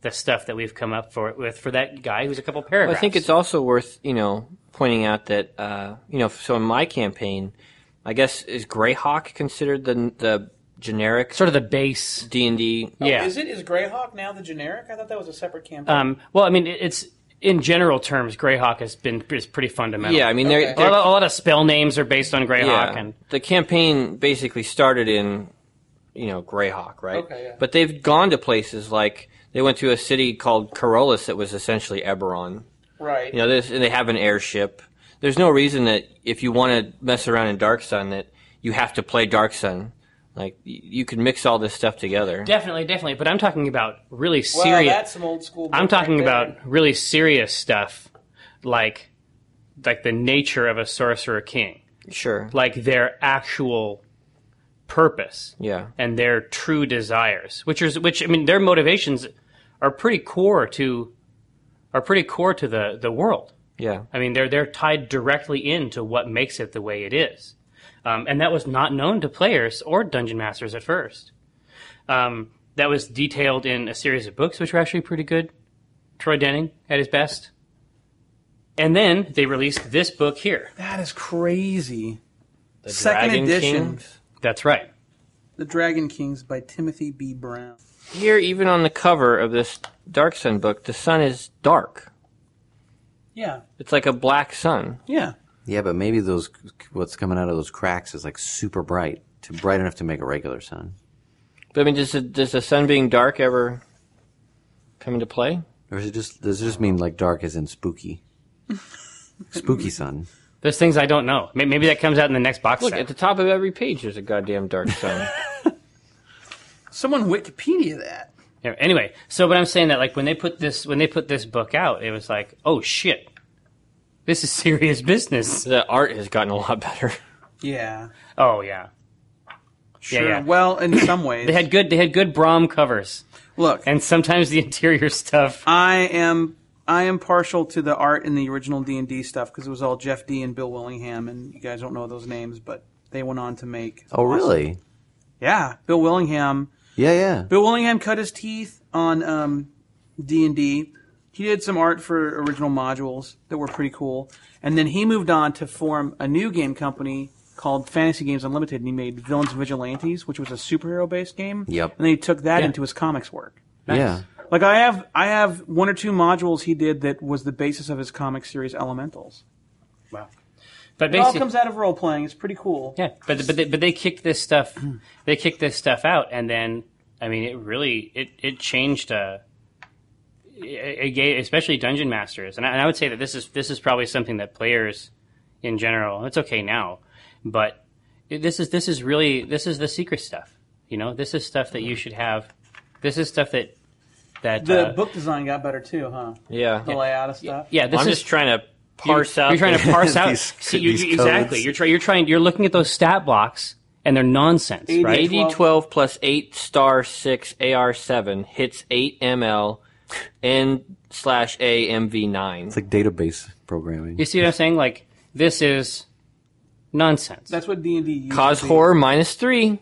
B: the stuff that we've come up for with for that guy who's a couple paragraphs.
D: I think it's also worth you know pointing out that uh, you know so in my campaign, I guess is Greyhawk considered the the generic
B: sort of the base.
D: D and D?
B: yeah.
E: Is it is Greyhawk now the generic? I thought that was a separate campaign.
D: Uh,
B: Um, well, I mean, it- it's in general terms, Greyhawk has been is pretty fundamental.
D: Yeah, I mean they're,
B: a lot,
D: they're
B: of, a lot of spell names are based on Greyhawk, and
D: the campaign basically started in you know Greyhawk, right?
E: Okay, yeah.
D: But they've gone to places like they went to a city called Corollis that was essentially Eberron.
E: right.
D: You know, this and they have an airship. There's no reason that if you want to mess around in Dark Sun that you have to play Dark Sun. Like y- you can mix all this stuff together.
B: definitely, definitely. But I'm talking about really
E: Well,
B: serious.
E: that's some old school.
B: I'm
E: book right
B: talking
E: there.
B: about really serious stuff, like like the nature of a sorcerer king,
D: Sure.
B: like their actual purpose
D: Yeah.
B: and their true desires, which is which. I mean, their motivations are pretty core to are pretty core to the the world.
D: Yeah.
B: I mean, they're they're tied directly into what makes it the way it is, um, and that was not known to players or dungeon masters at first. Um, that was detailed in a series of books, which were actually pretty good. Troy Denning at his best, and then they released this book here.
E: That is crazy.
D: The
E: Second
D: Dragon
E: edition.
D: Kings.
B: That's right.
E: The Dragon Kings by Timothy B. Brown.
D: Here, even on the cover of this Dark Sun book, the sun is dark.
E: Yeah.
D: It's like a black sun.
E: Yeah.
F: Yeah, but maybe those what's coming out of those cracks is like super bright, to bright enough to make a regular sun.
D: But I mean, does the, does the sun being dark ever come into play?
F: Or is it just does it just mean like dark as in
B: (laughs)
F: spooky? spooky sun.
B: There's things I don't know. May- Maybe that comes out in the next box
D: Look,
B: set.
D: at the top of every page, there's a goddamn
B: (laughs)
D: dark sun.
E: Someone Wikipedia that.
B: Yeah, Anyway, so but I'm saying that like when they put this when they put this book out, it was like, oh shit, this is serious (laughs) business.
D: the art has gotten a lot better. (laughs)
E: Yeah.
B: Oh yeah,
E: Sure.
B: yeah.
E: Well, in some ways.
B: they had good they had good Brom covers,
E: Look,
B: and sometimes the (laughs) interior stuff.
E: I am I am partial to the art in the original D and D stuff because it was all Jeff D and Bill Willingham, and you guys don't know those names, but they went on to make.
F: Oh really?
E: Yeah, Bill Willingham.
F: Yeah, yeah.
E: Bill Willingham cut his teeth on um, D and D. He did some art for original modules that were pretty cool, and then he moved on to form a new game company called Fantasy Games Unlimited, and he made Villains and Vigilantes, which was a superhero-based game.
F: Yep.
E: And then he took that
B: Yeah.
E: into his comics work.
F: Yeah.
E: Like I have, I have one or two modules he did that was the basis of his comic series Elementals.
B: But
E: It all
B: basically,
E: comes out of role playing. It's pretty cool.
B: yeah. But but they, but they kicked this stuff, (clears throat) they kicked this stuff out, and then I mean, it really it it changed. Uh, it, it gave, especially dungeon masters, and I, and I would say that this is this is probably something that players in general. It's okay now, but it- this is this is really this is the secret stuff. You know, this is stuff that you should have. This is stuff that that
E: The
B: uh,
E: book design got better too, huh?
D: Yeah.
E: The layout of stuff.
B: yeah. This
D: I'm
B: is
D: just trying
B: You're-
D: to parse out.
B: You're trying
F: (laughs)
B: to
D: (laughs)
B: parse out.
F: these-
B: See, you-
F: these
B: you- exactly.
F: codes.
B: You're, try, you're trying. You're looking at those stat blocks, and they're nonsense,
E: AD.
B: right?
D: 80 12 plus 8 star 6 AR 7 hits 8 ML N slash A MV 9.
F: It's like database programming.
B: You see what I'm saying? Like this is nonsense.
E: That's what D and D.
D: Cause horror minus 3.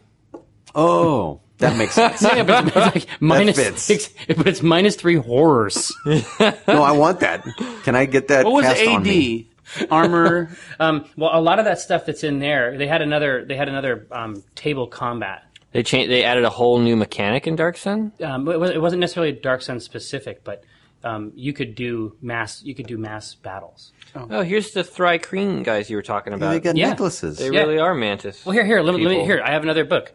F: Oh, that makes (laughs) sense.
B: (laughs) yeah, but it's like minus
F: fits.
B: (laughs) six, but it's minus three horrors.
F: no, I want that. Can I get that?
E: What was
F: passed on me?
E: AD? Armor.
B: (laughs) Um, well, a lot of that stuff that's in there, they had another. They had another um, table combat.
D: They changed, they added a whole new mechanic in Dark Sun.
B: Um, it, was, it wasn't necessarily Dark Sun specific, but um, you could do mass. You could do mass battles.
D: Oh, here's the Thry Kreen guys you were talking about.
F: They
D: They,
F: got
B: Yeah.
F: necklaces.
B: Yeah.
D: really are mantis.
B: Well, here, here, let me, let me
D: People.
B: here. I have another book.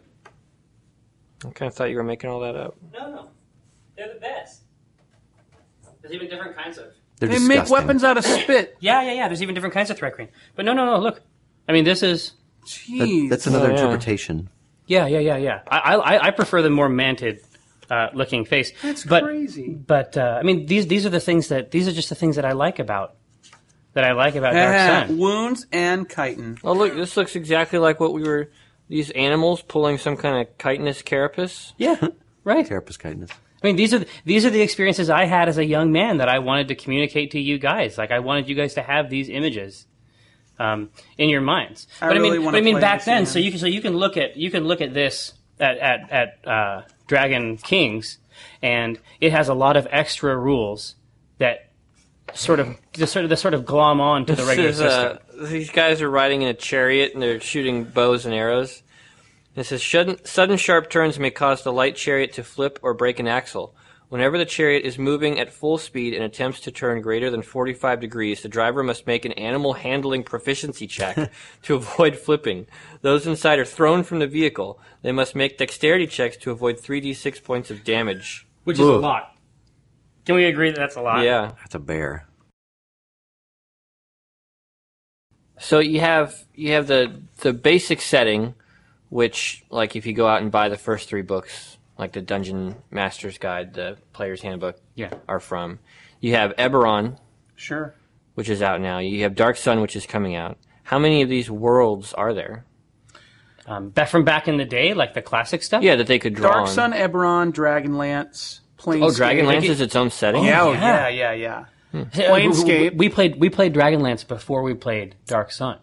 D: I kind of thought you were making all that up.
B: No, no. They're the best. There's even different kinds of.
F: They're
E: They make
F: disgusting.
E: weapons out of spit.
B: Yeah, yeah, yeah. There's even different kinds of threat green. But no, no, no. Look, I mean, this is.
E: Jeez.
F: That's another
D: yeah.
F: interpretation.
B: Yeah, yeah, yeah, yeah. I, I, I prefer the more manted uh, looking face.
E: That's
B: but,
E: crazy.
B: But uh, I mean, these these are the things that these are just the things that I like about that I like about Dark
E: Ah,
B: Sun.
E: wounds and chitin.
D: Oh, look, this looks exactly like what we were. These animals pulling some kind of chitinous carapace.
B: Yeah, right.
F: Carapace kindness.
B: I mean, these are these are the experiences I had as a young man that I wanted to communicate to you guys. Like I wanted you guys to have these images um, in your minds.
E: I
B: but I
E: really
B: mean,
E: wanna
B: but I mean,
E: play
B: back
E: this
B: then,
E: again.
B: so you can so you can look at you can look at this at at, at uh, Dragon Kings and it has a lot of extra rules that sort of that sort of, that sort of glom on to (laughs) the regular
D: This is,
B: system.
D: uh, these guys are riding in a chariot and they're shooting bows and arrows. It says sudden, sudden sharp turns may cause the light chariot to flip or break an axle. Whenever the chariot is moving at full speed and attempts to turn greater than 45 degrees, the driver must make an animal handling proficiency check
B: (laughs)
D: to avoid flipping. Those inside are thrown from the vehicle. They must make dexterity checks to avoid 3d6 points of damage.
B: which is a lot. Can we agree that that's a lot?
D: Yeah.
F: That's a bear.
D: So you have you have the the basic setting, which like if you go out and buy the first three books, like the Dungeon Master's Guide, the Player's Handbook,
B: Yeah.
D: are from. You have Eberron,
B: Sure.
D: which is out now. You have Dark Sun, which is coming out. How many of these worlds are there?
B: Um, back from back in the day, like the classic stuff.
D: Yeah, that they could draw.
E: Dark
D: on.
E: Sun, Eberron, Dragonlance, Planescape.
D: Oh, Dragonlance is its own setting.
E: Yeah, oh,
B: Yeah.
E: yeah, yeah, yeah.
B: Planescape.
E: Planescape.
B: We played we played Dragonlance before we played Dark Sun.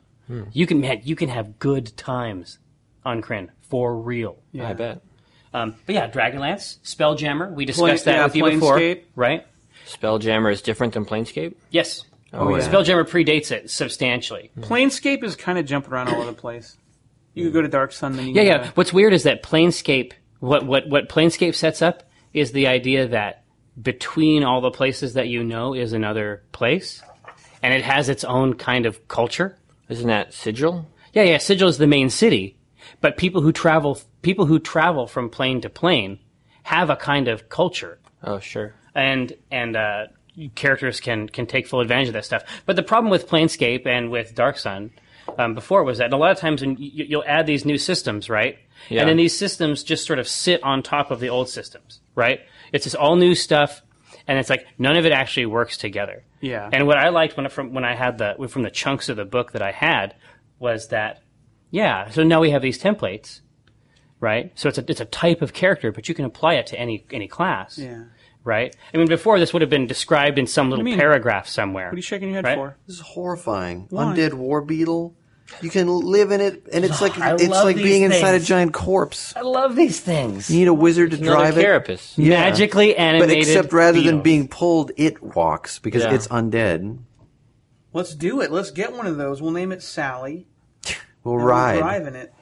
B: You can man, you can have good times on Kryn for real.
D: I bet.
B: Um, but yeah, Dragonlance, Spelljammer. We discussed
E: Pla-
B: that
E: yeah,
B: with you before,
E: Planescape.
B: right?
D: Spelljammer is different than Planescape.
B: Yes.
D: Oh, yeah.
B: Spelljammer predates it substantially.
E: Hmm. Planescape is kind of jumping around all over the place. You could go to Dark Sun, then you
B: Yeah,
E: can
B: yeah. What's weird is that Planescape, what, what, what Planescape sets up is the idea that between all the places that you know is another place, and it has its own kind of culture.
D: Isn't that Sigil?
B: Yeah, yeah. Sigil is the main city, but people who travel, people who travel from plane to plane, have a kind of culture,
D: Oh, sure.
B: and and uh, characters can can take full advantage of that stuff. But the problem with Planescape and with Dark Sun um, before was that a lot of times when you, you'll add these new systems, right?
D: Yeah.
B: And then these systems just sort of sit on top of the old systems, right? It's just all new stuff, and it's like none of it actually works together.
E: Yeah.
B: And what I liked when I- from when I had the from the chunks of the book that I had was that yeah, so now we have these templates, right? So it's a it's a type of character, but you can apply it to any any class
E: Yeah.
B: right? I mean, before this would have been described in some little
E: mean?
B: paragraph somewhere.
E: What are you shaking your head
B: Right?
E: for?
F: This is horrifying.
E: Why?
F: Undead war beetle. You can live in it, and it's like
B: I
F: it's
B: love
F: like
B: these
F: being inside a
B: things.
F: giant corpse.
B: I love these things.
F: You need a wizard to drive
D: Another
F: it.
D: Carapace.
F: Yeah.
B: Magically animated.
F: But except rather than
B: beetles.
F: being pulled, it walks because
D: Yeah.
F: it's undead.
E: Let's do it. Let's get one of those. We'll name it Sally.
F: Will
E: and
F: ride.
E: We'll drive in it.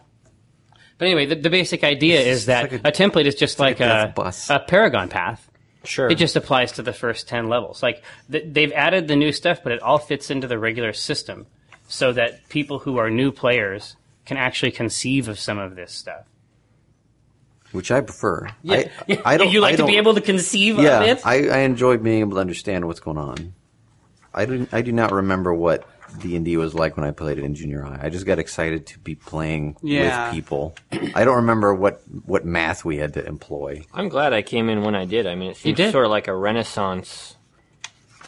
B: But anyway, the, the basic idea is that
F: like
B: a,
F: a-
B: template is just like,
F: like a
B: a,
F: death bus.
B: a paragon path.
D: Sure.
B: It just applies to the first 10 levels. Like, th- they've added the new stuff, but it all fits into the regular system so that people who are new players can actually conceive of some of this stuff.
F: which I prefer. I, I don't.
B: (laughs) you
F: I
B: like to be
F: don't-
B: able to conceive
F: Yeah,
B: of it?
F: I, I enjoy being able to understand what's going on. I didn't. I do not remember what D and D was like when I played it in junior high. I just got excited to be playing
E: Yeah.
F: with people. I don't remember what what math we had to employ.
D: I'm glad I came in when I did. I mean, it seems
B: did.
D: sort of like a renaissance.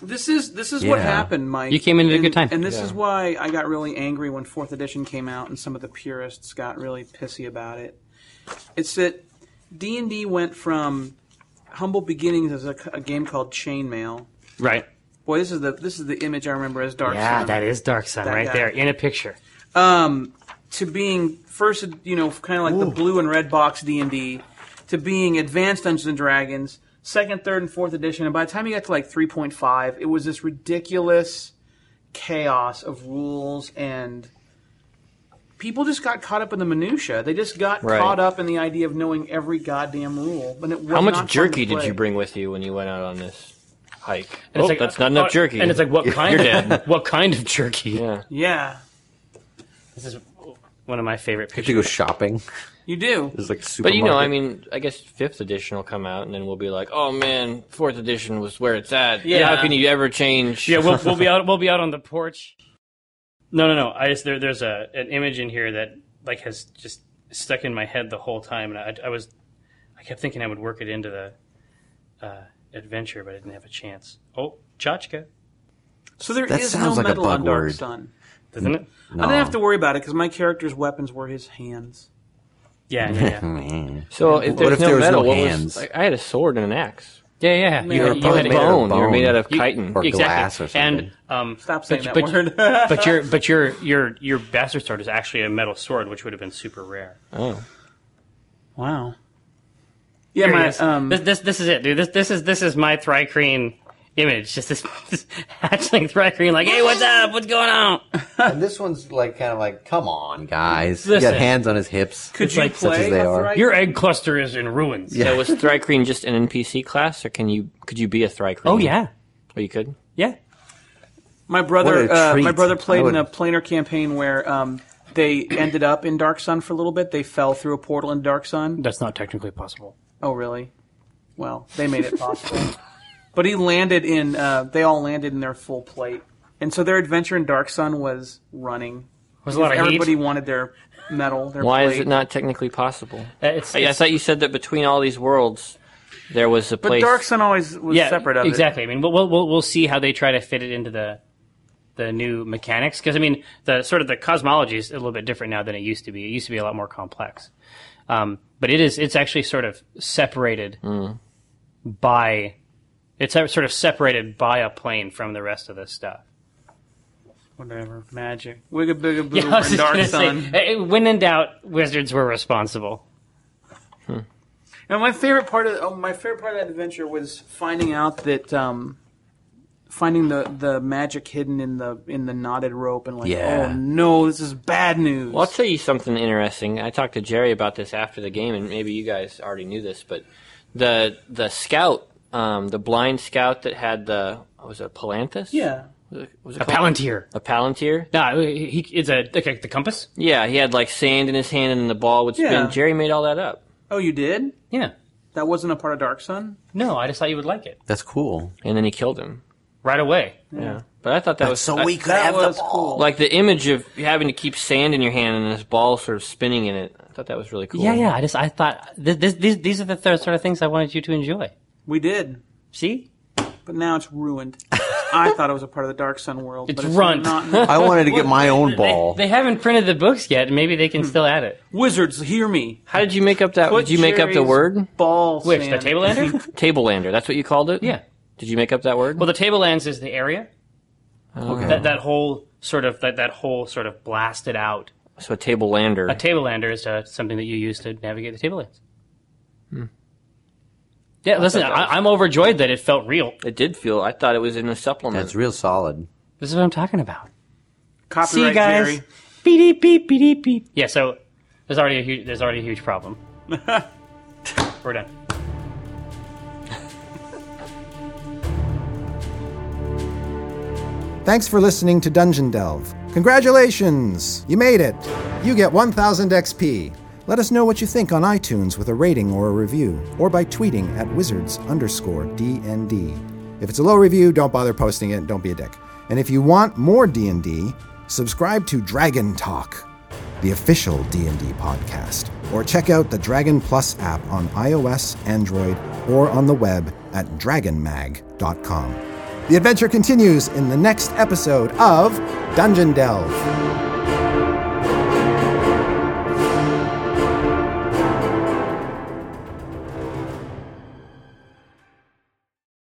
E: This is this is what
F: Yeah.
E: happened, Mike.
B: You came in at a
E: And-
B: good time.
E: and this is why I got really angry when Fourth Edition came out, and some of the purists got really pissy about it. It's that D and D went from humble beginnings as a, c- a game called Chainmail.
B: right.
E: Boy, this is the this is the image I remember as Dark
B: Yeah,
E: Sun.
B: that is Dark Sun
E: That
B: right
E: guy.
B: there in a picture.
E: um, to being first, you know, kind of like the blue and red box D and D, to being advanced Dungeons and Dragons, second, third, and fourth edition. And by the time you got to like three point five, it was this ridiculous chaos of rules and people just got caught up in the minutia. They just got
D: Right.
E: caught up in the idea of knowing every goddamn rule. But it was
D: How
E: not fun
D: much
E: to
D: jerky did
E: play.
D: you bring with you when you went out on this hike?
B: And
D: oh,
B: it's like,
D: that's not enough
B: uh,
D: jerky.
B: And it's like, what kind? (laughs)
D: You're
B: Of, what kind of jerky?
D: yeah.
E: Yeah,
B: This is one of my favorite
F: You have to
B: pictures.
F: go shopping.
E: you do.
F: It's like super.
D: But you know, I mean, I guess fifth edition will come out, and then we'll be like, "Oh man, fourth edition was where it's at.
E: Yeah.
D: How can you ever change?"
B: Yeah, we'll, we'll be out. We'll be out on the porch. No, no, no. I just there, there's a an image in here that like has just stuck in my head the whole time, and I, I was I kept thinking I would work it into the uh, adventure, but I didn't have a chance. Oh, Chachka,
E: So there is
F: That
E: no
F: sounds like a
E: medal on
F: bug
E: Dark
F: word.
E: Sun.
B: doesn't it?
E: I didn't have to worry about it because my character's weapons were his hands.
B: Yeah, yeah,
C: (laughs)
B: yeah.
D: So if
F: What
D: there's
F: if
D: no
F: there was
D: metal,
F: no
D: what
F: hands?
D: was? Like, I had a sword and an axe.
B: yeah, yeah.
E: You were
B: had-
F: probably
B: had
F: made
B: it.
F: out of
D: bone. You're made
F: bone.
D: out of chitin.
F: Or
B: exactly.
F: glass or something.
B: And um,
E: Stop saying
B: but,
E: that
B: but,
E: word. (laughs)
B: but your but your your your bastard sword is Oh. actually a metal sword, which would have been super rare.
D: Oh,
E: Wow. Yeah,
B: Here it
E: my,
B: is.
E: um,
B: this, this this is it, dude. This this is this is my Thrycreen image. Just this, (laughs) this hatchling Thrycreen, like, hey, what's up? What's going on?
F: And this one's like kind of like, come on, guys. He
B: Listen.
F: got hands on his hips.
E: Could you
B: like-
E: play?
F: such as they
E: a
F: are.
E: thrice-
B: Your egg cluster is in ruins.
D: So was Thrycreen just an NPC class, or can you could you be a Thrycreen?
B: Oh yeah,
D: oh you could.
B: yeah.
E: My brother,
F: What a
E: uh, my
F: treat.
E: brother played
F: I
E: in a
F: would-
E: planar campaign where um, they ended up in Dark Sun for a little bit. They fell through a portal in Dark Sun.
B: That's not technically possible.
E: Oh, really? Well, they made it possible.
B: (laughs)
E: but he landed in. Uh, they all landed in their full plate, and so their adventure in Dark Sun was running.
B: Was a lot of
E: Everybody
B: heat.
E: wanted their medal. Their
D: Why
E: plate.
D: is it not technically possible?
B: Uh, it's-
D: I, I
B: it's-
D: thought you said that between all these worlds, there was a
E: But
D: place.
E: Dark Sun always was
B: yeah,
E: separate of it.
B: exactly. I mean, we'll, we'll- we'll we'll see how they try to fit it into the the new mechanics because I mean, the sort of the cosmology is a little bit different now than it used to be. It used to be a lot more complex, um, but it is it's actually sort of separated
E: Hmm.
B: by it's sort of separated by a plane from the rest of this stuff.
E: Whatever. Magic. Wigga bigga
B: (laughs)
E: boo
B: Yeah, I was just
E: in Dark
B: gonna
E: Sun.
B: say, eh, eh, when in doubt, wizards were responsible.
E: And my favorite part of oh, my favorite part of that adventure was finding out that um, finding the, the magic hidden in the in the knotted rope and like
F: Yeah.
E: oh no this is bad news.
D: Well, I'll tell you something interesting. I talked to Jerry about this after the game, and maybe you guys already knew this, but the the scout, um, the blind scout that had the what was it a Palanthus?
E: Yeah.
D: was it, was it
B: A
D: called?
B: palantir.
D: A Palantir.
B: No, he, he- it's a like a- the compass.
D: Yeah, he had like sand in his hand, and the ball would spin.
E: Yeah.
D: Jerry made all that up.
E: Oh, you did?
B: Yeah.
E: That wasn't a part of Dark Sun.
B: No, I just thought you would like it
F: That's cool.
D: and then he killed him.
B: right away.
D: Yeah, but I thought that was
F: So
D: I-
F: we could
E: that
F: have the
E: was
F: ball.
E: cool.
D: like the image of having to keep sand in your hand and this ball sort of spinning in it. I thought that was really cool.
B: Yeah, yeah. I just I thought th- this, these these are the th- sort of things I wanted you to enjoy.
E: We did,
B: See,
E: but now it's ruined.
B: (laughs)
E: I thought it was a part of the Dark Sun world.
B: It's
E: but it's
B: runt.
E: Not.
B: (laughs)
F: I wanted to get my own ball.
B: they haven't printed the books yet. and Maybe they can still add it.
E: Wizards, hear me.
D: How did you make up that?
E: Put
D: did you make up the
E: Jerry's
D: word
E: Ball.
B: Which
E: sand.
B: the Tableland?
D: tablelander? That's what you called it.
B: yeah.
D: Did you make up that word?
B: Well, the Tablelands is the area.
C: Uh-huh.
B: That that whole sort of that that whole sort of blasted out.
D: so a tablelander.
B: A Tablelander is uh, something that you use to navigate the Tablelands. Yeah, listen,
D: that was-
B: I, I'm overjoyed that it felt real.
D: it did feel. I thought it was in a supplement.
F: That's real solid.
B: This is what I'm talking about.
E: Copyright
B: See you guys.
E: Jerry.
B: Beep beep beep beep beep. Yeah, so there's already a huge there's already a huge problem. We're done.
A: Thanks for listening to Dungeon Delve. Congratulations! You made it! You get 1000 XP. Let us know what you think on iTunes with a rating or a review, or by tweeting at wizards underscore DND. If it's a low review, don't bother posting it and don't be a dick. And if you want more D&D, subscribe to Dragon Talk, the official D&D podcast, or check out the Dragon Plus app on iOS, Android, or on the web at dragonmag.com. The adventure continues in the next episode of Dungeon Delve.